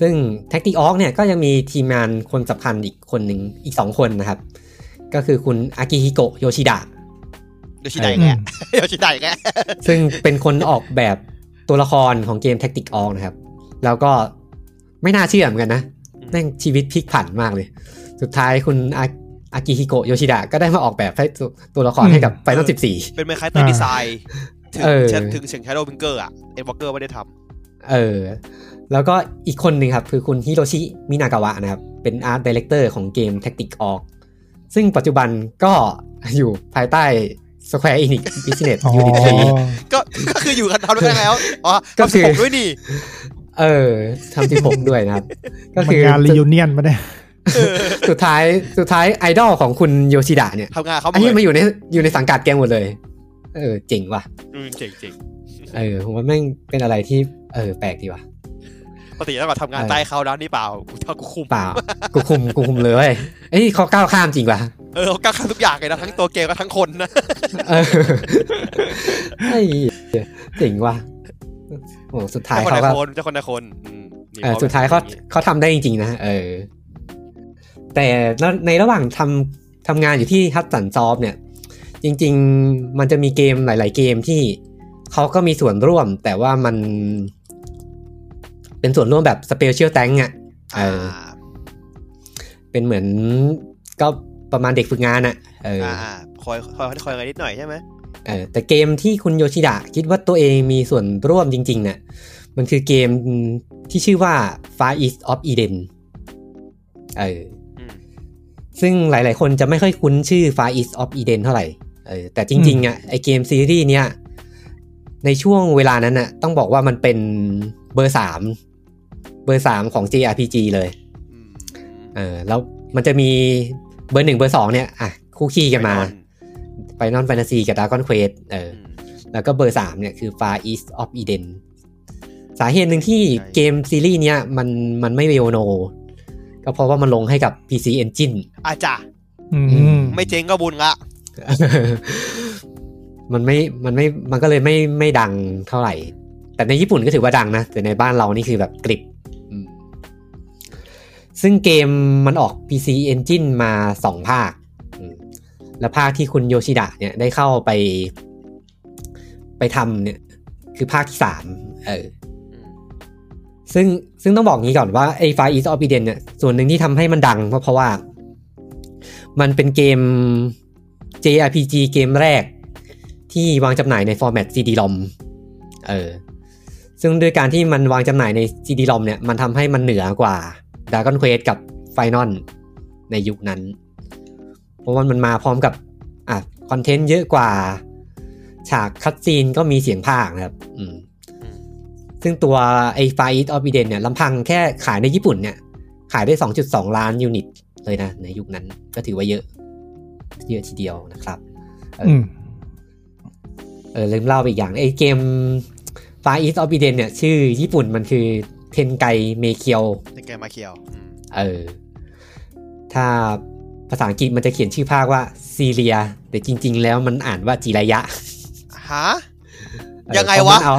ซึ่งแท็กติออกเนี่ยก็ยังมีทีมงานคนสำคัญอีกคนหนึ่งอีกสองคนนะครับ ก็คือคุณอากิฮิโกะโยชิดะ 14 โยชิไดอีกแก อืม โยชิไดอีกแก ซึ่งเป็นคนออกแบบตัวละครของเกมแท็กติกออกนะครับ แล้วก็ไม่น่าเชื่อเหมือนกันนะ อืม แม่งชีวิตพลิกผันมากเลย สุดท้ายคุณอาอากิฮิโกะโยชิดะก็ได้มาออกแบบให้ตัวตัวละครให้กับไฟนอลสิบสี่ เป็นเมคาเตอร์ดีไซน์ถึง เออ เช่นถึงถึง Shadow b i n g e r อะเอ็นวอเกอร์ไม่ได้ท เออ แล้วก็อีกคนหนึ่งครับ คือคุณฮิโรชิมินากาวะนะครับ เป็นอาร์ตดีเลกเตอร์ของเกมแท็กติกออกซึ่งปัจจุบันก็อยู่ภายใต้ Square Enix Business อ๋อ Unit 3 ำก็ ก็คืออยู่กันทำด้วยกันแล้วอ๋อ ก็คื ทำสิ อ บหกด้วยนี่ เออทำที่ผมด้วยนะครับ ก็ มัน คือง านรียูเนียนมาเนี่ย สุดท้ายสุดท้ายไอดอลของคุณโยชิดะเนี่ย ทำงานเขาหม อันนี้ ด มาอยู่ในอยู่ในสังกัดแกงหมดเลย เออเจ๋งว่ะ อืมเจ๋งเจ๋ง เออผมว่าแม่งเป็นอะไรที่เออแปลกดีว่ะ ปกติแล้วก็ทำงาน เออ ใต้เขาแล้วนี่เปล่ากูเท่ากูคุม เปล่า กูคุมกูคุมเลยเว้ยเอ้ยเขาก้าวข้ามจริงว่ะ เออเขาก้าวข้ามทุกอย่างเลยนะทั้งตัวเกมก็ทั้งคนนะ เอ อไอ้เหี้ยเจ๋งว่ะโอ้สุดท้าย เจ้าคน เขา ใน ก็ คนเจ้าคนในคนอืมนี่ เออ พอ สุดท้ายเขา แบบนี้ เขาทำได้จริงๆนะเออ แต่แล้วในระหว่างทำทำงานอยู่ที่ฮัตสันซอฟเนี่ย จริง ๆ มันจะมีเกมหลาย ๆ เกมที่เขาก็มีส่วนร่วม แต่ว่ามัน เป็นส่วนร่วมแบบสเปเชียลแตงอ่ะเออเป็นเหมือนก็ประมาณเด็กฝึกงานอ่ะเอออ อ่าอ่าคอยคอยคอยกันนิดหน่อยใช่ไหม เออแต่เกมที่คุณโยชิดะคิดว่าตัวเองมีส่วนร่วมจริงๆเนี่ยมันคือเกมที่ชื่อว่า Far East of Eden เออ อืม ซึ่งหลายๆ คนจะไม่ค่อยคุ้นชื่อ Far East of Eden เท่าไหร่เออแต่จริงๆอ่ะไอเกมซีรีส์เนี้ยในช่วงเวลานั้นน่ะต้องบอกว่ามันเป็นเบอร์สามเบอร์สามของ JRPG เลย อืม เออแล้วมันจะมีเบอร์หนึ่งเบอร์สองเนี่ยอ่ะคู่ขี้กันมาไปนอนแฟนตาซีกับดาร์กอนเควสเออ อืม แล้วก็เบอร์สามเนี่ยคือ Far East of Eden สาเหตุหนึ่งที่ ใช่ เกมซีรีส์เนี้ยมันมันไม่เวลโน ก็เพราะว่ามันลงให้กับ PC Engine อาจ่ะ อืม ไม่เจ๊งก็บุญละ มันไม่มันไม่มันก็เลยไม่ไม่ดังเท่าไหร่ แต่ในญี่ปุ่นก็ถือว่าดังนะ แต่ในบ้านเรานี่คือแบบกริบอืมซึ่งเกมมันออก PC Engine มาสองภาคอืมและภาคที่คุณโยชิดะเนี่ยได้เข้าไป ไปทำเนี่ย คือภาคที่สามเออ ซึ่งซึ่งต้องบอกงี้ก่อนว่าไอ้ Far East of Eden เนี่ยส่วนหนึ่งที่ทำให้มันดังก็เพราะว่า มันเป็นเกม JRPG เกมแรก ที่วางจำหน่ายในฟอร์แมต CD-ROM เออซึ่งด้วยการที่มันวางจำหน่ายใน CD-ROM เนี่ยมันทำให้มันเหนือกว่า Dragon Quest กับ Final ในยุคนั้น เพราะว่ามันมาพร้อมกับอ่ะคอนเทนต์เยอะกว่า ฉากคัดซีนก็มีเสียงภาคนะครับ อืม ซึ่งตัวไอ้ Far East of Eden เนี่ยลำพังแค่ขายในญี่ปุ่นเนี่ย ขายได้ 2.2 ล้านยูนิตเลยนะ ในยุคนั้นก็ถือว่าเยอะ เยอะทีเดียวนะครับ อืม เออลืมเล่าไปอีกอย่างไอ้เกม Far East of Eden เนี่ย ชื่อญี่ปุ่นมันคือเทนไกเมเคียว ในเกมมาเคียวอืม เออ ถ้าภาษาอังกฤษมันจะเขียนชื่อภาคว่าซีเรีย แต่จริง ๆ แล้วมันอ่านว่าจิระยะ ฮะ เออ ยังไงวะ เพรามันเอา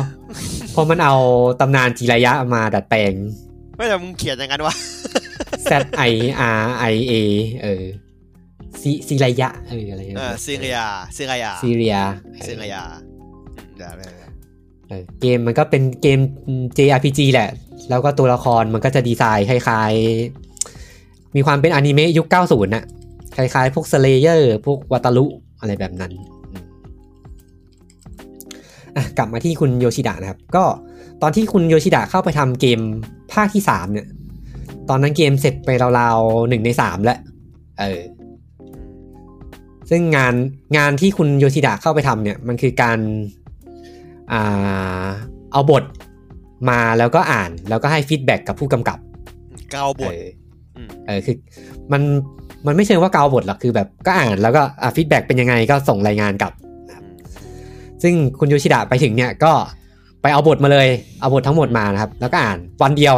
เพราะมันเอาตำนานจิระยะมาดัดแปลง ไม่แต่มึงเขียนอย่างนั้นวะ Z I R I A เออซีซีระยะเอออะไรอย่าง เอ เงี้ อซีเรียซีเรีย ซีเรีย ซีเรีย เออ อืมได้ได้ได้ เออเกมมันก็เป็นเกม JRPG แหละ แล้วก็ตัวละครมันก็จะดีไซน์คล้ายๆ มีความเป็นอนิเมะยุค 90น่ะ คล้ายๆ พวกสเลเยอร์พวกวัตารุอะไรแบบนั้นอืมอ่ะกลับมาที่คุณโยชิดะนะครับ ก็ตอนที่คุณโยชิดะเข้าไปทำเกมภาคที่ 3 เนี่ย ตอนนั้นเกมเสร็จไปราวๆหนึ่งในสามแล้วเออ ซึ่งงานงานที่คุณโยชิดะเข้าไปทำเนี่ยมันคือการอ่าเอาบทมาแล้วก็อ่านแล้วก็ให้ฟีดแบ็กกับผู้กำกับ เกาบท เอออ ม เออคือมันมันไม่เชิงว่าเกาบทหรอกคือแบบก็อ่านแล้วก็อ่าฟีดแบ็กเป็นยังไงก็ส่งรายงานกลับ ซึ่งคุณโยชิดะไปถึงเนี่ยก็ไปเอาบทมาเลยเอาบททั้งหมดมานะครับ แล้วก็อ่านวันเดียว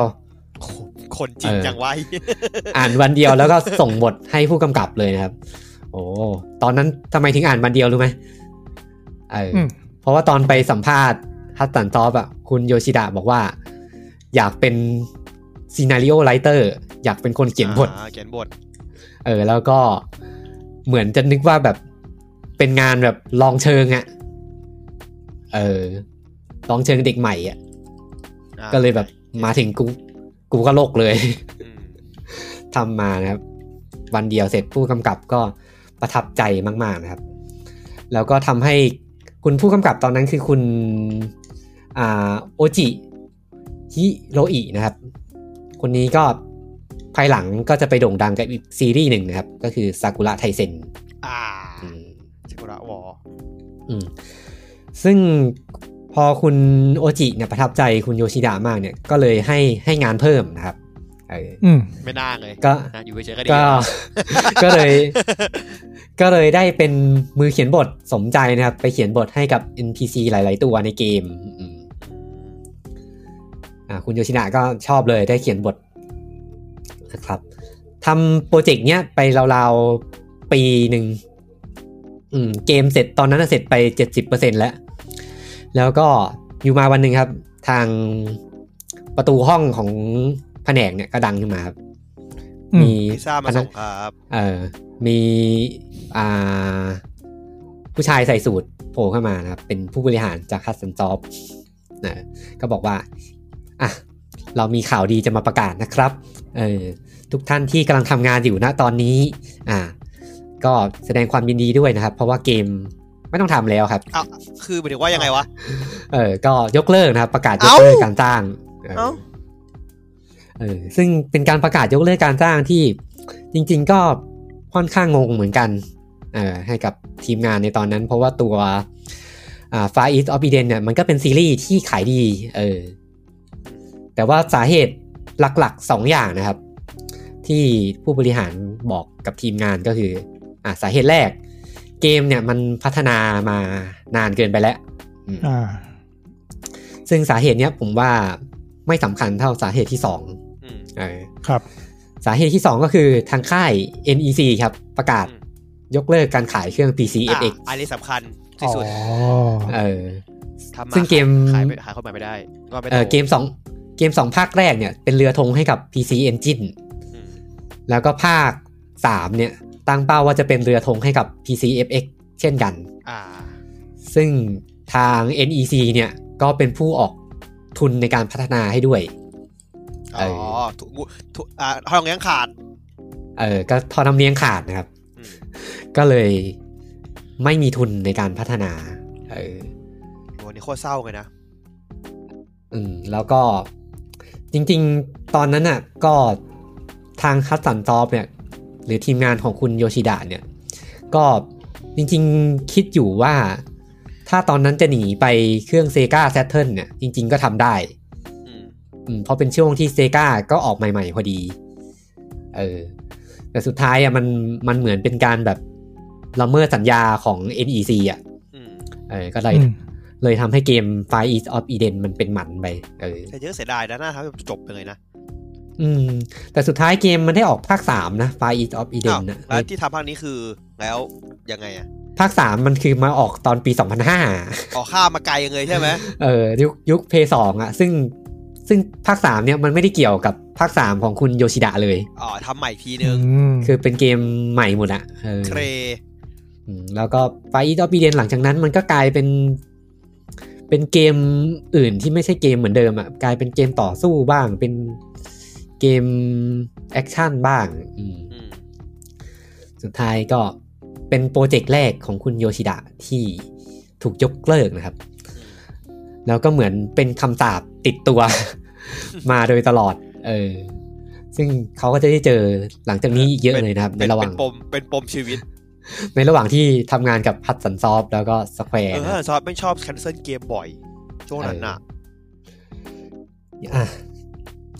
โอ้โหคนจริง เออ จังไวะไอ้เหี้ย อ่านวันเดียวแล้วก็ส่งบทให้ผู้กำกับเลยนะครับ โอ้ตอนนั้นทำไมถึงอ่านวันเดียวรู้ไหมเอออ อืม เพราะว่าตอนไปสัมภาษณ์ ทัตสันทอปอ่ะคุณโยชิดะบอกว่า อยากเป็นซีนารีโอไรเตอร์อยากเป็นคนเขียนบท อ่าเขียนบท เออแล้วก็เหมือนจะนึกว่าแบบเป็นงานแบบลองเชิงอะ่ะ เออลองเชิงเด็กใหม่อะ่ะ อ่า ก็เลยแบบมาถึงกู กูก็โลกเลย อืม ทำมานะครับ วันเดียวเสร็จผู้กำกับก็ประทับใจมาก ๆนะครับ แล้วก็ทำให้คุณผู้กำกับตอนนั้นคือคุณอ่าโอจิฮิโรอินะครับ คนนี้ก็ภายหลังก็จะไปโด่งดังกับอีกซีรีส์หนึ่งนะครับ ก็คือซากุระไทเซน อ่า อืม ชิคุระวอล อืมซึ่งพอคุณโอจิเนี่ยประทับใจคุณโยชิดะมากเนี่ยก็เลยให้ให้งานเพิ่มนะครับเออ อืม ไม่น่าเลย ก็ นะอยู่เฉยๆก็ดี ก็ ก็เลย ก็เลยได้เป็นมือเขียนบทสมใจนะครับ ไปเขียนบทให้กับ NPC หลาย ๆ ตัวในเกมอืมอ่าคุณโยชิดะก็ชอบเลยได้เขียนบทนะครับทำโปรเจกต์เนี้ยไปราวๆปีหนึ่งอืมเกมเสร็จตอนนั้นนะเสร็จไป 70%แล้ว แล้วก็อยู่มาวันหนึ่งครับ ทางประตูห้องของแผนกเนี่ยก็ดังขึ้นมาครับ อืม มี พิซซ่ามา พนั ส่ ก งครับ เออมีอ่าผู้ชายใส่สูตรโผล่เข้ามานะครับ เป็นผู้บริหารจากคัสซันซอฟนะก็บอกว่า อ่ะ เรามีข่าวดีจะมาประกาศนะครับ เออทุกท่านที่กำลังทำงานอยู่นะตอนนี้ อ่า ก็แสดงความยินดีด้วยนะครับ เพราะว่าเกมไม่ต้องทำแล้วครับ เอ้าคือหมายถึงว่ายังไงวะ เออก็ยกเลิกนะครับ ประกาศยกเลิก เอ้า การจ้างเออ เอ้า เออซึ่งเป็นการประกาศยกเลิกการจ้างที่จริง ๆ ก็ค่อนข้างงงเหมือนกันเออให้กับทีมงานในตอนนั้น เพราะว่าตัวอ่า Far East of Eden เนี่ยมันก็เป็นซีรีส์ที่ขายดีเออแต่ว่าสาเหตุหลักๆสองอย่างนะครับ ที่ผู้บริหารบอกกับทีมงานก็คืออ่าสาเหตุแรก เกมเนี่ยมันพัฒนามานานเกินไปแล้วอืม อ่า ซึ่งสาเหตุเนี้ยผมว่าไม่สำคัญเท่าสาเหตุที่สอง อืม เออ ครับ สาเหตุที่สองก็คือทางค่าย NEC ครับ ประกาศ อืม ยกเลิกการขายเครื่อง PC FX อ่ะอันนี้สำคัญที่สุด อ๋อ เออ ทำมา ซึ่งเกม ขายไปขายคนใหม่ไม่ได้ก็ไม่ เอ ได้ อเกมสองเกมสองภาคแรกเนี่ย เป็นเรือธงให้กับ PC Engine อืม แล้วก็ภาคสามเนี่ย ตั้งเป้าว่าจะเป็นเรือธงให้กับ PC FX เช่นกัน อ่า ซึ่งทาง NEC เนี่ย ก็เป็นผู้ออกทุนในการพัฒนาให้ด้วย อ๋อถูกบุถูกอ่าห้องเลี้ยงขาด เออก็ทอน้ำเลี้ยงขาดนะครับ อืม ก็เลยไม่มีทุนในการพัฒนา เออ โหนี่โคตรเศร้าเลยนะ อืมแล้วก็จริงๆ ตอนนั้นน่ะ ก็ทางคัตสันตอบเนี่ย หรือทีมงานของคุณโยชิดะเนี่ย ก็จริงๆคิดอยู่ว่า ถ้าตอนนั้นจะหนีไปเครื่องเซกาแซ t เทิลเนี่ย จริงๆก็ทำได้ อืม อืมเพราะเป็นช่วงที่เซกาก็ออกใหม่ๆพอดี เออ แต่สุดท้ายอ่ะมันมันเหมือนเป็นการแบบละเมิดสัญญาของ NEC อ่ะ อืม เออก็เลย อืม เลยทำให้เกม Fire East of Eden มันเป็นหมันไป เออ แต่เยอะเสียดายนะน่าทำให้จบไปเลยนะ อืม แต่สุดท้ายเกมมันได้ออกภาคสามนะ Fire East of อ้าว Eden นะ แล้วที่ทำภาคนี้คือแล้วยังไงอ่ะ ภาคสามมันคือมาออกตอนปี ออกข้ามมาไกลเลยใช่ไหม 2005 เออ ยุคยุคเพย์สองอ่ะ ซึ่งซึ่งภาคสามเนี่ยมันไม่ได้เกี่ยวกับภาคสามของคุณโยชิดะเลย อ๋อทำใหม่อีกทีนึง ม คือเป็นเกมใหม่หมดอ่ะเออ เทร อืมแล้วก็ Fire East of Eden หลังจากนั้นมันก็กลายเป็น เป็นเกมอื่นที่ไม่ใช่เกมเหมือนเดิมอ่ะกลายเป็นเกมต่อสู้บ้าง เป็นเกมแอคชั่นบ้างอืม อืม สุดท้ายก็เป็นโปรเจกต์แรกของคุณโยชิดะที่ถูกยกเลิกนะครับ แล้วก็เหมือนเป็นคำสาปติดตัว มาโดยตลอด เออ ซึ่งเขาก็จะได้เจอหลังจากนี้อีกเยอะเลยนะครับ ใน เป็น ระห เป็ ว่าง นปมเป็นปมชีวิต ในระหว่างที่ทำงานกับพัดสันซอฟแล้วก็สแควร์ เออซอสไม่ชอบแคนเซิลเกมบ่อย ช่วงนั้นน่ะ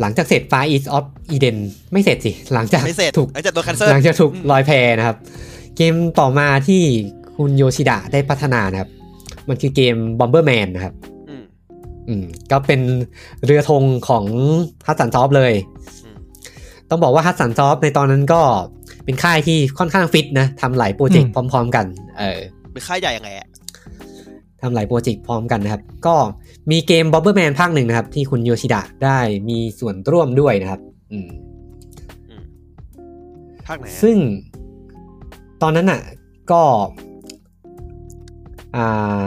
หลังจากเสร็จ Far East of Eden ไม่เสร็จสิ หลังจาก ไม่เสร็จ ถูก หลังจากตัวแคนเซิล หลังจากถูก อืม ลอยแพนะครับ เกมต่อมาที่คุณโยชิดะได้พัฒนานะครับ มันคือเกม Bomberman นะครับ อืม อืมก็เป็นเรือธงของฮัตสันซอฟเลย อืม ต้องบอกว่าฮัตสันซอฟในตอนนั้นก็เป็นค่ายที่ค่อนข้างฟิตนะทำหลายโปรเจกต์พร้อม ๆ กัน เออ เป็นค่ายใหญ่ยังไงอะ ทำหลายโปรเจกต์พร้อมกันนะครับ ก็มีเกม b o b b e r Man ภาคหนึ่งนะครับ ที่คุณโยชิดะได้มีส่วนร่วมด้วยนะครับ อืม ภาคไหนอะ ซึ่งตอนนั้นน่ะ ก็อ่า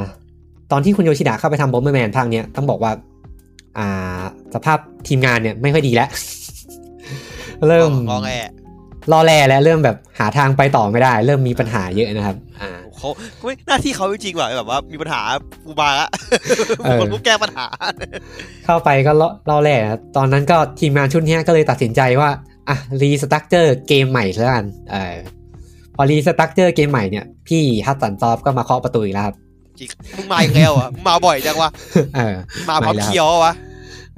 ตอนที่คุณโยชิดะเข้าไปทำบอมเบอร์แมนภาคเนี้ยต้องบอกว่า อ่า สภาพทีมงานเนี่ยไม่ค่อยดีแล้ว เริ่ม งอแง รอแลแล้วเริ่มแบบหาทางไปต่อไม่ได้ เริ่มมีปัญหาเยอะนะครับ อ่า เขาเว้ยหน้าที่เขาจริงๆว่ะแบบว่ามีปัญหากูมาละ เออ คนกูแก้ปัญหา เข้าไปก็ล่อล่อแร่ครับตอนนั้นก็ทีมงานชุดเนี้ยก็เลยตัดสินใจว่า อ่ะรีสตั๊กเจอร์เกมใหม่แล้วกันเออพอรีสตั๊กเจอร์เกมใหม่เนี่ย พี่ฮัตสันซอฟก็มาเคาะประตูอีกแล้วครับ จริงมึงมาอีกแล้วอ่ะมึงมาบ่อยจังวะ เออ มาพร้อม มาแล้ว เคียววะ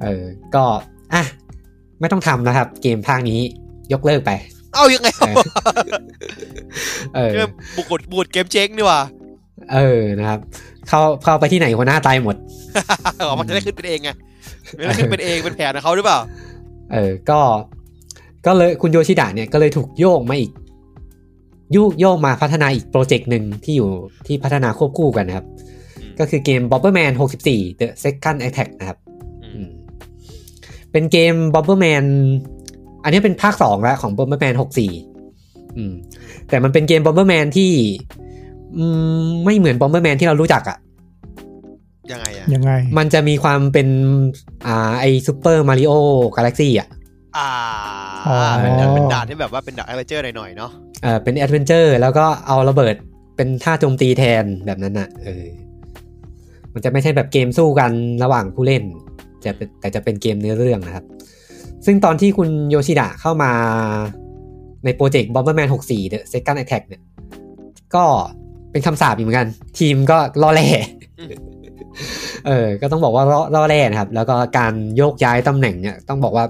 เออ ก็ อ่ะ ไม่ต้องทำนะครับ เกมภาคนี้ยกเลิกไป เอ้ายังไง เออ เออ เกมบุกกดบูดเกมเจ๊งนี่ว่ะ เออนะครับ เข้าเข้าไปที่ไหนหัวหน้าตายหมด เอามันจะได้ขึ้นเป็นเองไงไม่ได้ขึ้นเป็นเองเป็นแผนของเขาหรือเปล่า เออ ก็ ก็เลยคุณโยชิดะเนี่ยก็เลยถูกโยกมาอีกยุโยกมาพัฒนาอีกโปรเจกต์หนึ่งที่อยู่ที่พัฒนาควบคู่กันนะครับ อืม ก็คือเกม Bomberman 64 The Second Attack นะครับ อืมเป็นเกม Bomberman อันนี้เป็นภาคสองแล้วของ Bomberman 64 อืม แต่มันเป็นเกม Bomberman ที่ อืม ไม่เหมือน Bomberman ที่เรารู้จักอะ ยังไงอ่ะ ยังไง มันจะมีความเป็น อ่า ไอซูเปอร์มาริโอกาแล็กซี่อ่ะ อ่า อ๋อ เป็นด่านเป็นด่านที่แบบว่าเป็นด่านแอดเวนเจอร์หน่อยๆเนาะ เออเป็นแอดเวนเจอร์แล้วก็เอาระเบิดเป็นท่าโจมตีแทนแบบนั้นน่ะ เออ มันจะไม่ใช่แบบเกมสู้กันระหว่างผู้เล่น จะเป็นแต่จะเป็นเกมเนื้อเรื่องนะครับ ซึ่งตอนที่คุณโยชิดะเข้ามาในโปรเจกต์ Bomberman 64 The Second Attack เนี่ย ก็เป็นคำสาปอีกเหมือนกัน ทีมก็ล่อแร่ เออ ก็ต้องบอกว่าล่อล่อแร่นะครับ แล้วก็การโยกย้ายตำแหน่งเนี่ย ต้องบอกว่า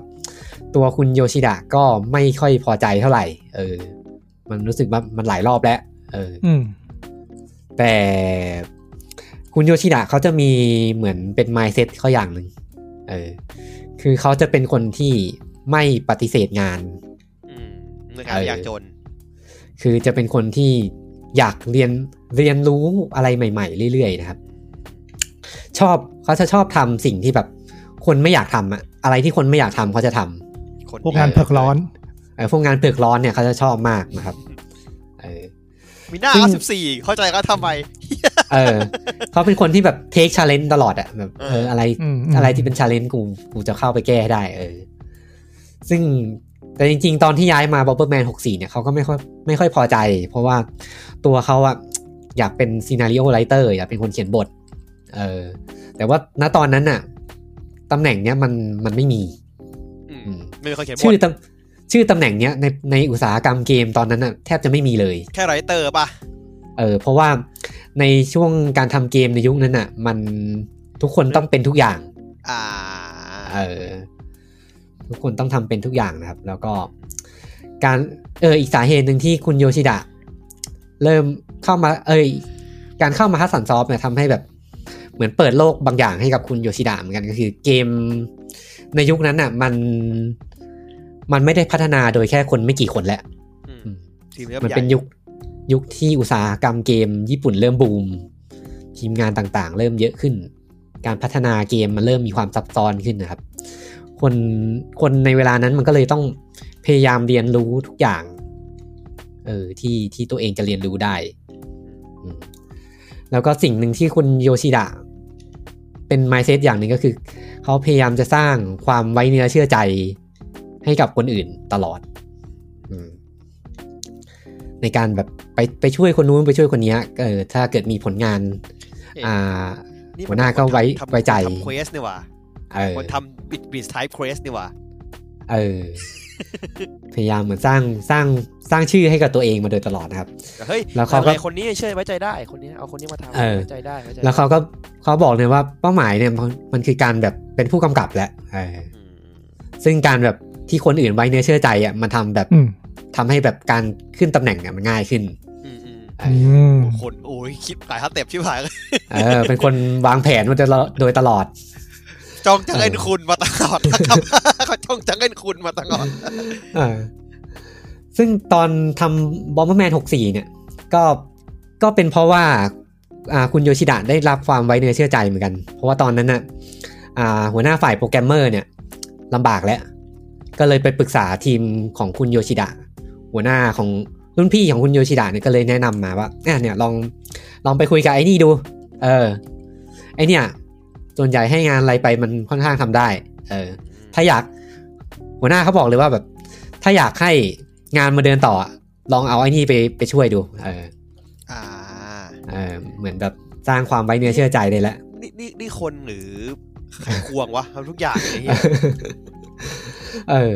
ตัวคุณโยชิดะก็ไม่ค่อยพอใจเท่าไหร่ เออ มันรู้สึกว่ามันหลายรอบแล้ว เออ อืม แต่คุณโยชิดะเขาจะมีเหมือนเป็น mindset เขาอย่างหนึ่งเออ คือเขาจะเป็นคนที่ไม่ปฏิเสธงาน อืมในการยากจน คือจะเป็นคนที่อยากเรียนเรียนรู้อะไรใหม่ ๆ เรื่อยๆนะครับ ชอบเขาจะชอบทำสิ่งที่แบบ คนไม่อยากทำอะอะไรที่คนไม่อยากทำเขาจะทำ คน พวกงานเผือกร้อน เออพวกงานเผือกร้อนเนี่ยเขาจะชอบมากนะครับ เออ มีหน้า ซึ่ง สิบสี่เข้าใจก็ทำไม เออ เขาเป็นคนที่แบบเทคชาเลนจ์ตลอดอะแบบเอออะไร อืม อะไรที่เป็นชาเลนจ์กูกูจะเข้าไปแก้ให้ได้ เออ ซึ่งแต่จริง ๆ ตอนที่ย้ายมาบ o บเบอร์แมนหกสี่เนี่ยเขาก็ไม่ค่อยไม่ค่อยพอใจ เพราะว่าตัวเขาอะอยากเป็นซีนารีโอไรเตอร์อยากเป็นคนเขียนบท เออ แต่ว่าณตอนนั้นน่ะตำแหน่งเนี้ยมันมันไม่มี อืม อืม ไม่มีใครเขียนบ ชื่อ ท ตำชื่อตำแหน่งเนี้ยในในอุตสาหกรรมเกมตอนนั้นน่ะแทบจะไม่มีเลย แค่ไรเตอร์ป่ะ เออเพราะว่าในช่วงการทำเกมในยุคนั้นน่ะ มันทุกคนต้องเป็นทุกอย่าง อ่า เออทุกคนต้องทำเป็นทุกอย่างนะครับ แล้วก็การเอออีกสาเหตุหนึ่งที่คุณโยชิดะ เริ่มเข้ามา เอยการเข้ามาฮัสซันซอฟเนี่ยทำให้แบบเหมือนเปิดโลกบางอย่างให้กับคุณโยชิดะเหมือนกันก็คือเกมในยุคนั้นน่ะ มันมันไม่ได้พัฒนาโดยแค่คนไม่กี่คนแล้ว อืม อืม ทีมเริ่ม มัน ใหญ่ เป็นยุคยุคที่อุตสาหกรรมเกมญี่ปุ่นเริ่มบูม ทีมงานต่างๆ เริ่มเยอะขึ้น การพัฒนาเกมมันเริ่มมีความซับซ้อนขึ้นนะครับ คนคนในเวลานั้นมันก็เลยต้องพยายามเรียนรู้ทุกอย่าง เออที่ที่ตัวเองจะเรียนรู้ได้อืมแล้วก็สิ่งหนึ่งที่คุณโยชิดะเป็น mindset อย่างหนึ่งก็คือ เขาพยายามจะสร้างความไว้เนื้อเชื่อใจให้กับคนอื่นตลอด อืม ในการแบบไปไปช่วยคนนู้นไปช่วยคนเนี้ยเออถ้าเกิดมีผลงาน อ่า นี่มั หัวหน้าก็ไว้ ทำ ไว้ใจ ทำเควสนี่ว่ะ เออ คนทำบิดบิดไทป์เควสนี่ว่ะ เออ พยายามเหมือนสร้างสร้างสร้างชื่อให้กับตัวเองมาโดยตลอดนะครับ แต่เฮ้ย แล้วเขาก็ ทำไมคนนี้เชื่อไว้ใจได้ คนนี้เอาคนนี้มาทำ เออ ไว้ใจได้ไว้ใจได้ แล้วเขาก็เขาบอกเลยว่าเป้าหมายเนี่ยมันมันคือการแบบเป็นผู้กำกับแหละเออ อืม ซึ่งการแบบที่คนอื่นไว้เนื้อเชื่อใจอ่ะมันทำแบบ อืม ทำให้แบบการขึ้นตำแหน่งเนี่ยมันง่ายขึ้น อืมอืม เอ อื อ ม โอ้คนโอ้ยคิดหลายสเต็ปชิบหายเลย เออ เป็นคนวางแผนมาโดยตลอด จ้องจังเอ็นคุณมาตลอด นะครับเขาจ้องจังเอ็นคุณมาตลอด เออซึ่งตอนทำบอมเบอร์แมน64 เนี่ย ก็ก็เป็นเพราะว่า อ่าคุณโยชิดะได้รับความไว้เนื้อเชื่อใจเหมือนกัน เพราะว่าตอนนั้นน่ะอ่าหัวหน้าฝ่ายโปรแกรมเมอร์เนี่ยลำบากแล้ว ก็เลยไปปรึกษาทีมของคุณโยชิดะหัวหน้าของรุ่นพี่ของคุณโยชิดะเนี่ยก็เลยแนะนำมาว่าอ่ะเนี่ยลองลองไปคุยกับไอ้นี่ดู เออ ไอเนี่ยส่วนใหญ่ให้งานอะไรไปมันค่อนข้างทำได้ เออ ถ้าอยากหัวหน้าเขาบอกเลยว่าแบบ ถ้าอยากให้งานมาเดินต่ออะลองเอาไอ้นี่ไปไปช่วยดู เออ อ่า เออเหมือนแบบสร้างความไว้ เนื้อเชื่อใจเลยแหละ นี่นี่นี่คนหรือไขควงวะทำทุกอย่างเลยเหี้ย เออ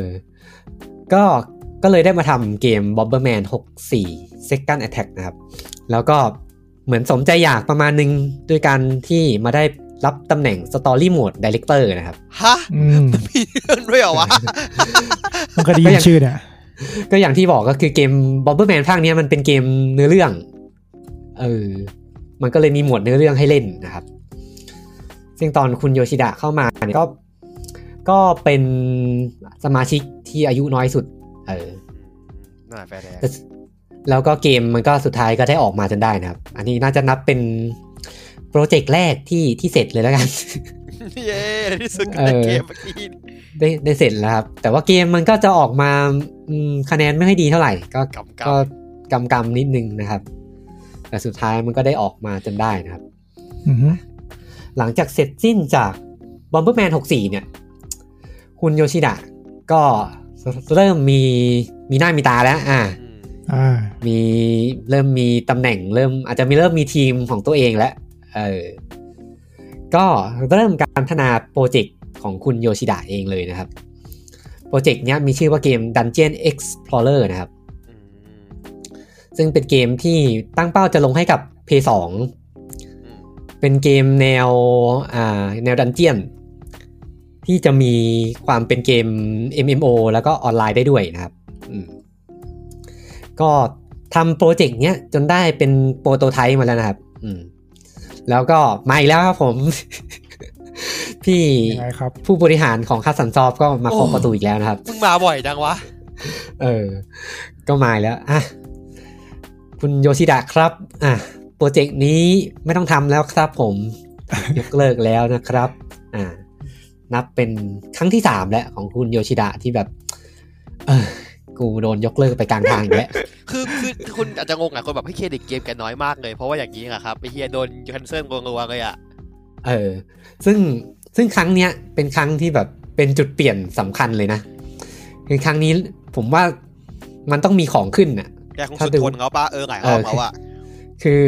ก็ก็เลยได้มาทำเกม Bomberman 64 Second Attack นะครับ แล้วก็เหมือนสมใจอยากประมาณนึงด้วยการที่มาได้รับตำแหน่ง Story Mode Director นะครับ ฮะ อืม มีเรื่องด้วยเหรอวะ มันก็ได้ยินชื่อเนี่ย ก็อย่างที่บอกก็คือเกม Bomberman ภาคเนี้ยมันเป็นเกมเนื้อเรื่อง เออ มันก็เลยมีหมวดเนื้อเรื่องให้เล่นนะครับ ซึ่งตอนคุณโยชิดะเข้ามาเนี่ยก็ ก็เป็นสมาชิกที่อายุน้อยสุด เออ น่าแฟร์แดง แต่แล้วก็เกมมันก็สุดท้ายก็ได้ออกมาจนได้นะครับ อันนี้น่าจะนับเป็นโปรเจกต์แรกที่ที่เสร็จเลยแล้วกัน เย้ในที่สุดก็ได้เกมเมื่อกี้ ได้ได้เสร็จแล้วครับ แต่ว่าเกมมันก็จะออกมาอืมคะแนนไม่ค่อยดีเท่าไหร่ ก็ กำกับ ก็กำกำนิดนึงนะครับ แต่สุดท้ายมันก็ได้ออกมาจนได้นะครับ อือฮึ หลังจากเสร็จสิ้นจาก Bomberman 64 เนี่ย คุณโยชิดะก็เริ่มมีมีหน้ามีตาแล้ว อ่า อืม อ่า มีเริ่มมีตำแหน่งเริ่มอาจจะมีเริ่มมีทีมของตัวเองแล้วเออก็เริ่มการพัฒนาโปรเจกต์ของคุณโยชิดะเองเลยนะครับ โปรเจกต์เนี้ยมีชื่อว่าเกม Dungeon Explorer นะครับ อืม ซึ่งเป็นเกมที่ตั้งเป้าจะลงให้กับ P2 อืม เป็นเกมแนวอ่าแนวดันเจียน ที่จะมีความเป็นเกม MMO แล้วก็ออนไลน์ได้ด้วยนะครับอืมก็ทำโปรเจกต์เนี้ยจนได้เป็นโปรโตไทป์มาแล้วนะครับ อืมแล้วก็มาอีกแล้วครับผม พี่ ยังไงครับ ผู้บริหารของคัสสันซอฟก็มาเคาะประตูอีกแล้วนะครับ มึงมาบ่อยจังวะ เออ ก็มาแล้ว อ่ะ คุณโยชิดะครับ อ่ะ โปรเจกต์นี้ไม่ต้องทำแล้วครับผม ยกเลิกแล้วนะครับ อ่า นับเป็นครั้งที่สามแล้วของคุณโยชิดะที่แบบ เออ กูโดนยกเลิกไปกลางทางอีกแล้ว คือคือคือคุณอาจจะงงอ่ะคนแบบให้เครดิตเกมกันน้อยมากเลย เพราะว่าอย่างนี้อะครับไอเฮียโดนแคนเซิลงงๆเลยอ่ะ เออ ซึ่งซึ่งครั้งเนี้ยเป็นครั้งที่แบบเป็นจุดเปลี่ยนสำคัญเลยนะ คือครั้งนี้ผมว่ามันต้องมีของขึ้นน่ะ แกคงสุดทนเขาปะเออหลายรอบเขาอ่ะ คือ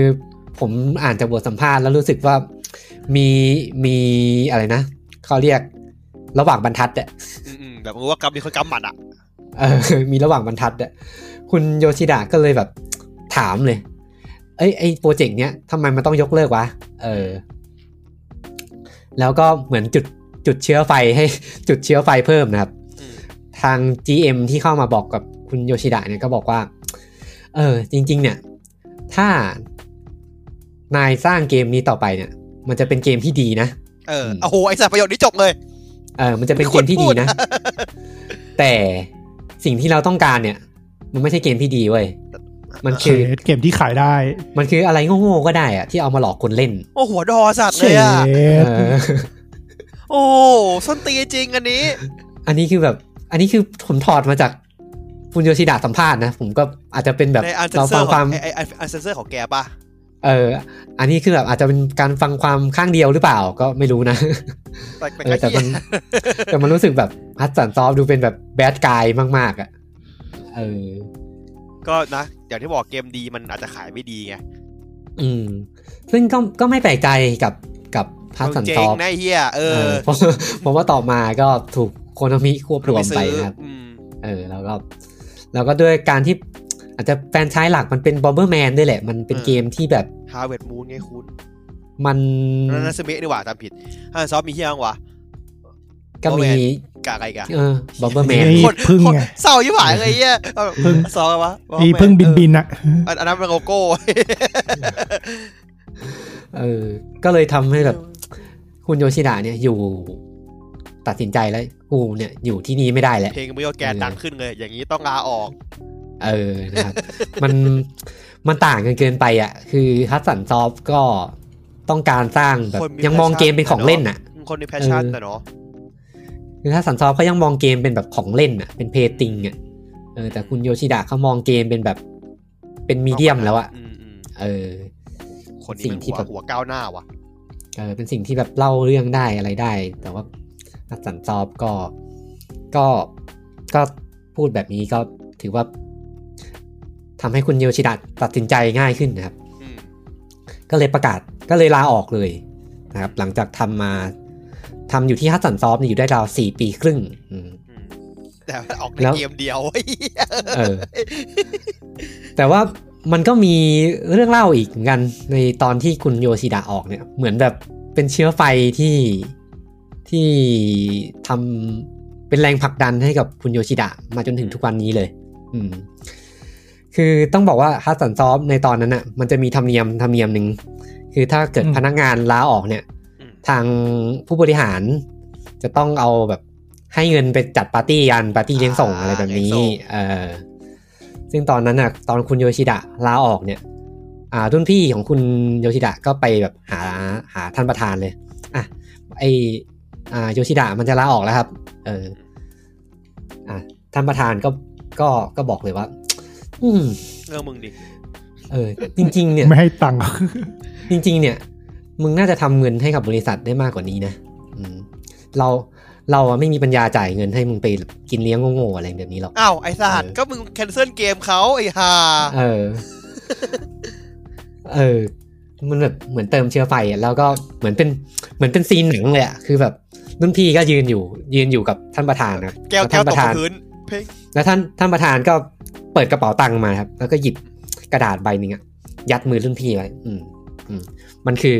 ผมอ่านจากบทสัมภาษณ์แล้วรู้สึกว่ามีมีอะไรนะเขาเรียกระหว่างบรรทัดอะ อืมๆแบบรู้ว่ากำมีคนกำหมัดอ่ะ เออ มีระหว่างบรรทัดอะคุณโยชิดะก็เลยแบบถามเลย เอ้ยไอโปรเจกต์เนี้ยทำไมมันต้องยกเลิกวะเออ แล้วก็เหมือนจุดจุดเชื้อไฟให้ จุดเชื้อไฟเพิ่มนะครับ อืม ทาง GM ที่เข้ามาบอกกับคุณโยชิดะเนี่ยก็บอกว่า เออ จริง ๆ เนี่ย ถ้านายสร้างเกมนี้ต่อไปเนี่ย มันจะเป็นเกมที่ดีนะ เออโอ้โหไอสัตว์ประโยชน์นี้จบเลย เออ มันจะเป็นเกมที่ดีนะ แต่สิ่งที่เราต้องการเนี่ย มันไม่ใช่เกมที่ดีเว้ย มัน เช คือ ดเกมที่ขายได้ มันคืออะไรโง่ๆก็ได้อะที่เอามาหลอกคนเล่น โอ้หัวดอสัตว์ เช เลยอ่ะ เอ ด อ โอ้ส้นตีนจริงอันนี้ อันนี้คือแบบ อันนี้คือผมถอดมาจากคุณโยชิดะสัมภาษณ์นะ ผมก็อาจจะเป็นแบบ ในอันเซน เรา เซอ ฟัง ร์คขอ วาง ม ไอไอไอันเซนเซอร์ของแกปะ เออ อันนี้คือแบบอาจจะเป็นการฟังความข้างเดียวหรือเปล่าก็ไม่รู้นะ แต่แต่ เออ ก็ แต่ เหี้ มั ย นแต่มันรู้สึกแบบฮัตสันซอฟดูเป็นแบบแบดกายมาก ๆ อ่ะ เออ ก็นะอย่างที่บอกเกมดีมันอาจจะขายไม่ดีไง อืม ซึ่งก็ก็ไม่แปลกใจกับกับฮัตสัน เจ๊ ซอง ฟ นะไอ้เฮียเอ เอ อ อ เพราะเพราะว่าต่อมาก็ถูกโคโนมิควบรวมไปนะครับ อืม เออ แล้วก็แล้วก็ด้วยการที่อาจจะแฟรนไชายหลักมันเป็นบอ m เบอร์แมนด้วยแหละ มันเป็นเกมที่แบบ ฮาร์เวดมูนไงคุณ มัน แล้วนัสเมะดีกว่าจำผิดฮันซอฟมีเฮียบ้างวะ ก็มี กากอะไรกะ เออบอ m เบอร์แมน ไอ้ คน พึ่งไง เศร้ายี่หวายเลยไอ้เฮียเอา พึ่ง ซอฟวะ ไอ้พึ่งบินบินอ่ะ เอออันอันนั้นเป็นโลโก้ เออ ก็เลยทำให้แบบคุณโยชิดะเนี่ยอยู่ตัดสินใจแล้วกูเนี่ยอยู่ที่นี่ไม่ได้แล้ว เพลงมิโอแกนดังขึ้นเลย อย่างนี้ต้องลาออก เ เออนะครับ มันมันต่างกันเกินไปอ่ะ คือฮัตสันซอฟก็ต้องการสร้างแบบ คนมี ยังมองเกมเป็นของเล่นอ่ะ คนมีแพชชั่น เออ แต่เนาะ คือฮัตสันซอฟเขายังมองเกมเป็นแบบของเล่นอ่ะ เป็นเพติงอ่ะเออแต่คุณโยชิดะเขามองเกมเป็นแบบเป็นมีเดียมแล้วอ่ะ มม เออ คนนี้ สิ่ง มัน ที่ หัว แบบ หัวก้าวหน้าว่ะ เออเป็นสิ่งที่แบบเล่าเรื่องได้อะไรได้ แต่ว่านักสันซอบก็ก็ก็พูดแบบนี้ก็ถือว่าทำให้คุณโยชิดะตัดสินใจง่ายขึ้นนะครับ อืม ก็เลยประกาศก็เลยลาออกเลยนะครับ หลังจากทำมาทำอยู่ที่ฮัตสันซอฟต์เนี่ยอยู่ได้ราวสี่ปีครึ่งอืม อืมแต่ออกใน แล้ว เกมเดียว เฮ้ย เออ แต่ว่ามันก็มีเรื่องเล่าอีกเหมือนกัน ในตอนที่คุณโยชิดะออกเนี่ย เหมือนแบบเป็นเชื้อไฟที่ที่ทำเป็นแรงผลักดันให้กับคุณโยชิดะมาจนถึงทุกวันนี้เลย อืม คือต้องบอกว่าฮัตสันซอฟในตอนนั้นน่ะ มันจะมีธรรมเนียมธรรมเนียมหนึ่งคือถ้าเกิด อืม พนักงานลาออกเนี่ย อืม ทางผู้บริหารจะต้องเอาแบบให้เงินไปจัดปาร์ตี้กันปาร์ตี้เลี้ยงส่งอะไรแบบนี้เออซึ่งตอนนั้นน่ะ ตอนคุณโยชิดะลาออกเนี่ย อ่ารุ่นพี่ของคุณโยชิดะก็ไปแบบหาหาท่านประธานเลย อ่ะไออ่าโยชิดะมันจะลาออกแล้วครับ เออ อ่ะท่านประธานก็ก็ก็บอกเลยว่า อืม เรื่องมึงดิ เออ จริง ๆ เนี่ย ไม่ให้ตังค์ จริงๆ เนี่ย มึงน่าจะทำเงินให้กับบริษัทได้มากกว่านี้นะอืมเราเราอะไม่มีปัญญาจ่ายเงินให้มึงไปกินเลี้ยงโง่ๆอะไรแบบนี้หรอก อ้าวไอ้สัตว์ เออ ก็มึงแคนเซิลเกมเขาไอ้ห่า เออ เออ มันแบบเหมือนเติมเชื้อไฟอะแล้วก็เหมือนเป็นเหมือนเป็นซีนหนังเลยอะคือแบบรุ่นพี่ก็ยืนอยู่ ยืนอยู่กับท่านประธานนะ แก้ว ล้ว แก้ ท่า วน ต ป ก ระธาน พื้นเพ่ง แล้วท่านท่านประธานก็เปิดกระเป๋าตังค์มาครับ แล้วก็หยิบกระดาษใบหนึ่งอะยัดมือรุ่นพี่ไว้อืม อืม มันคือ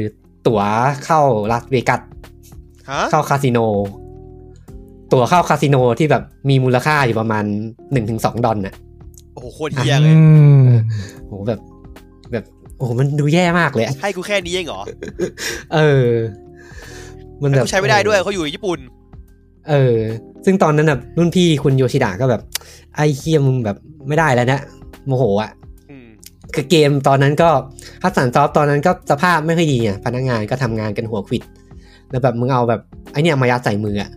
ตั๋วเข้าลาสเวกัส ฮะ เข้าคาสิโน ตั๋วเข้าคาสิโนที่แบบมีมูลค่าอยู่ประมาณหนึ่งถึงสองดอลน่ะ โอ้โหโคตรเฮี้ยเลย ม โหแบบ แบบ โอ้โหมันดูแย่มากเลยอะ ให้กูแค่นี้เองเหรอ เออ มันแบ แล้ว บ กูใช้ไม่ได้ด้วยเขาอยู่ญี่ปุ่น เออ ซึ่งตอนนั้นน่ะรุ่นพี่คุณโยชิดะก็แบบ ไอ้เคียมึงแบบไม่ได้แล้วนะโมโหอ่ะ อืม คือเกมตอนนั้นก็ฮัตสันซอฟตอนนั้นก็สภาพไม่ค่อยดีอ่ะพนักงานก็ทำงานกันหัวควิด แล้วแบบมึงเอาแบบไอเนี่ยมายัดใส่มืออ่ะ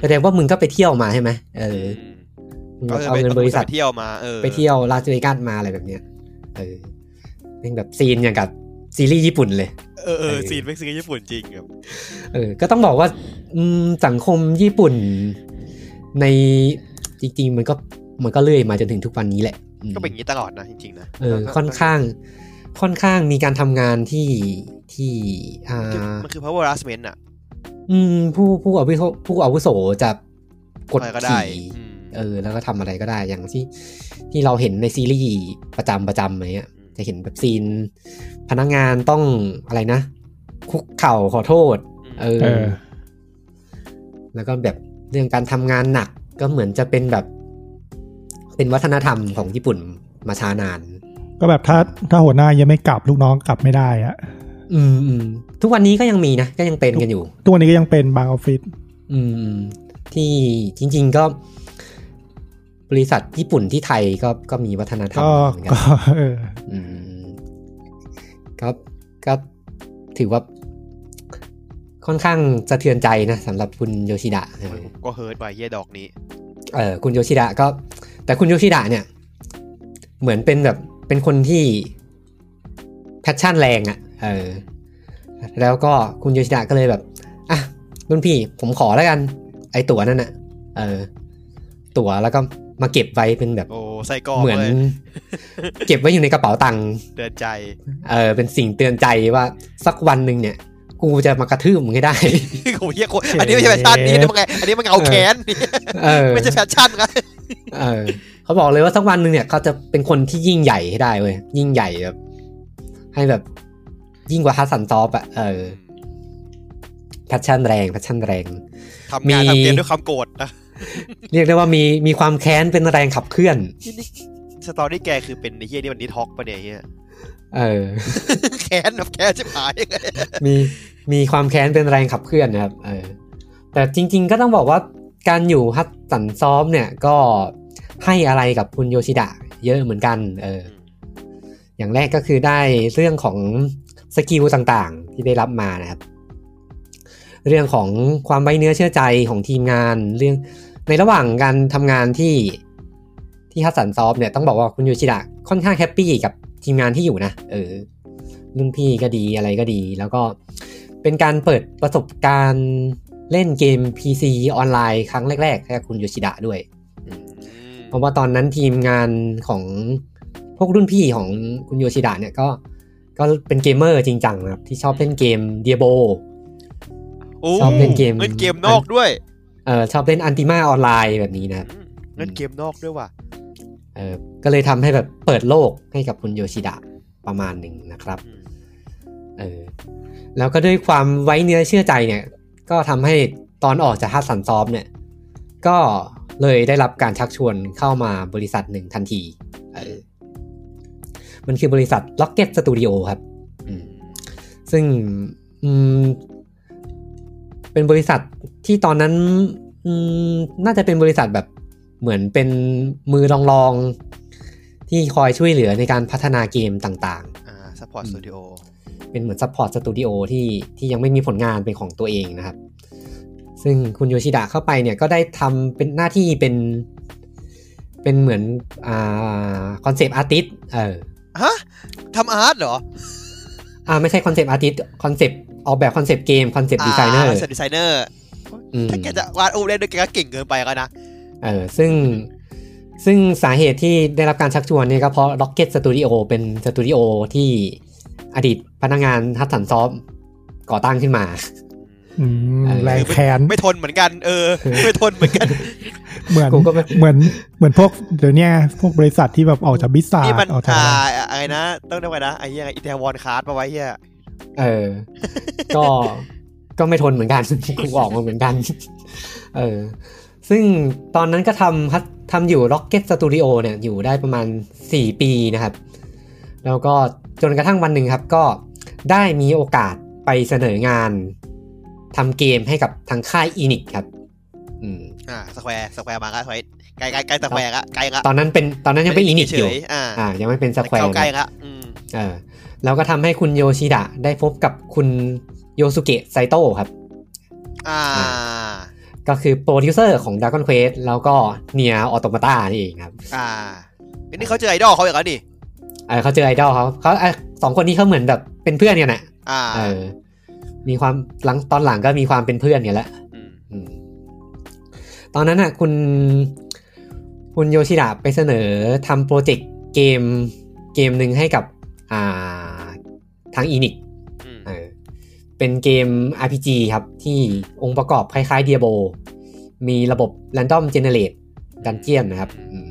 แสดงว่ามึงก็ไปเที่ยวมาใช่ไหมเออ ม มึง ก็คือ เอา ไป เงินบริษัท ไปเที่ยวมาเออ ไปเที่ยวลาสเวกัสมาอะไรแบบเนี้ย เออเป็นแบบซีนอย่างกับซีรีส์ญี่ปุ่นเลย เออเออซีนเม็กซิกันญี่ปุ่นจริงครับ เออ ก็ต้องบอกว่าอืมสังคมญี่ปุ่น ในจริงๆ มันก็มันก็เลื่อยมาจนถึงทุกวันนี้แหละอืม ก็เป็นอย่างนี้ตลอดนะจริงๆนะ เออ ค่อนข้าง ค่อนข้างมีการทำงานที่ที่อ่ มันคือา มันคือ power harassment อ่ะ อืม ผู้ผู้อาวุโสผู้อาวุโสจะกด อะไรก็ได้ ขี่ อืม เออ แล้วก็ทำอะไรก็ได้อย่างที่ที่เราเห็นในซีรีส์ประจำประจำอะไรเงี้ย จะเห็นแบบซีน พนักงานต้องอะไรนะ คุกเข่าขอโทษ เออ เออ แล้วก็แบบเรื่องการทำงานหนักก็เหมือนจะเป็นแบบ เป็นวัฒนธรรมของญี่ปุ่นมาช้านาน ก็แบบถ้าถ้าหัวหน้ายังไม่กลับลูกน้องกลับไม่ได้อะ อืมอืมทุกวันนี้ก็ยังมีนะก็ยังเป็นกันอยู่ ทุกวันนี้ก็ยังเป็นบางออฟฟิศ อืมที่จริง ๆ ก็ บริษัทญี่ปุ่นที่ไทยก็ก็มีวัฒนธรรม ก็ เหมือนกันก็เออ อืมก็ก็ถือว่า ค่อนข้างสะเทือนใจนะสำหรับคุณโยชิดะเออ ผมก็เฮิร์ตไปเฮียดอกนี้ เออคุณโยชิดะก็ แต่คุณโยชิดะเนี่ย เหมือนเป็นแบบเป็นคนที่แพชชั่นแรงอะ่ะเออ แล้วก็คุณโยชิดะก็เลยแบบ อ่ะรุ่นพี่ผมขอแล้วกัน ไอตั๋วนั่นน่ะ เออ ตั๋วแล้วก็มาเก็บไว้เป็นแบบ โอ้ไส้กรอก เหมื อน เลย เก็บไว้อยู่ในกระเป๋าตังค์ เดือนใจ เออ เป็นสิ่งเตือนใจว่าสักวันหนึ่งเนี่ย กูจะมากระทืบมึงให้ได้ โอ้เฮียโคตรอันนี้ไม่ใช่แฟชั่นนี่นี่มันไงอันนี้มันเงาแขน เออ ไม่ใช่แฟชั่นนะ เออ เขาบอกเลยว่าสักวันหนึ่งเนี่ยเขาจะเป็นคนที่ยิ่งใหญ่ให้ได้เว้ยยิ่งใหญ่แบบ ให้แบบ ยิ่งกว่าฮัสซันซอฟอะเออแพชชั่นแรงแพชชั่นแรง ทำงาน มี ทำเกมด้วยความโกรธนะ เรียกได้ว่ามีมีความแค้นเป็นแรงขับเคลื่อน นี่นี่สตอรี่แกคือเป็นไอ้เฮียนี่มันดิทอกปะเนี่ยเฮีย เออ แค้นแบบแค้นชิบหายเลย มีมีความแค้นเป็นแรงขับเคลื่อนนะครับ เออ แต่จริง ๆ ก็ต้องบอกว่าการอยู่ฮัตสันซ้อมเนี่ยก็ให้อะไรกับคุณโยชิดะ เยอะเหมือนกันเออ อย่างแรกก็คือได้เรื่องของสกิลต่างๆ ที่ได้รับมานะครับ เรื่องของความไว้เนื้อเชื่อใจของทีมงาน เรื่องในระหว่างการทำงานที่ที่ฮัสสันซอฟเนี่ยต้องบอกว่าคุณยูชิดะค่อนข้างแฮปปี้กับทีมงานที่อยู่นะเออรุ่นพี่ก็ดีอะไรก็ดี แล้วก็เป็นการเปิดประสบการณ์เล่นเกม PC ออนไลน์ครั้งแรกๆให้กับคุณยูชิดะด้วย เพราะว่าตอนนั้นทีมงานของพวกรุ่นพี่ของคุณโยชิดะเนี่ยก็ก็เป็นเกมเมอร์จริงจังนะครับ ที่ชอบเล่นเกมเดียโบ ชอบเล่นเกม เล่นเกมนอกด้วย เอ่อชอบเล่นอันติมาออนไลน์แบบนี้นะครับ อืมเล่นเกมนอกด้วยว่ะ เอ่อก็เลยทำให้แบบเปิดโลกให้กับคุณโยชิดะประมาณหนึ่งนะครับ อืม เออแล้วก็ด้วยความไว้เนื้อเชื่อใจเนี่ย ก็ทำให้ตอนออกจากฮัตสันซอฟเนี่ย ก็เลยได้รับการชักชวนเข้ามาบริษัทหนึ่งทันที เออ มันคือบริษัท Rocket Studio ครับ อืม ซึ่งอืมเป็นบริษัทที่ตอนนั้นอืมน่าจะเป็นบริษัทแบบเหมือนเป็นมือรองๆ ที่คอยช่วยเหลือในการพัฒนาเกมต่างๆ อ่าซัพพอร์ตสตูดิโอ เป็นเหมือนซัพพอร์ตสตูดิโอที่ที่ยังไม่มีผลงานเป็นของตัวเองนะครับ ซึ่งคุณโยชิดะเข้าไปเนี่ยก็ได้ทำเป็นหน้าที่เป็น เป็นเหมือนอ่าคอนเซปต์อาร์ติสเออ ฮะทำอาร์ตเหรอ อ่าไม่ใช่คอนเซปต์อาร์ติสคอนเซปต์ออกแบบคอนเซปต์เกมคอนเซปต์ดีไซเนอร์ เซปดีไซเนอร์ถ้าแกจะวาดรูปเล่นด้วยแกก็เก่งเกินไปก็นะ เออซึ่งซึ่งสาเหตุที่ได้รับการชักชวนเนี่ยก็เพราะ Rocket Studio เป็นสตูดิโอที่อดีตพนักงานฮัตสันซอฟก่อตั้งขึ้นมา อืม เออ แรงแค้น ไม่ทนเหมือนกัน เอ อ ไม่ทนเหมือนกัน เหมือน กูก็ไม่ เหมือนเหมือนพวกเดี๋ยวเนี้ยพวกบริษัทที่แบบออกจากบิสซา นี่มัน ออกจาก อ่า อะไร อะไรนะ ต้องเรียกว่านะไอ้เหี้ยังอิตาลีคาร์ดมาไว้เฮีย เออ ก็ ก็ไม่ทนเหมือน กัน กูออกมาเหมือนกัน เออ ซึ่งตอนนั้นก็ทำฮัททำอยู่ Rocket Studio เนี่ย อยู่ได้ประมาณ 4 ปีนะครับ แล้วก็จนกระทั่งวันหนึ่งครับ ก็ได้มีโอกาสไปเสนองานทำเกมให้กับทางค่ายอีนิกครับ อืม อ่าสแควร์สแควร์มาละสแควร์ใกล้ใกล้ใกล้สแควร์ละใกล้ละ ตอนนั้นเป็นตอนนั้นยังเป็นอีนิกอยู่ เฉๆอ่า อ่า ยังไม่เป็นสแคว เข้า ร์ ใกล้ละอืม เออแล้วก็ทำให้คุณโยชิดะได้พบกับคุณโยสุเกะไซโตะครับ อ่า ก็คือโปรดิวเซอร์ของ Dragon Quest แล้วก็เนียออโตมาตานี่เองครับ อ่าอันนี้เขาเจอไอดอลเขาอีกแล้วนี่ เออเขาเจอไอดอลเขาเขาเอ่อสองคนนี้เขาเหมือนแบบเป็นเพื่อนกันน่ะ อ่า เออ มีความหลังตอนหลังก็มีความเป็นเพื่อนกันแล้ว ม อืมตอนนั้นน่ะ คุณ คุณโยชิดะไปเสนอทำโปรเจกต์เกมเกมหนึ่งให้กับ อ่าทางอีนิก อืม เออเป็นเกม RPG ครับ ที่องค์ประกอบคล้ายๆ Diablo มีระบบ Random Generate Dungeon นะครับอืม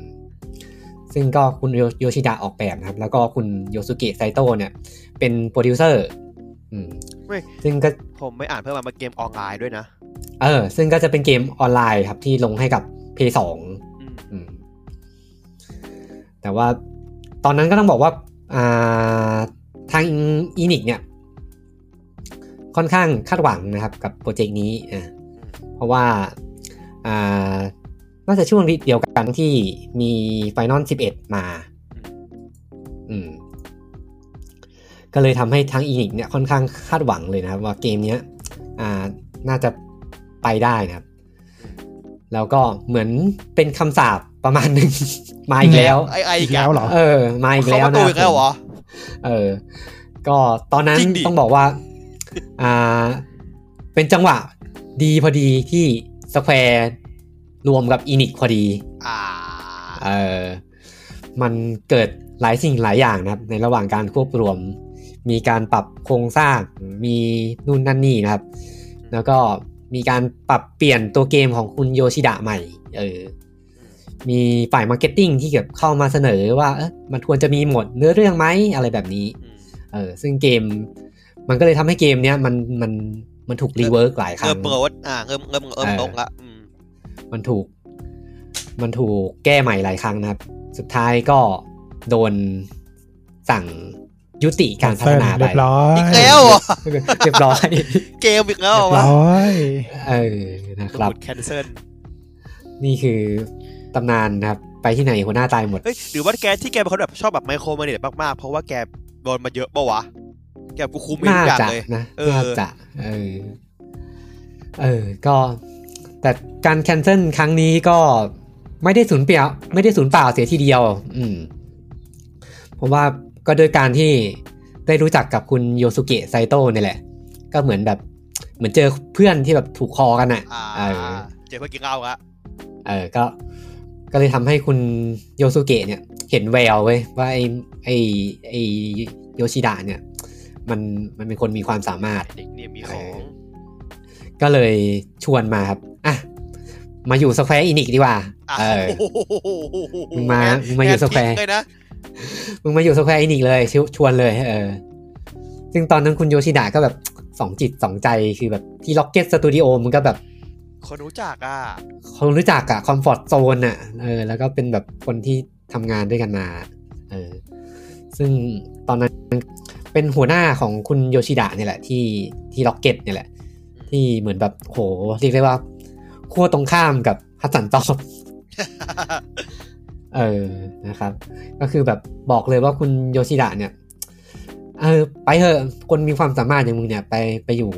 ซึ่งก็คุณโยโยชิดะออกแบบนะครับ แล้วก็คุณโยสุเกะไซโตะเนี่ย เป็นโปรดิวเซอร์อืมซึ่งก็ ผมไม่อ่านเพิ่มมามาเกมออนไลน์ด้วยนะ เออซึ่งก็จะเป็นเกมออนไลน์ครับ ที่ลงให้กับ P2 อืม อืมแต่ว่าตอนนั้นก็ต้องบอกว่าอ่าทางอีนิกเนี่ย ค่อนข้างคาดหวังนะครับ กับโปรเจกต์นี้อ่ะเพราะว่าอ่าน่าจะช่วงเดียวกันที่มีไฟนอล11 มา อืม ก็เลยทำให้ทางอีนิกเนี่ยค่อนข้างคาดหวังเลยนะครับ ว่าเกมเนี้ย อ่าน่าจะไปได้นะครับ แล้วก็เหมือนเป็นคำสาปประมาณหนึ่ง มาอีกแล้ว ไอไอ อีกแล้วเหรอ เออ มาอีกแล้ว เขา นะ ตูอีกแล้วเหรอ เออ ก็ตอนนั้น จริงดิ ต้องบอกว่า อ่า เป็นจังหวะดีพอดีที่สแควร์รวมกับอินิกพอดี อ่า เออมันเกิดหลายสิ่งหลายอย่างนะครับ ในระหว่างการควบรวม มีการปรับโครงสร้าง มีนู่นนั่นนี่นะครับ แล้วก็มีการปรับเปลี่ยนตัวเกมของคุณโยชิดะใหม่ เออ มีฝ่ายมาร์เก็ตติ้งที่แบบเข้ามาเสนอว่าเอ๊ะมันควรจะมีหมวดเนื้อเรื่องไหมอะไรแบบนี้ เออ ซึ่งเกม มันก็เลยทำให้เกมเนี้ยมันมันมันถูกรีเวิร์กหลายครั้ เริ่ ง มโปรดอ่าเริ่มเริ่มเริ่ม เออ ลงละอืม มันถูก มันถูกแก้ใหม่หลายครั้งนะครับ สุดท้ายก็โดนสั่งยุติการพัฒนา เรี ไป ยบร้อย อีกแล้วเหรอ เรียบร้อย เกมอีกแล้วเหเรีรอบยวะ ร้อย เออ นะครับ แคนเซิล นี่คือตำนานนะครับ ไปที่ไหนหัวหน้าตายหมด เอ้ยหรือว่าแกที่แกเป็นคนแบบชอบแบบไมโครมาเนตมากๆ เพราะว่าแกโดนมาเยอะปะวะ แกกูคุมไม่ น่า ทุกอย่าง จะ เลย นะ เออ น่าจะเออเออ ก็ แต่การแคนเซิลครั้งนี้ก็ไม่ได้สูญเปล่า ไม่ได้สูญเปล่าเสียทีเดียว อืมเพราะว่าก็โดวยการที่ได้รู้จักกับคุณโยสุเกะไซโตะเนี่ยแหละ ก็เหมือนแบบ เหมือนเจอเพื่อนที่แบบถูกคอกันอ่ะ อ่า เออ เจ๊เพื่อกินเหล้าละ เออก็ ก็เลยทำให้คุณโยสุเกะเนี่ย เห็นแววเว้ยว่าไอ้ไอ้ไอ้โยชิดะเนี่ย มันมันเป็นคนมีความสามารถ เด็กเนี่ยมีของ ก็เลยชวนมาครับ อ่ะ มาอยู่สแควร์อินิกดีกว่า อ่ะ เออ โโห มึงมา แ มึงมาอยู่ แบ สแควร์ ทิ้งเลยนะ มึงมาอยู่สแควร์อินิกเลยชวชวนเลย เออ ซึ่งตอนนั้นคุณโยชิดะก็แบบ สองจิตสองใจคือแบบที่ล็อกเก็ตสตูดิโอมันก็แบบ คนรู้จักอ่ะ คนรู้จักอะคอมฟอร์ตโซนอะเออ แล้วก็เป็นแบบคนที่ทำงานด้วยกันมา เออ ซึ่งตอนนั้นเป็นหัวหน้าของคุณโยชิดะเนี่ยแหละ ที่ที่ล็อกเก็ตเนี่ยแหละ ที่เหมือนแบบโหเรียกได้ว่าขั้วตรงข้ามกับฮัตสันตอบ เออ นะครับ ก็คือแบบบอกเลยว่าคุณโยชิดะเนี่ย เออ ไปเถอะ คนมีความสามารถอย่างมึงเนี่ย ไปไปอยู่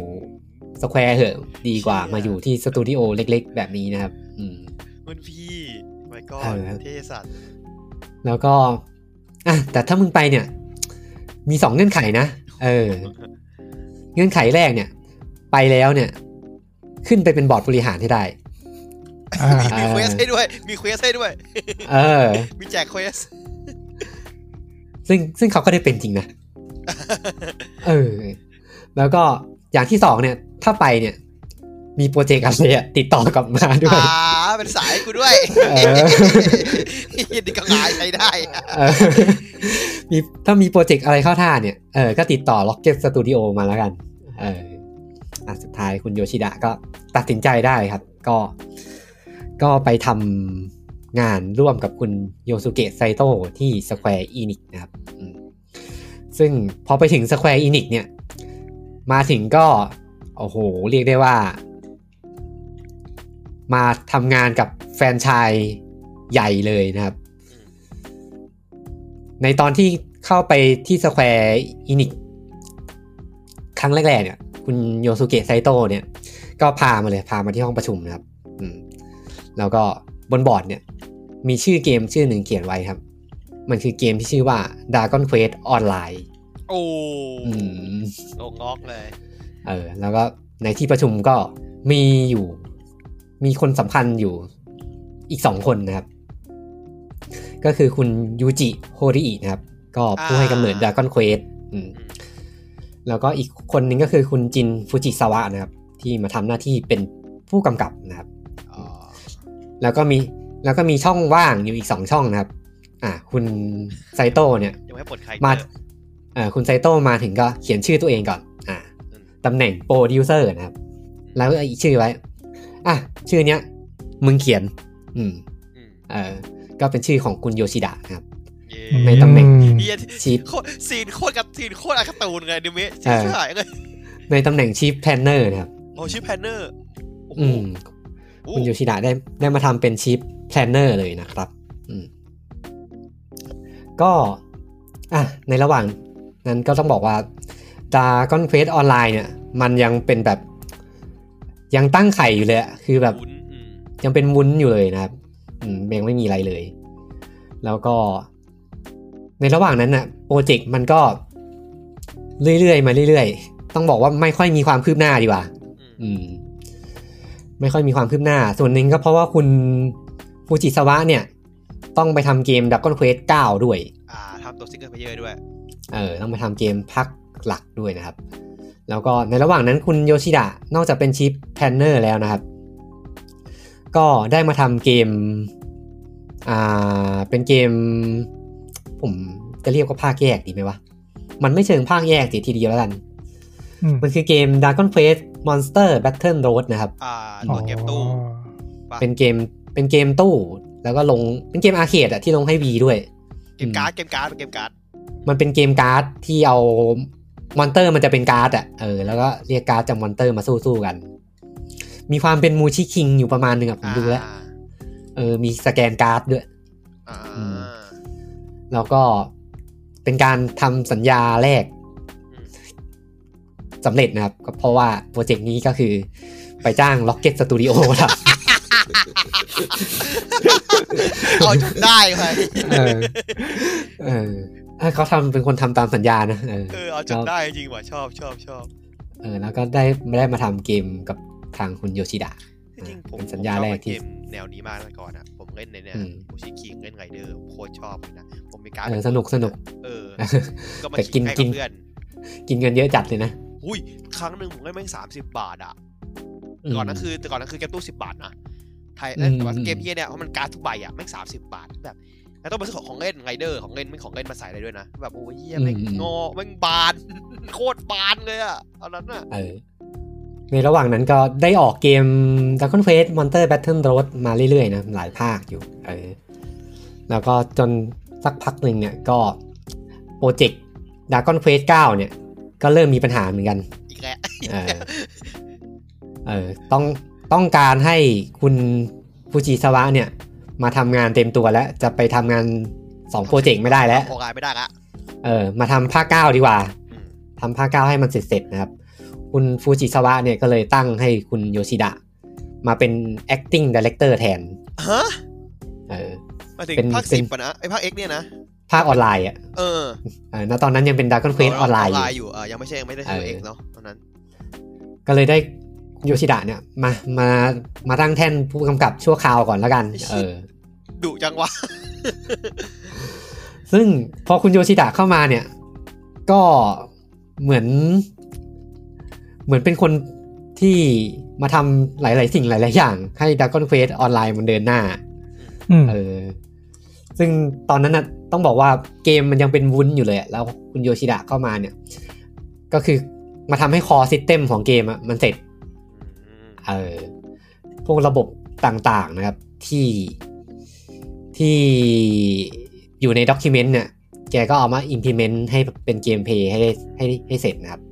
สแควร์เถอะ ดีกว่ามาอยู่ที่สตูดิโอเล็ก ๆ แบบนี้นะครับ อืม มันพี่ไม่ก็ เออ เท่สัตว์ แล้วก็ อ่ะ แต่ถ้ามึงไปเนี่ย มีสองเงื่อนไขนะ เออ เงื่อนไขแรกเนี่ย ไปแล้วเนี่ย ขึ้นไปเป็นบอร์ดบริหารให้ได้ อ่าเออมีมีเควสให้ด้วย มีเควสให้ด้วย เออ มีแจกเควส ซึ่งซึ่งเขาก็ได้เป็นจริงนะ เออ แล้วก็อย่างที่สองเนี่ย ถ้าไปเนี่ย มีโปรเจกต์อะไรอะติดต่อกลับมาด้ว อ่าย เป็นสายกูด้วย เออ ยินดีกังหลายใช้ได้อะ เออ มีถ้ามีโปรเจกต์อะไรเข้าท่าเนี่ย เออ ก็ติดต่อ Rocket Studio มาแล้วกัน เอออ่ะสุดท้ายคุณโยชิดะก็ตัดสินใจได้ครับ ก็ ก็ไปทำงานร่วมกับคุณโยสุเกะไซโตะที่ Square Enix นะครับอืมซึ่งพอไปถึง Square Enix เนี่ย มาถึงก็ โอ้โห เรียกได้ว่า มาทำงานกับแฟรนไชายใหญ่เลยนะครับ ในตอนที่เข้าไปที่สแควร์อินิกครั้งแรกๆเนี่ย คุณโยสุเกะไซโตะเนี่ย ก็พามาเลยพามาที่ห้องประชุมนะครับ อืม แล้วก็บนบอร์ดเนี่ย มีชื่อเกมชื่อหนึ่งเขียนไว้ครับ มันคือเกมที่ชื่อว่า Dragon Quest Online โอ้ อืม โลงงอกเลย เออแล้วก็ในที่ประชุมก็มีอยู่ มีคนสำคัญอยู่อีกสองคนนะครับ ก็คือคุณยูจิโฮริอินะครับ ก็ผู้ให้กำเนิดดากอนเควสแล้วก็อีกคนหนึงก็คือคุณจินฟูจิซาวะนะครับ ที่มาทำหน้าที่เป็นผู้กำกับนะครับ อ๋อ แล้วก็มีแล้วก็มีช่องว่างอยู่อีกสองช่องนะครับ อ่า คุณไซโตะเนี่ย ยังไม่ปลดใคร มา เจอ เอ่อคุณไซโตะมาถึงก็เขียนชื่อตัวเองก่อน อ่า อืม ตำแหน่งโปรดิวเซอร์นะครับ แล้วก็อีกชื่อไว้ อ่ะ ชื่อเนี้ย มึงเขียน อืม อืม เออ ก็เป็นชื่อของคุณโยชิดะนะครับ เย้ ในตำแหน่ง อืม เหี้ย ชีฟ โคตรซีนโคตรกับซีนโคตรอาคาตูนไงดิเมะ เอ ใช่ อ ไหายเลย ในตำแหน่งชีฟแพลนเนอร์นะครับ โอ้ชื่อแพนเนอร์โอ้โห อืม โอ้ คุณโยชิดะได้ได้มาทำเป็นชีฟแพลนเนอร์เลยนะครับ อืม ก็ อ่ะ ในระหว่างนั้นก็ต้องบอกว่า Dragon Quest Online เนี่ย มันยังเป็นแบบ ยังตั้งไข่อยู่เลยอะคือแบบ คุ้นอืม ยังเป็นวุ้นอยู่เลยนะครับ อืมยังไม่มีอะไรเลย แล้วก็ ในระหว่างนั้นน่ะ โปรเจกต์มันก็ เรื่อยๆมาเรื่อยๆ ต้องบอกว่าไม่ค่อยมีความคืบหน้าดีกว่า อืม ไม่ค่อยมีความคืบหน้า ส่วนหนึ่งก็เพราะว่าคุณฟูจิสวะเนี่ย ต้องไปทำเกม Dragon Quest 9 ด้วย อ่าทำตัวซิงเกิลเพลเยอร์ด้วย เออต้องไปทำเกมพักหลักด้วยนะครับ แล้วก็ในระหว่างนั้นคุณโยชิดะนอกจากเป็นชิปแพนเนอร์แล้วนะครับ ก็ได้มาทำเกมอ่าเป็นเกม ผมจะเรียกว่าภาคแยกดีไหมวะ มันไม่เชิงภาคแยกสิทีเดียวแล้วกัน อืม มันคือเกม Dragon Quest Monster Battle Road นะครับ อ่าตัวเกมตู้ อ๋อ ปะ เป็นเกมเป็นเกมตู้ แล้วก็ลงเป็นเกมอาร์เคดอะที่ลงให้วีด้วย เกมการ์ดเกมการ์ดเกมการ์ด มันเป็นเกมการ์ดที่เอามอนเตอร์มันจะเป็นการ์ดอ่ะเออแล้วก็เรียกการ์ดจากมอนเตอร์มาสู้ๆกัน มีความเป็นมูชิคิงอยู่ประมาณหนึ่งอะผมดูแล้ว อ่า เออมีสแกนการ์ดด้วย อ่า อืม แล้วก็เป็นการทำสัญญาแรกสำเร็จนะครับก็เพราะว่าโปรเจกต์นี้ก็คือไปจ้าง Rocket Studio ครับ เอาจนได้ไป เออเอออ่ะเขาทำเป็นคนทำตามสัญญานะเออ เออเอาจนได้จริงว่ะชอบชอบชอบ เออแล้วก็ได้ได้มาทำเกมกับทางคุณโยชิดะ จริงๆผม เป็นสัญญา ผมชอบ แรกที่ เมแนวนี้มากแต่ก่อนอ่ะผมเล่นในเนี่ย อืม โอชิคิงเล่นไงเดอร์โคตรชอบเลยนะผมมีการ์ด เออสนุกสนุก เอ อ ก็มา แต่กิ กิน น ให้ กิ กับ น เพื่อน กินเงินเยอะจัดเลยนะ อุ้ยครั้งหนึ่งผมได้แม่งสามสิบบาทอ่ะ ม ก่อนนั้นคือแต่ก่อนนั้นคือเกมตู้สิบบาทนะไทย อื เอ้ย ม แต่ว่า อืม เกมเฮียเนี่ยเพราะมันการ์ดทุกใบอ่ะแม่งสามสิบบาทแบบแล้วต้องมาซื้อของของเล่นไงเดอร์ของเล่นไม่งของเล่นมาใส่อะไรด้วยนะแบบโอ้ยเฮียแม่งงอแม่งบาน โคตรบานเลยอ่ะตอนนั้นอ่ะ เออในระหว่างนั้นก็ได้ออกเกม Dragon Quest Monster Battle Road มาเรื่อยๆนะ หลายภาคอยู่เออแล้วก็จนสักพักหนึ่งเนี่ยก็โปรเจกต์ Dragon Quest 9 เนี่ย ก็เริ่มมีปัญหาเหมือนกัน อีกแล้ว เออ เออต้องต้องการให้คุณฟูจิสวะเนี่ย มาทำงานเต็มตัวแล้ว จะไปทำงานสองโปรเจกต์ไม่ได้แล้ว ออกงานไม่ได้ละ เออมาทำภาคเก้าดีกว่า อืม ทำภาคเก้าให้มันเสร็จๆนะครับ คุณฟูจิสวะเนี่ยก็เลยตั้งให้คุณโยชิดะ มาเป็น acting director แทน ฮะ เออ มาถึง เป็น ภาค เป็ สิ น บปะนะไอยภาคเอ็กเนี่ยนะ ภาคออนไลน์อ่ะ เออ เออณตอนนั้นยังเป็น Dragon Quest ออนไลน์อออยู่ นไลน์อยู่เออยังไม่ใช่ยังไม่ได้ชื่อ เออ เอ็กเนาะตอนนั้น ก็เลยได้โยชิดะเนี่ยมามามาตั้งแท่นผู้กำกับชั่วคราวก่อนแล้วกัน เออ ดุจังวะ ซึ่งพอคุณโยชิดะเข้ามาเนี่ย ก็เหมือน เหมือนเป็นคนที่มาทำหลาย ๆ สิ่งหลาย ๆ อย่าง ให้ Dragon Quest ออนไลน์มันเดินหน้า อืม เออ ซึ่งตอนนั้นน่ะต้องบอกว่าเกมมันยังเป็นวุ้นอยู่เลยอะแล้วคุณโยชิดะเข้ามาเนี่ย ก็คือมาทำให้คอซิสเต็มของเกมอะมันเสร็จ เออ พวกระบบต่างๆนะครับ ที่ที่อยู่ในด็อกิเมนต์เนี่ย แกก็เอามา implement ให้เป็นเกมเพย์ให้ได้ให้ให้เสร็จนะครับ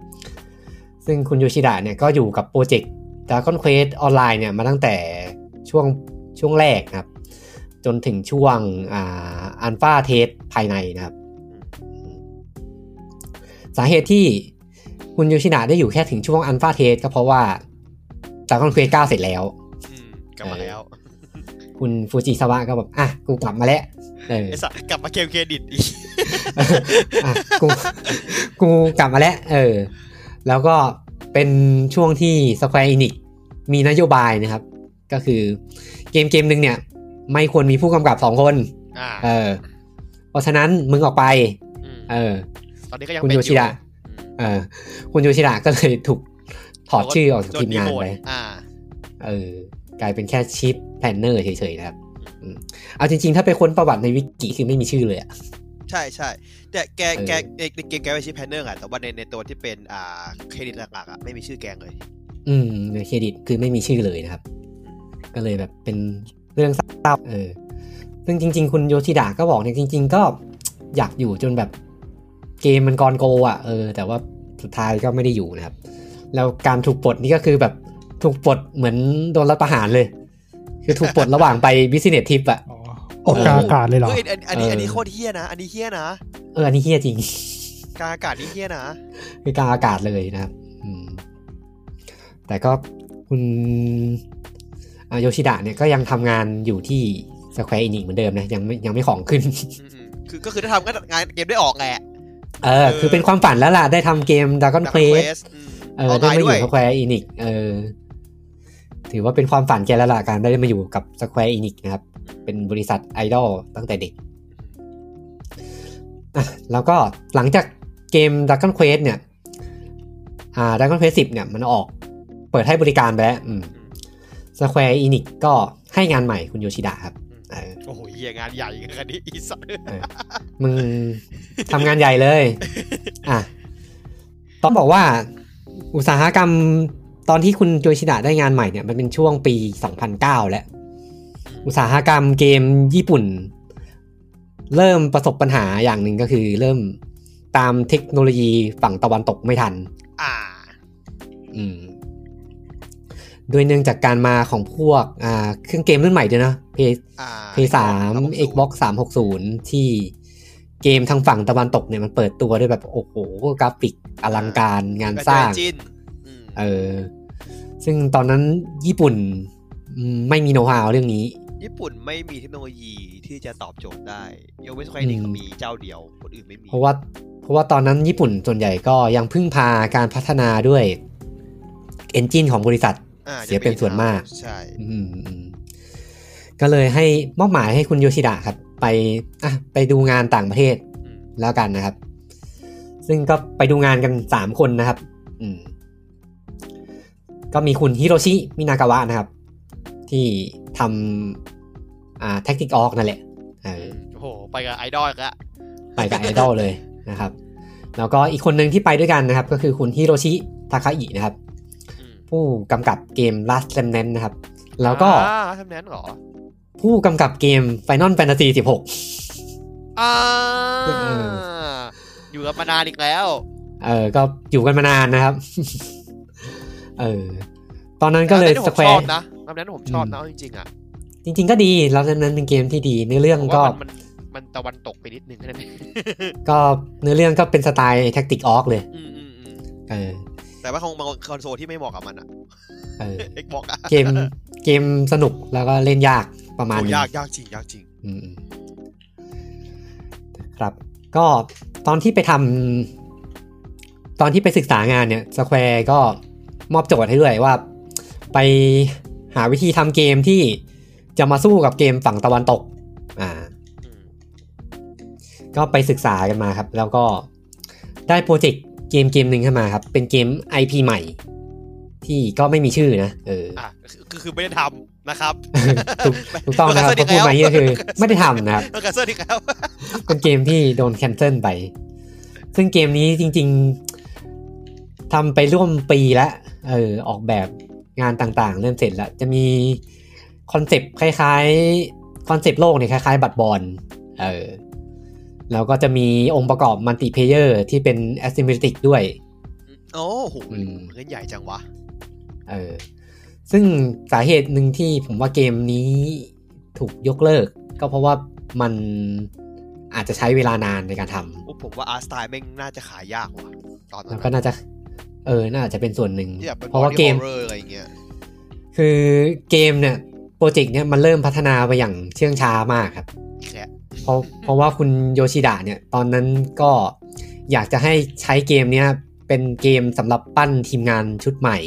ซึ่งคุณโยชิดะเนี่ยก็อยู่กับโปรเจกต์ Dragon Quest ออนไลน์เนี่ยมาตั้งแต่ช่วงช่วงแรกนะครับ จนถึงช่วงอ่าอันฟาเทสภายในนะครับ สาเหตุที่คุณโยชินะได้อยู่แค่ถึงช่วงอันฟาเทสก็เพราะว่า Dragon Quest 9 เสร็จแล้ว อืมกลับมาแล้ว คุณฟูจิสวะก็แบบอ่ะกูกลับมาแล้วเออ ไอสัตว์กลับมาเกมเครดิตอีก อ่ะกูกูกลับมาแล้วเออ แล้วก็เป็นช่วงที่ Square Enix มีนโยบายนะครับ ก็คือเกมเกมหนึ่งเนี่ย ไม่ควรมีผู้กำกับสองคน อ่า เออ เพราะฉะนั้นมึงออกไป ม เออ ตอนนี้ก็ยัง คุณ เป็น โย อ ชิ ยู่ ดะ อืม เออคุณโยชิดะก็เลยถูกถอดชื่อออกจาก โด ทีมงาน โมท ไป อ่า เออกลายเป็นแค่ชิปแพลนเนอร์เฉยๆนะครับอืมเอาจริงๆ ถ้าไปค้นประวัติในวิกิคือไม่มีชื่อเลยอะ ใช่ใช่แต่แก เออ แกในในเกมแกเป็นชื่อแพนเนอร์อะแต่ว่าในในตัวที่เป็นอ่าเครดิตหลักๆอะไม่มีชื่อแกงเลย อืมในเครดิตคือไม่มีชื่อเลยนะครับ ก็เลยแบบเป็นเรื่องเศร้าเออ ซึ่งจริง ๆ คุณโยชิดะก็บอกเนี่ยจริง ๆ ก็อยากอยู่จนแบบเกมมันกรโกอ่ะเออ แต่ว่าสุดท้ายก็ไม่ได้อยู่นะครับ แล้วการถูกปลดนี่ก็คือแบบถูกปลดเหมือนโดนรัฐประหารเลย คือถูกปลดระหว่างไปบิสเนสทิปอะ อ๋อออกกลางอากาศเลยเหรอ เฮ้ยอันอันนี้ เอออั อันนี้โคตรเฮี้ยนะ อันนี้เฮี้ยนะ เอออันนี้เฮี้ยจริง การอากาศนี่เฮี้ยนะ คือกลางอากาศเลยนะครับ อืม แต่ก็คุณอ่าโยชิดะเนี่ยก็ยังทำงานอยู่ที่สแควร์อินิกเหมือนเดิมนะ ยังไม่ยังไม่ของขึ้น อืมๆคือก็คือถ้าทำก็งานเกมได้ออกแหละ เออ เออ คือเป็นความฝันแล้วล่ะ ได้ทำเกม Dragon Dark Quest Quest อืม เอ อ อ อก ได้ งาน มาอ ด้ว ยู่ ย สแควร์อินิกเออ ถือว่าเป็นความฝันแกแล้วล่ะ การได้มาอยู่กับสแควร์อินิกนะครับ เป็นบริษัทไอดอลตั้งแต่เด็ก อ่ะแล้วก็หลังจากเกม Dragon Quest เนี่ย อ่า Dragon Quest 10 เนี่ยมันออกเปิดให้บริการไปแล้วอืม Square Enix ก็ให้งานใหม่คุณโยชิดะครับเออ โอ้โหเฮี้ยงานใหญ่ขนาดนี้อีสัตว์ มึงทำงานใหญ่เลย อ่ะ ต้องบอกว่าอุตสาหกรรมตอนที่คุณโยชิดะได้งานใหม่เนี่ย มันเป็นช่วงปี 2009 แล้ว อุตสาหกรรมเกมญี่ปุ่น เริ่มประสบปัญหาอย่างหนึ่งก็คือเริ่มตามเทคโนโลยีฝั่งตะวันตกไม่ทัน อ่า อืม ด้วยเนื่องจากการมาของพวกอ่าเครื่องเกมรุ่นใหม่ด้วยนะ P อ่า P สาม Xbox สามหกศูนย์ที่เกมทางฝั่งตะวันตกเนี่ยมันเปิดตัวด้วยแบบโอ้โหกราฟิกอลังการงานสร้าง จินอืม เออ ซึ่งตอนนั้นญี่ปุ่นอืมไม่มีโน้ตฮาวเรื่องนี้ ญี่ปุ่นไม่มีเทคโนโลยีที่จะตอบโจทย์ได้ยกเว้นสควอนิก อืม มีเจ้าเดียว คนอื่นไม่มี เพราะว่าเพราะว่าตอนนั้นญี่ปุ่นส่วนใหญ่ก็ยังพึ่งพาการพัฒนาด้วยเอนจินของบริษัท อ่า เสียเป็นส่วนมาก ใช่ อืมอืมก็เลยให้มอบหมายให้คุณโยชิดะครับ ไปอ่ะไปดูงานต่างประเทศ อืม แล้วกันนะครับ ซึ่งก็ไปดูงานกันสามคนนะครับ อืม ก็มีคุณฮิโรชิ มินากาวะนะครับ ที่ทำอ่าแท็กติกออกนั่นแหละเออ โอ้โห ไปกับไอดอลละ ไปกับไอดอลเลยนะครับ แล้วก็อีกคนหนึ่งที่ไปด้วยกันนะครับ ก็คือคุณฮิโรชิ ทาคาอินะครับ อืม ผู้กำกับเกม Last Remnant นะครับ แล้วก็ อ่าทำนั้นเหรอ ผู้กำกับเกม Final Fantasy อ่า เออ อยู่กับมานานอีกแล้ว 16 เออก็อยู่กันมานานนะครับ เออ ตอนนั้นก็เลย อันนั้น ส ผม แคว ชอ ร์ บนะอันนั้นผมชอบนะเอาจริงๆอ่ะ จริง ๆ ก็ดี Last Remnant เป็นเกมที่ดี เนื้อเรื่อง ผม ก็ ว่ามันมันมันตะวันตกไปนิดนึงแค่นั้นเอง ก็เนื้อเรื่องก็เป็นสไตล์แท็กติกออกเลย อืมอืมอืม เออ แต่ว่าคงบางคอนโซลที่ไม่เหมาะกับมันอ่ะ เออ Xbox อ่ะ เกม เกมสนุกแล้วก็เล่นยากประมาณ โห หนึง ยากยากจริงยากจริง อืมครับ ก็ตอนที่ไปทำตอนที่ไปศึกษางานเนี่ยสแควร์ก็มอบโจทย์ให้ด้วยว่า ไปหาวิธีทำเกมที่จะมาสู้กับเกมฝั่งตะวันตก อ่า อืม ก็ไปศึกษากันมาครับ แล้วก็ได้โปรเจกต์เกมเกมหนึ่งขึ้นมาครับ เป็นเกม IP ใหม่ ที่ก็ไม่มีชื่อนะเออ อ่ะคือคือคือไม่ได้ทำนะครับ ถูกถูกต้องนะครับเพราะพูดมาอย่างนี้ก็คือไม่ได้ทำนะครับ แล้วก็สวัสดีครับ เป็นเกมที่โดนแคนเซิลไป ซึ่งเกมนี้จริงๆทำไปร่วมปีแล้ว เออ ออกแบบงานต่างๆ เริ่มเสร็จแล้ว จะมีคอนเซปต์คล้ายๆ คอนเซปต์โลกเนี่ยคล้ายๆ บัตรบอล เออ แล้วก็จะมีองค์ประกอบมัลติเพเยอร์ที่เป็นแอสซิม e ติกด้วย โอ้โห อืม เงินใหญ่จังวะ เออ ซึ่งสาเหตุหนึ่งที่ผมว่าเกมนี้ถูกยกเลิก ก็เพราะว่ามันอาจจะใช้เวลานานในการทำ โอ้ผมว่าอาร์สไตล์แม่งน่าจะขายยากว่ะ ตอนนั้ แล้ว น ก็น่าจะ เออ น่าจะเป็นส่วนหนึ่ง ที่แบบเป็น เพราะว่าเกม เรออะไรอย่างเงี้ย คือเกมเนี่ย โปรเจกต์เนี่ยมันเริ่มพัฒนาไปอย่างเชื่องช้ามากครับ แค่ เพราะ เพราะว่าคุณโยชิดะเนี่ย ตอนนั้นก็อยากจะให้ใช้เกมเนี้ยเป็นเกมสำหรับปั้นทีมงานชุดใหม่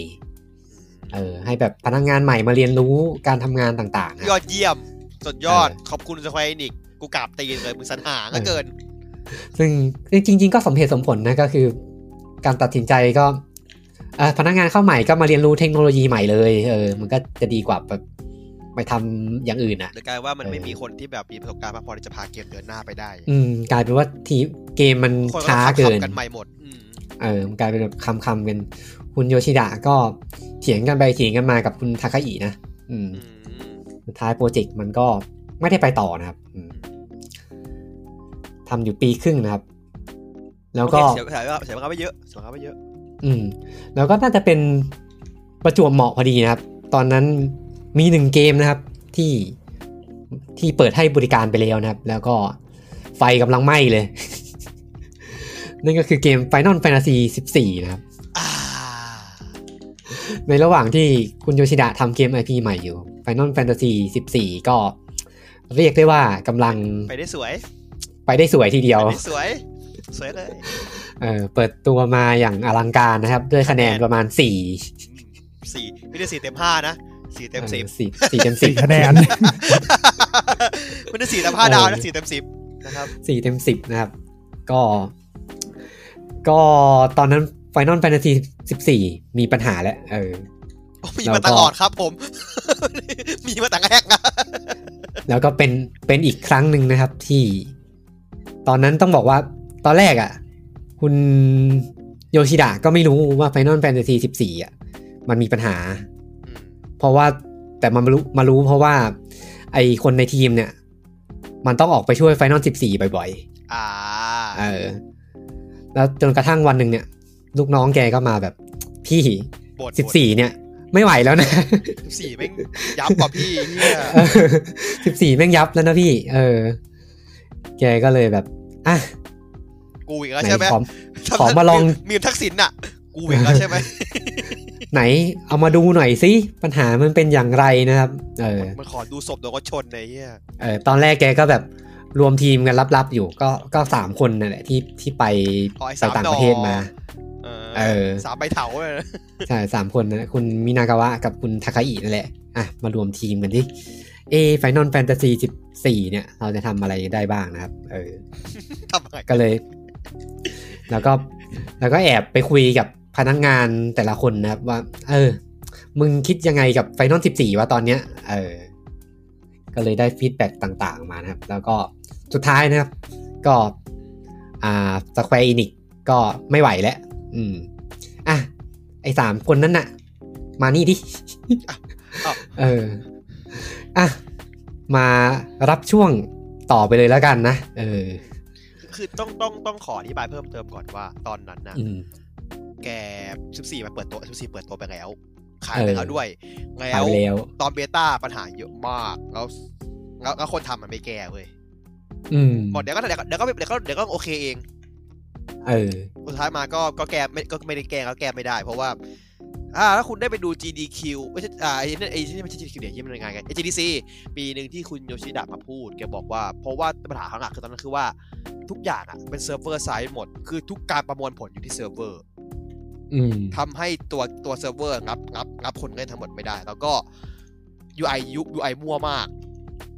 เออ ให้แบบพนักงานใหม่มาเรียนรู้การทำงานต่างๆนะ ยอดเยี่ยม สุดยอด เออ ขอบคุณสควอนิกกูกราบตีนเลยมึงสรรหาก็เกิน ซึ่งจริง ๆ ก็สมเหตุสมผลนะก็คือ การตัดสินใจก็เอ่อพนักงานเข้าใหม่ก็มาเรียนรู้เทคโนโลยีใหม่เลย เออ มันก็จะดีกว่าแบบไปทำอย่างอื่นอ่ะ หรือกลายว่ามัน เออ ไม่มีคนที่แบบมีประสบการณ์มากพอที่จะพาเกมเดินหน้าไปได้ อืมกลายเป็นว่าทีเกมมัน คนก็ ช้า ขับ เกิน กันใหม่หมดอืม เออมันกลายเป็นแบบคำคำๆกันคุณโยชิดะก็เถียงกันไปเถียงกันมากับคุณทาคาอินะอืม อืม สุดท้ายโปรเจกต์มันก็ไม่ได้ไปต่อนะครับอืมทำอยู่ปีครึ่งนะครับ แล้วก็ โอเคเสียเสียเวลาเสียเวลาไม่เยอะเสียเวลาไม่เยอะ อืมแล้วก็น่าจะเป็นประจวบเหมาะพอดีนะครับ ตอนนั้นมีหนึ่งเกมนะครับ ที่ที่เปิดให้บริการไปแล้วนะครับ แล้วก็ไฟกำลังไหม้เลย นั่นก็คือเกม Final Fantasy 14 นะครับ อ่า ในระหว่างที่คุณโยชิดะทำเกม IP ใหม่อยู่ Final Fantasy 14 ก็เรียกได้ว่ากำลัง ไปได้สวย ไปได้สวยทีเดียว ไปได้สวย สวยเลย เออเปิดตัวมาอย่างอลังการนะครับ ด้วยคะแนนประมาณ 4 อืมสี่ไม่ได้สี่เต็มห้านะสี่เต็มสิบ 4 4เต็ม สี่ 10 คะแนน มันจะสี่เต็มห้าดาวนะ เออ สี่เต็มสิบนะครับ สี่เต็มสิบนะครับ ก็ ก็ตอนนั้น Final Fantasy 14 มีปัญหาแล้ว เออ โอ้มีมาตลอดครับผม มีมาตั้งแต่แรกนะ แล้วก็เป็น เป็นอีกครั้งหนึ่งนะครับที่ ตอนนั้นต้องบอกว่า ตอนแรกอะ่ะ คุณโยชิดะก็ไม่รู้ว่า Final Fantasy 14อ่ะ มันมีปัญหา เพราะว่าแต่มันมารู้มารู้เพราะว่า ไอคนในทีมเนี่ย มันต้องออกไปช่วย Final 14 บ่อยๆ อ่า เออ แล้วจนกระทั่งวันหนึ่งเนี่ย ลูกน้องแกก็มาแบบ พี่ บท สิบสี่เนี่ย ไม่ไหวแล้วนะ สิบสี่แม่งยับกว่าพี่เฮีย สิบสี่แม่งยับแล้วนะพี่ เออ แกก็เลยแบบอ่ะ กูอีกแล้ว ไหน ใช่ไหม ขอม ทำ ขอมาลอง มีมทักษิณน่ะ กูอีกแล้วใช่ไหม ไหนเอามาดูหน่อยสิปัญหามันเป็นอย่างไรนะครับ เออ มันขอดูศพโดนก็ชนเลยเฮีย เออตอนแรกแกก็แบบรวมทีมกันลับๆอยู่ ก็ก็สามคนนั่นแหละที่ที่ไป ขอไอ้ ไป สาม ต่าง ด ป อก ระเทศมา เออ สามใบเถาเลยนะ ใช่สามคนนะคุณมินากาวะกับคุณทาคาอินั่นแหละ อ่ะ มารวมทีมกันที่เอไฟนอลแฟนตาซีสิบสี่เนี่ย เราจะทำอะไรได้บ้างนะครับ เออ ทำอะไร ก็เลย แล้วก็ แล้วก็แอบไปคุยกับพนักงานแต่ละคนนะครับ ว่า เออ มึงคิดยังไงกับไฟนอลสิบสี่วะตอนเนี้ย เออ ก็เลยได้ฟีดแบ็กต่างๆ มานะครับ แล้วก็สุดท้ายนะครับ ก็ อ่าสแควร์อินิกก็ไม่ไหวแล้ว อืม อ่ะ ไอสามคนนั้นน่ะ มา นี่ดิ อ้าว เออ อ่ะ มารับช่วงต่อไปเลยแล้วกันนะ เออ คือต้องต้องต้องขออธิบายเพิ่มเติมก่อนว่าตอนนั้นนะ อืม แกสิบสี่มาเปิดตัวสิบสี่เปิดตัวไปแล้วขายไปแล้วด้วย แล้ ขายไปแล้ว ตอนเบต้าปัญหาเยอะมาก แล้วแล้วแล้วคนทำมันไม่แก้เว้ย อืม บอกเดี๋ยวก็เดี๋ยวก็เดี๋ยวก็เดี๋ยวก็เดี๋ยวก็โอเคเอง เออ สุดท้ายมาก็ก็แก้ไม่ก็ไม่ได้แก้ก็แก้ไม่ได้ เพราะว่า อ่าถ้าคุณได้ไปดู GDQ ไม่ใช่อ่าไอ้นี่นไอ้นี่ไม่ใช่ GDQ เดี๋ยวที่มันรายงานกันไอ้ GDC ปีหนึ่งที่คุณโยชิดะมาพูดแกบอกว่า เพราะว่าปัญหาข้างหลักคือตอนนั้นคือว่าทุกอย่างอ่ะเป็นเซิร์ฟเวอร์ไซด์หมด คือทุกการประมวลผลอยู่ที่เซิร์ฟเวอร์ อืม ทำให้ตัวตัวเซิร์ฟเวอร์งับงับงับคนเล่นทั้งหมดไม่ได้ แล้วก็ UI ยุ UI มั่วมาก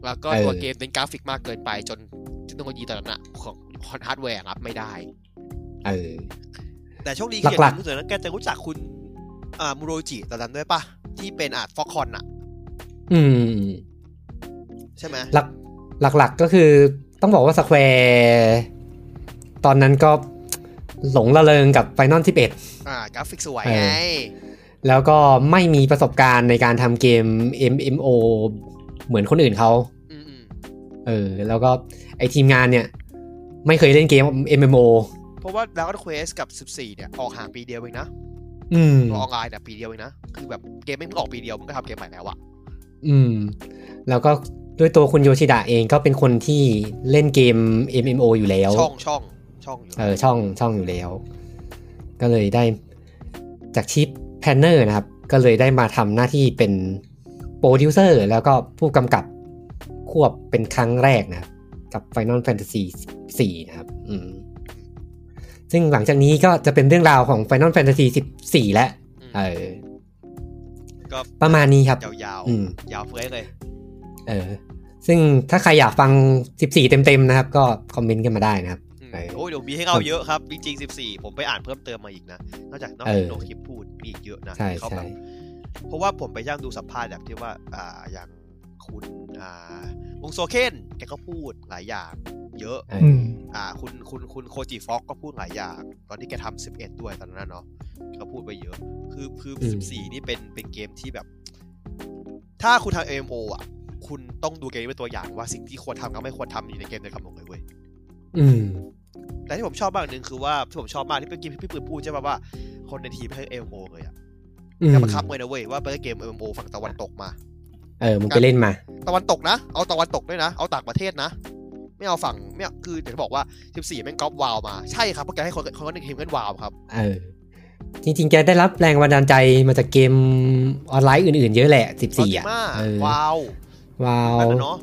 แล้วก็ เออ ตัวเกมเน้นกราฟิกมากเกินไปจนเทคโนโลยีตอนนั้นอะของคอนฮาร์ดแวร์รับไม่ได้ เออ แต่โชคดี หลักๆ เกียรติรู้สึกนะแกจะรู้จักคุณอ่ามูโรจิตอนนั้นด้วยปะที่เป็นอาร์ตฟอกคอนอะ อืม ใช่ไหม หลักหลักหลักๆก็คือต้องบอกว่าสแควร์ตอนนั้นก็หลงระเริงกับไฟนอล11 อ่ากราฟิกสวย เออ ไง แล้วก็ไม่มีประสบการณ์ในการทำเกม MMO เหมือนคนอื่นเขา อืมอืม เออ แล้วก็ไอทีมงานเนี่ย ไม่เคยเล่นเกม MMO เพราะว่าด a ก o n เควสกับ 14 เนี่ย ออกห่างปีเดียวเองนะ อืม ตัวออนไลน์เนี่ยปีเดียวเองนะคือแบบเกมไม่เพิ่งออกปีเดียวมันก็ทำเกมใหม่แล้วอะ อืม แล้วก็ด้วยตัวคุณโยชิดะเองก็เป็นคนที่เล่นเกม MMO อยู่แล้ว ช่องช่องช่องอยู่ เออช่องช่องอยู่แล้ว ก็เลยได้จากชิปแพนเนอร์นะครับ ก็เลยได้มาทำหน้าที่เป็นโปรดิวเซอร์แล้วก็ผู้กำกับควบเป็นครั้งแรกนะครับ กับ Final Fantasy 4 นะครับ อืม ซึ่งหลังจากนี้ก็จะเป็นเรื่องราวของ Final Fantasy 14 แล้ว อืม เออ ก็ ประมาณนี้ครับ ยาว อืม ๆ ยาวเฟ้ยเลย เออ ซึ่งถ้าใครอยากฟัง 14 เต็มๆนะครับ ก็คอมเมนต์กันมาได้นะครับ อืม เออ โอ้ยเดี๋ยวมีให้เราเยอะครับ จริงๆ 14 ผมไปอ่านเพิ่มเติมมาอีกนะ นอกจากนอก เอ จาก อ โนคลิปพูดมีอีกเยอะนะ ใช่ ที่เขา ใช่ แบบเพราะว่าผมไปย่างดูสัมภาษณ์แบบที่ว่า อ่า อย่างคุณอ่าลุงโซเคนแกก็พูดหลายอย่าง เยอะ เออ อืม อ่า คุณคุณคุณโคจิฟ็อกก็พูดหลายอย่าง ตอนที่แกทำ11 ด้วยตอนนั้นนะเนาะเขาพูดไปเยอะ คือคือ อืม 14 นี่เป็นเป็นเกมที่แบบ ถ้าคุณทำ MMO อ่ะ คุณต้องดูเกมนี้เป็นตัวอย่างว่าสิ่งที่ควรทำกับไม่ควรทำอยู่ในเกมในคำของเลยเว้ย อืม แต่ที่ผมชอบมากหนึ่งคือว่าที่ผมชอบมากที่เมื่อกี้พี่ปืนพูดใช่ป่ะว่าคนในทีมให้เอลโอเลยอ่ะ อืม จะบังคับเลยนะเว้ยว่าไปเล่นเกมเอลโอฝั่งตะวันตกมา เออมึงไปเล่นมา ตะวันตกนะ เอาตะวันตกด้วยนะ เอาต่างประเทศนะ ไม่เอาฝั่งไม่เอาคือเดี๋ยวจะบอกว่า 14แม่งก๊อปวาวมาใช่ครับเพราะแกให้คนคนคนในทีมเล่นวาวครับ เออจริงๆ แกได้รับแรงบันดาลใจมาจากเกมออนไลน์อื่นๆ เยอะแหละ 14 อ่ะ Kojima เออ วาว ว้าว นั่นนะเนาะ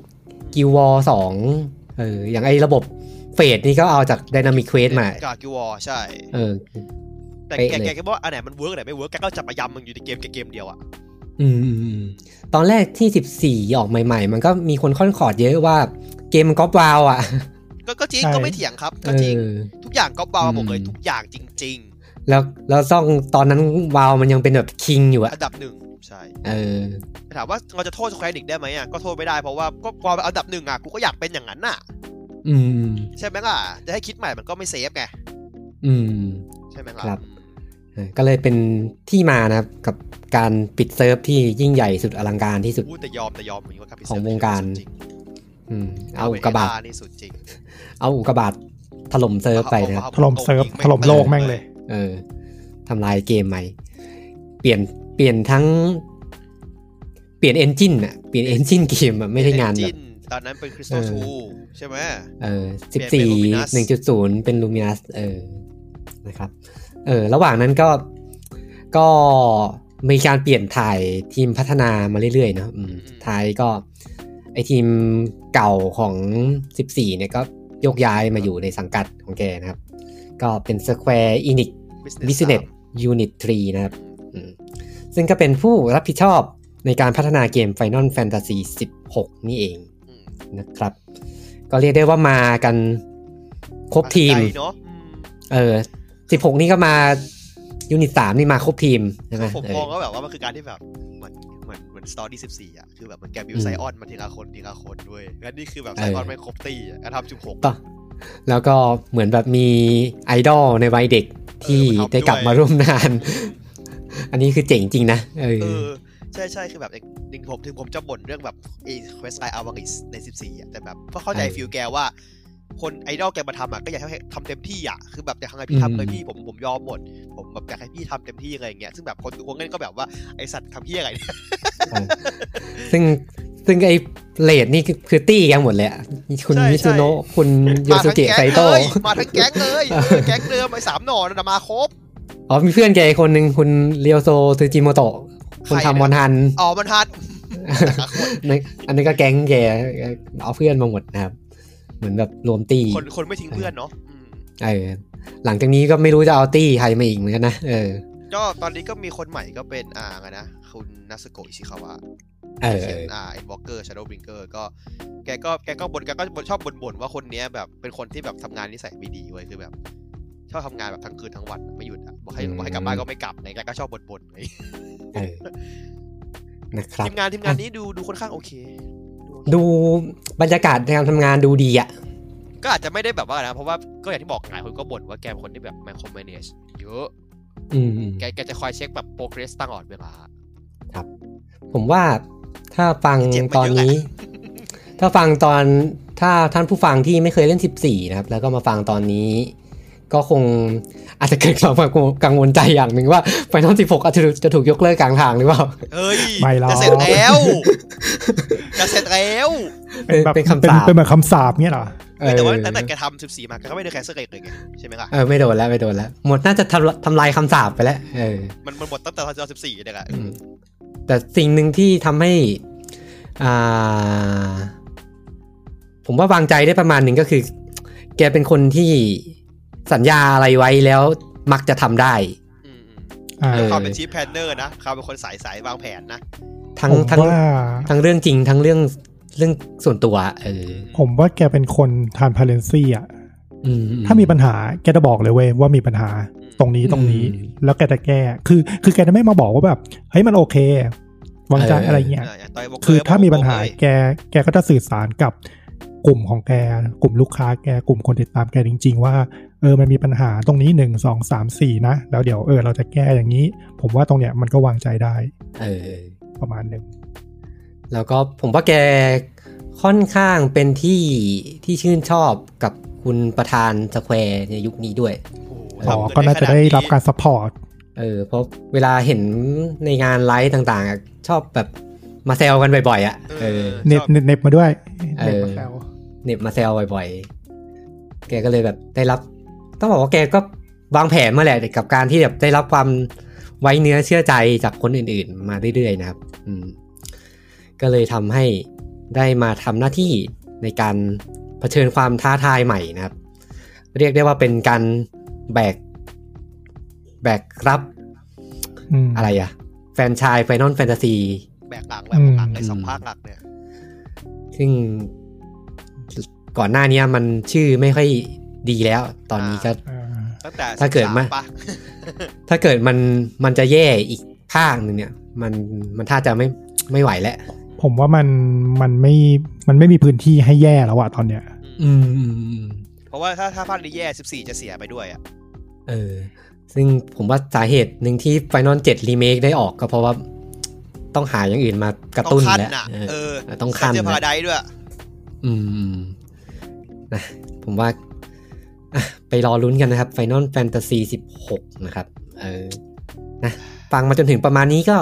กิววอสองเอออย่างไอ้ระบบเฟดนี่ก็เอาจาก Dynamic Quest มา กากิวอใช่ เออ แต่ เป๊ะ แก เลย แกแกบอกว่าอันไหนมันเวิร์กอันไหนไม่เวิร์กแกก็จับมายำมันอยู่ในเกมแกเกมเดียวอ่ะ อืมอืมอืมตอนแรกที่ 14 ออกใหม่ๆ มันก็มีคนค่อนขอดเยอะว่าเกมมันก๊อปวาวอ่ะ ก็ก็จริง ใช่ ก็ไม่เถียงครับ เอ ก็จริง อ ทุกอย่างก๊อปวาวมาหมดเลย อืม ทุกอย่างจริง แล้วแล้วซ่องตอนนั้นวาวมันยังเป็นแบบคิงอยู่ ๆ อ่ะ อันดับหนึ่งใช่ เออ ถามว่าเราจะโทษสแควร์นิกได้ไหมอ่ะก็โทษไม่ได้เพราะว่าก็ความอันดับหนึ่งอ่ะกูก็อยากเป็นอย่างนั้นน่ะ อืมอืม ใช่ไหมล่ะจะให้คิดใหม่มันก็ไม่เซฟไง อืม ใช่ไหมล่ะ ครับ เออก็เลยเป็นที่มานะครับกับการปิดเซิร์ฟที่ยิ่งใหญ่สุดอลังการที่สุด พูดแต่ยอมแต่ยอมเหมือนกันครับพี่ ของวงการ จริง อืมเอาอุกกาบาต นี่สุดจริง เอาอุกกาบาตถล่มเซิร์ฟไปนะครับ อาอาอา ถล่มเซิร์ฟถล่มโลกแม่งเลย เออทำลายเกมใหม่ เปลี่ยน เปลี่ยนทั้ง เปลี่ยนเอนจินอะเปลี่ยนเอนจินเกมอะไม่ใช่งานแบบ Engine ตอนนั้นเป็นคริสโต เออ ทูใช่ไหม เออ เปลี่ สิบ ยนเป็น สี่ Luminous หนึ่งจุดศูนย์เป็นลูมินัสเออนะครับ เออ ระหว่างนั้นก็ก็มีการเปลี่ยนถ่ายทีมพัฒนามาเรื่อยๆเนอะอืม อืม สุดท้ายก็ไอทีมเก่าของสิบสี่เนี่ยก็โยกย้ายมาอยู่ในสังกัดของแกนะครับ ก็เป็น Square Enix Business Unit 3 นะครับอืมซึ่งก็เป็นผู้รับผิดชอบในการพัฒนาเกม Final Fantasy 16 นี่เอง อืม นะครับ ก็เรียกได้ว่ามากันครบทีม มาไกลเนาะอืม เออสิบหกนี่ก็มายูนิตสามนี่มาครบทีมใช่ไหม ผม เอ มอง อ ก็แบบว่ามันคือการที่แบบเหมือนเหมือนเหมือนสตอรี่สิบสี่อ่ะคือแบบเหมันแกบิว อืม ไซออนมาทีละคนทีละคนด้วยแล้วนี่คือแบบ เออ ไซออนไม่งครบตีอ่ะแล้วทำจุดหก ต่อแล้วก็เหมือนแบบมีไอดอลในวัยเด็กที่ เออมาทำด้วย ได้กลับมาร่วมงาน อันนี้คือเจ๋งจริงนะเออ เออใช่ใช่คือแบบถึงผมถึงผมจะบ่นเรื่องแบบไอ้เควสไลอาวังอิสใน 14อ่ะแต่แบบก็เข้าใจ เออ ฟิลแกว่า คนไอดอลแกมาทำอ่ะก็อยากให้ทำเต็มที่อ่ะคือแบบอยากให้พี่ อืม ทำเลยพี่ผมผมยอมหมด ผมแบบอยากให้พี่ทำเต็มที่อะไรอย่างเงี้ยซึ่งแบบคนดูคนเล่นก็แบบว่าไอสัตว์ทำเพี้ยอะไรเนี่ย ซึ่งซึ่งไอเลดนี่คือคือตี้กันหมดเลยอะคุณมิซุโนะคุณ โย มา สุ ทั้ง เกะ แก๊ ไซ ง โต เลยมาทั้งแก๊งเลยเออแก๊งเดิมไอสามหน่อนั่นนะมาครบ อ๋อมีเพื่อนแกอีกคนหนึ่งคุณเรียวโซซูจิโมโตะคุณ ใครนะ ทำมอนฮัน อ๋อมันทัน ในอันนี้ก็แก๊งแกเอาเพื่อนมาหมดนะครับ เหมือนแบบรวมตี คนคนไม่ทิ้งเพื่อนเนาะอืม เออหลังจากนี้ก็ไม่รู้จะเอาตีใครมาอีกเหมือนกันนะเออ ก็ตอนนี้ก็มีคนใหม่ก็เป็นอ่าไงนะคุณนาสโกะอิชิคาวะ เออ เช่น เออ อ่าเอ็นวอลเกอร์ชาร์โดบิงเกอร์ก็แกก็แกก็บ่นแกก็บ่นชอบบ่นบ่นว่าคนเนี้ยแบบเป็นคนที่แบบทำงานนิสัยไม่ดีเว้ยคือแบบ ชอบทำงานแบบทั้งคืนทั้งวันไม่หยุดอ่ะบอกให้ อืม บอกให้กลับบ้านก็ไม่กลับไหนแกก็ชอบบ่นบ่นไอ้ เออนะครับ ทีมงานทีมงานนี้ดูดูค่อนข้างโอเค ดูบรรยากาศในการทำงานดูดีอ่ะ ก็อาจจะไม่ได้แบบว่านะเพราะว่าก็อย่างที่บอกหลายคนก็บ่นว่าแกเป็นคนที่แบบแมคโครแมเนจเยอะ อืม แกแกจะคอยเช็คแบบโปรเกรสตลอดเวลา ผมว่าถ้าฟัง เจ็บมา ตอน เยอะอะ นี้ ถ้าฟังตอนถ้าท่านผู้ฟังที่ไม่เคยเล่น 14 นะครับ แล้วก็มาฟังตอนนี้ ก็คงอาจจะเกิดความกังวลใจอย่างหนึ่งว่าไฟนอล16อาจจะถูกจะถูกยกเลิกกลางทางหรือเปล่า เฮ้ย ไม่หรอก จะเสร็จแล้วจะเสร็จแล้ว เป็น แบบ เป็นคำ เป็น สาป เป็นเหมือนคำสาบเงี้ยเหรอ เอ เฮ้อยแต่ว่าตั้งแต่แกทำสิบสี่มาแกก็ไม่ได้แคสเซิลเลยไงใช่ไหมล่ะ เออไม่โดนแล้วไม่โดนแล้ว หมดน่าจะทำทำลายคำสาปไปแล้วเออ มันมันหมดตั้งแต่ตอนสิบสี่เลยอะ อืมแต่สิ่งหนึ่งที่ทำให้อ่าผมว่าวางใจได้ประมาณหนึ่งก็คือ แกเป็นคนที่สัญญาอะไรไว้แล้วมักจะทำได้ อืม อ่า เออ ความเป็นชีพแพลนเนอร์นะความเป็นคนสายสายวางแผนนะ ทั้ง ผม ทั้ง ว่า ทั้งเรื่องจริงทั้งเรื่องเรื่องส่วนตัวเออ ผมว่าแกเป็นคนทานพาเลนซี่อ่ะ อืม ถ้ามีปัญหาแกจะบอกเลยเว้ยว่ามีปัญหาตรงนี้ตรงนี้ อืม แล้วแกจะแก้ คือคือแกจะไม่มาบอกว่าแบบเฮ้ยมันโอเค วางใจ เอออ อะไรเงี้ย อ่าอย่างตอยบอก คือถ้ามีปัญหา เลย แกแกก็จะสื่อสารกับกลุ่มของแก กลุ่มลูกค้าแกกลุ่มคนติดตามแกจริง ๆ ว่าเออมันมีปัญหาตรงนี้หนึ่งสองสามสี่นะ แล้วเดี๋ยวเออเราจะแก้อย่างนี้ ผมว่าตรงเนี้ยมันก็วางใจได้ เออ ประมาณหนึ่ง แล้วก็ผมว่าแกค่อนข้างเป็นที่ที่ชื่นชอบกับคุณประธานสแควร์ในยุคนี้ด้วย โอ้โห อ๋อ ทำเงิ ก็น่าจะได้รับการ ขน ซัพพอร์ต เออเพราะเวลาเห็นในงานไลฟ์ต่างๆอะชอบแบบมาแซวกันบ่อยๆอ่ะเอดนี้เอ อ อ เน็ชบอบ เน็บเน็บมาด้วย เออ เน็บมาแซว เหน็บมาแซวบ่อยๆ แกก็เลยแบบได้รับ ต้องบอกว่าแกก็วางแผนมาแหละกับการที่แบบได้รับความไว้เนื้อเชื่อใจจากคนอื่นๆ มาเรื่อยๆนะครับ อืม ก็เลยทำให้ได้มาทำหน้าที่ในการเผชิญความท้าทายใหม่นะครับ เรียกได้ว่าเป็นการแบก แบกรับ อืม อะไรอะแฟรนไชายไฟนอลแฟนตาซี แบกหลังแบบ อืม หลังในสองภาคหลักเนี่ย ซึ่งก่อนหน้าเนี้ยมันชื่อไม่ค่อยดีแล้ว ตอนนี้ก็ อ่า ตั้งแต่ ถ้าเกิดมา 13ปะ ถ้าเกิดมันมันจะแย่อีกภาคหนึ่งเนี่ย มันมันถ้าจะไม่ไม่ไหวแล้ว ผมว่ามันมันไม่มันไม่มีพื้นที่ให้แย่แล้วอะตอนเนี้ย อืม อืมอืมอืม เพราะว่าถ้าถ้าภาคนี้แย่ 14 จะเสียไปด้วยอ่ะ เออ ซึ่งผมว่าสาเหตุหนึ่งที่ Final 7 Remake ได้ออกก็เพราะว่าต้องหาอย่างอื่นมากระ ต้อ ตุ้ ง น ขั้น แล้ว น่ะ เออ เออ ต้องขั้น เจอพา นะ ราไดด้วย อืมอืมนะผมว่า อ่ะไปรอลุ้นกันนะครับ Final Fantasy 16 นะครับ เออ นะฟังมาจนถึงประมาณนี้ก็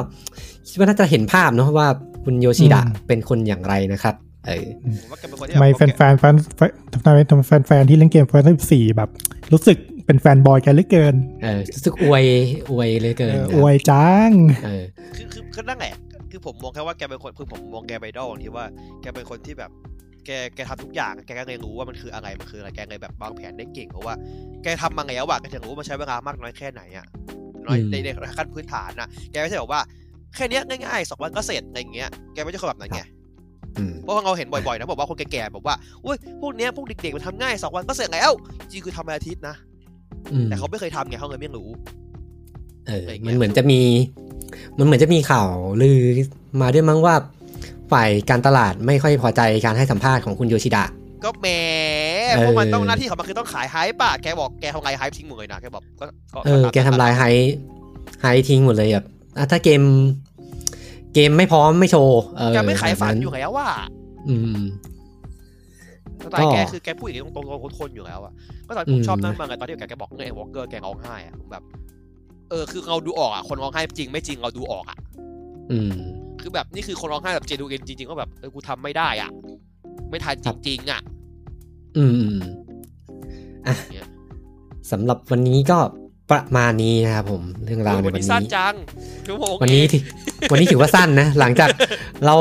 คิดว่าน่าจะเห็นภาพเนาะว่าคุณโยชิดะ อืม เป็นคนอย่างไรนะครับเออ ผมว่าแกเป็นคนที่แบบ ไม่แฟนแฟนแฟนทำไมทำแฟนแฟนที่เล่นเกมแฟนที่สี่แบบ รู้สึกเป็นแฟนบอยกันเหลือเกิน เออรู้สึกอวยอวยเหลยเกิ เอน ออวยจัง เออ คือคือคือนั่นแหละคือผมมองแค่ว่าแกเป็นคนคือผมมองแกไปนไอดอลที่ว่าแกเป็นคนที่แบบ แกแกทำทุกอย่างแกก็เลยรู้ว่ามันคืออะไรมันคืออะไรแกเลยแบบวางแผนได้เก่งเพราะว่าแกทำมาแล้วอะแกถึงรู้ว่ามันใช้เวลามากน้อยแค่ไหนอะน้อย อืม ในในขั้นพื้นฐานนะแกไม่ใช่แบบว่าแค่เนี้ยง่ายๆสองวันก็เสร็จอะไรอย่างเงี้ยแกไม่ใช่คนแบบนั้นไง อืม เพราะว่าเราเห็นบ่อยๆนะบอกว่าคนแก่ๆบอกว่าอุ้ยพวกเนี้ยพวกเด็กๆมันทำง่ายสองวันก็เสร็จแล้วจริงๆคือทำวันอาทิตย์นะ อืม แต่เขาไม่เคยทำไงเขาเลยไม่รู้ เออ อะไรเงี้ย มันเหมือนจะมี มันเหมือนจะมีข่าวลือมาด้วยมั้งว่าฝ่ายการตลาดไม่ค่อยพอใจการให้สัมภาษณ์ของคุณโยชิดะ ก็แหม เออ พวกมันต้องหน้าที่ของมันคือต้องขายไฮป์ป่ะแกบอกแกทำลายไฮป์ทิ้งหมดเลยนะแกบอกก็ก็ เออแกทำลายไฮไฮทิ้งหมดเลยแบบอ่ะถ้าเกม เกมไม่พร้อมไม่โชว์เออ แกไม่ขายฝัน แบบ อยู่แล้วว่า อืม สไตล์ ก็ แกคือแกพูดอย่างนี้ตรงๆคนๆอยู่แล้วอะก็ตอน อื ผม ม ชอบนั่นมากเลยตอนที่แกแกบอกเงยวอลเกอร์แกร้องไห้อะผมแบบเออคือเราดูออกอะคนร้องไห้จริงไม่จริงเราดูออกอะ อืม คือแบบนี่คือคนร้องไห้แบบเจนูเอ็นจริงๆก็แบบเออกูทำไม่ได้อะไม่ทันจริงๆอะ อืมอืมอ่ะ เนี่ย สำหรับวันนี้ก็ประมาณนี้นะครับผมเรื่องราวใน วั วัน น นี้ นี้ สั้นจังชั่วโมง วันนี้ เอง ที่วันนี้ถือว่าสั้นนะ หลังจากเรา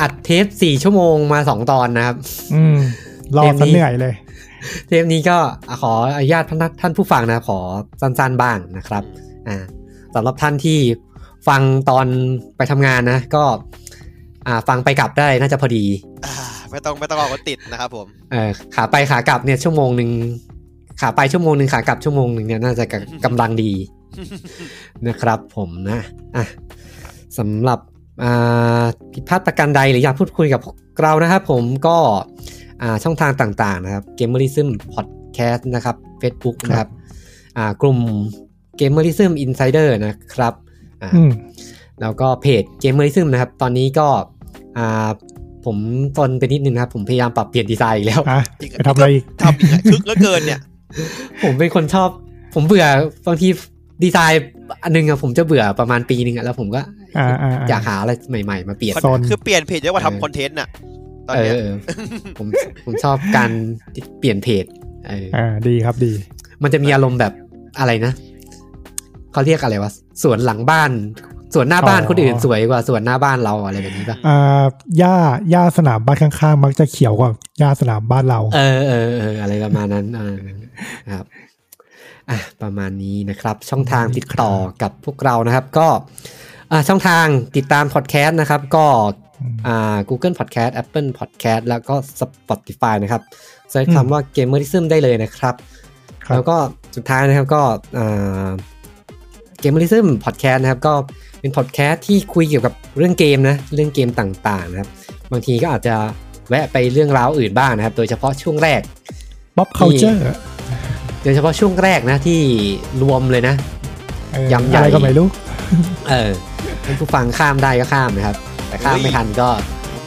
อัดเทปสี่ชั่วโมงมาสองตอนนะครับ อืมรอ เกมนี้ ซะเหนื่อยเลย เทปนี้ก็ขออนุญาตท่านผู้ฟังนะขอสั้นๆบ้างนะครับอ่าสำหรับท่านที่ฟังตอนไปทำงานนะ ก็อ่าฟังไปกลับได้น่าจะพอดี อ่าไม่ต้องไม่ต้องเอาคนติดนะครับผม เออขาไปขากลับเนี่ยชั่วโมงหนึ่งขาไปชั่วโมงหนึ่งขากลับชั่วโมงหนึ่งเนี่ยน่าจะกะกำลัง ดี นะครับผมนะอ่ะสำหรับอ่าผิดพลาดประการใดหรืออยากพูดคุยกับพวกเรานะครับผมก็อ่าช่องทางต่างๆนะครับ Gamerism Podcast นะครับ Facebook นะครับอ่ากลุ่ม Gamerism Insider นะครับอ่า อืม แล้วก็เพจ Gamerism นะครับ ตอนนี้ก็อ่าผมตนไปนิดนึงนะครับ ผมพยายามปรับเปลี่ยนดีไซน์อีกแล้ว อ่ะ จริงอะ ไปทำอะไรอีก ทำอีกอะคึกเหลือเกินเนี่ย ผมเป็นคนชอบ ผมเบื่อบางทีดีไซน์อันนึงอะผมจะเบื่อประมาณปีนึงอะแล้วผมก็ อ่าอ่าอ่า อยากหาอะไรใหม่ๆ มาเปลี่ยน โซน คือเปลี่ยนเพจเยอะกว่า เออ ทำคอนเทนต์น่ะ ตอน เอ เนี้ย อผมผมชอบการเปลี่ยนเพจเออ อ่าดีครับดี มันจะมีอารมณ์แบบอะไรนะเขาเรียกอะไรวะสวนหลังบ้านสวนหน้าบ้าน อ๋อ คนอื่นสวยกว่าสวนหน้าบ้านเราอะไรแบบนี้ป่ะ อ่าหญ้าหญ้าสนามบ้านข้างๆ มักจะเขียวกว่าหญ้าสนามบ้านเรา เออเออเอออะไรประมาณนั้นอ่าครับอ่ะประมาณนี้นะครับ ช่องทางติดต่อกับพวกเรานะครับ ก็อ่ะช่องทางติดตามพอดแคสต์นะครับ ก็อ่า Google Podcast Apple Podcast แล้วก็ Spotify นะครับเสิร์ชคำว่า Gamerism ได้เลยนะครับ ครับ แล้วก็สุดท้ายนะครับก็เกม e ริซึมพอดแคสต์นะครับ ก็เป็นพอดแคสต์ที่คุยเกี่ยวกับเรื่องเกมนะ เรื่องเกมต่างๆนะครับ บางทีก็อาจจะแวะไปเรื่องราวอื่นบ้างนะครับ โดยเฉพาะช่วงแรก บ๊อบเคาเจอร์ โดยเฉพาะช่วงแรกนะที่รวมเลยนะ ยำใหญ่ อะไรก็ไม่รู้ เออท่านผู้ฟังข้ามได้ก็ข้ามนะครับ แต่ข้ามไม่ทันก็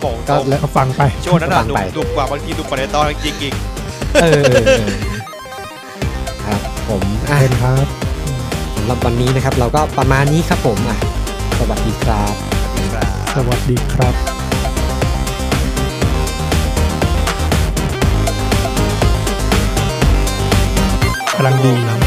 โป่ง ก็ ตรง แล้ว ก็ฟังไป ช่วงนั้นอะ ฟัง ดุ ไป ดุกว่าบางทีดุกว่าในตอนจริงๆ เออเออเออครับผมอ่ะ เป็นครับ สำหรับวันนี้นะครับ เราก็ประมาณนี้ครับผมอ่ะสวัสดีครับ สวัสดีครับกำลังดี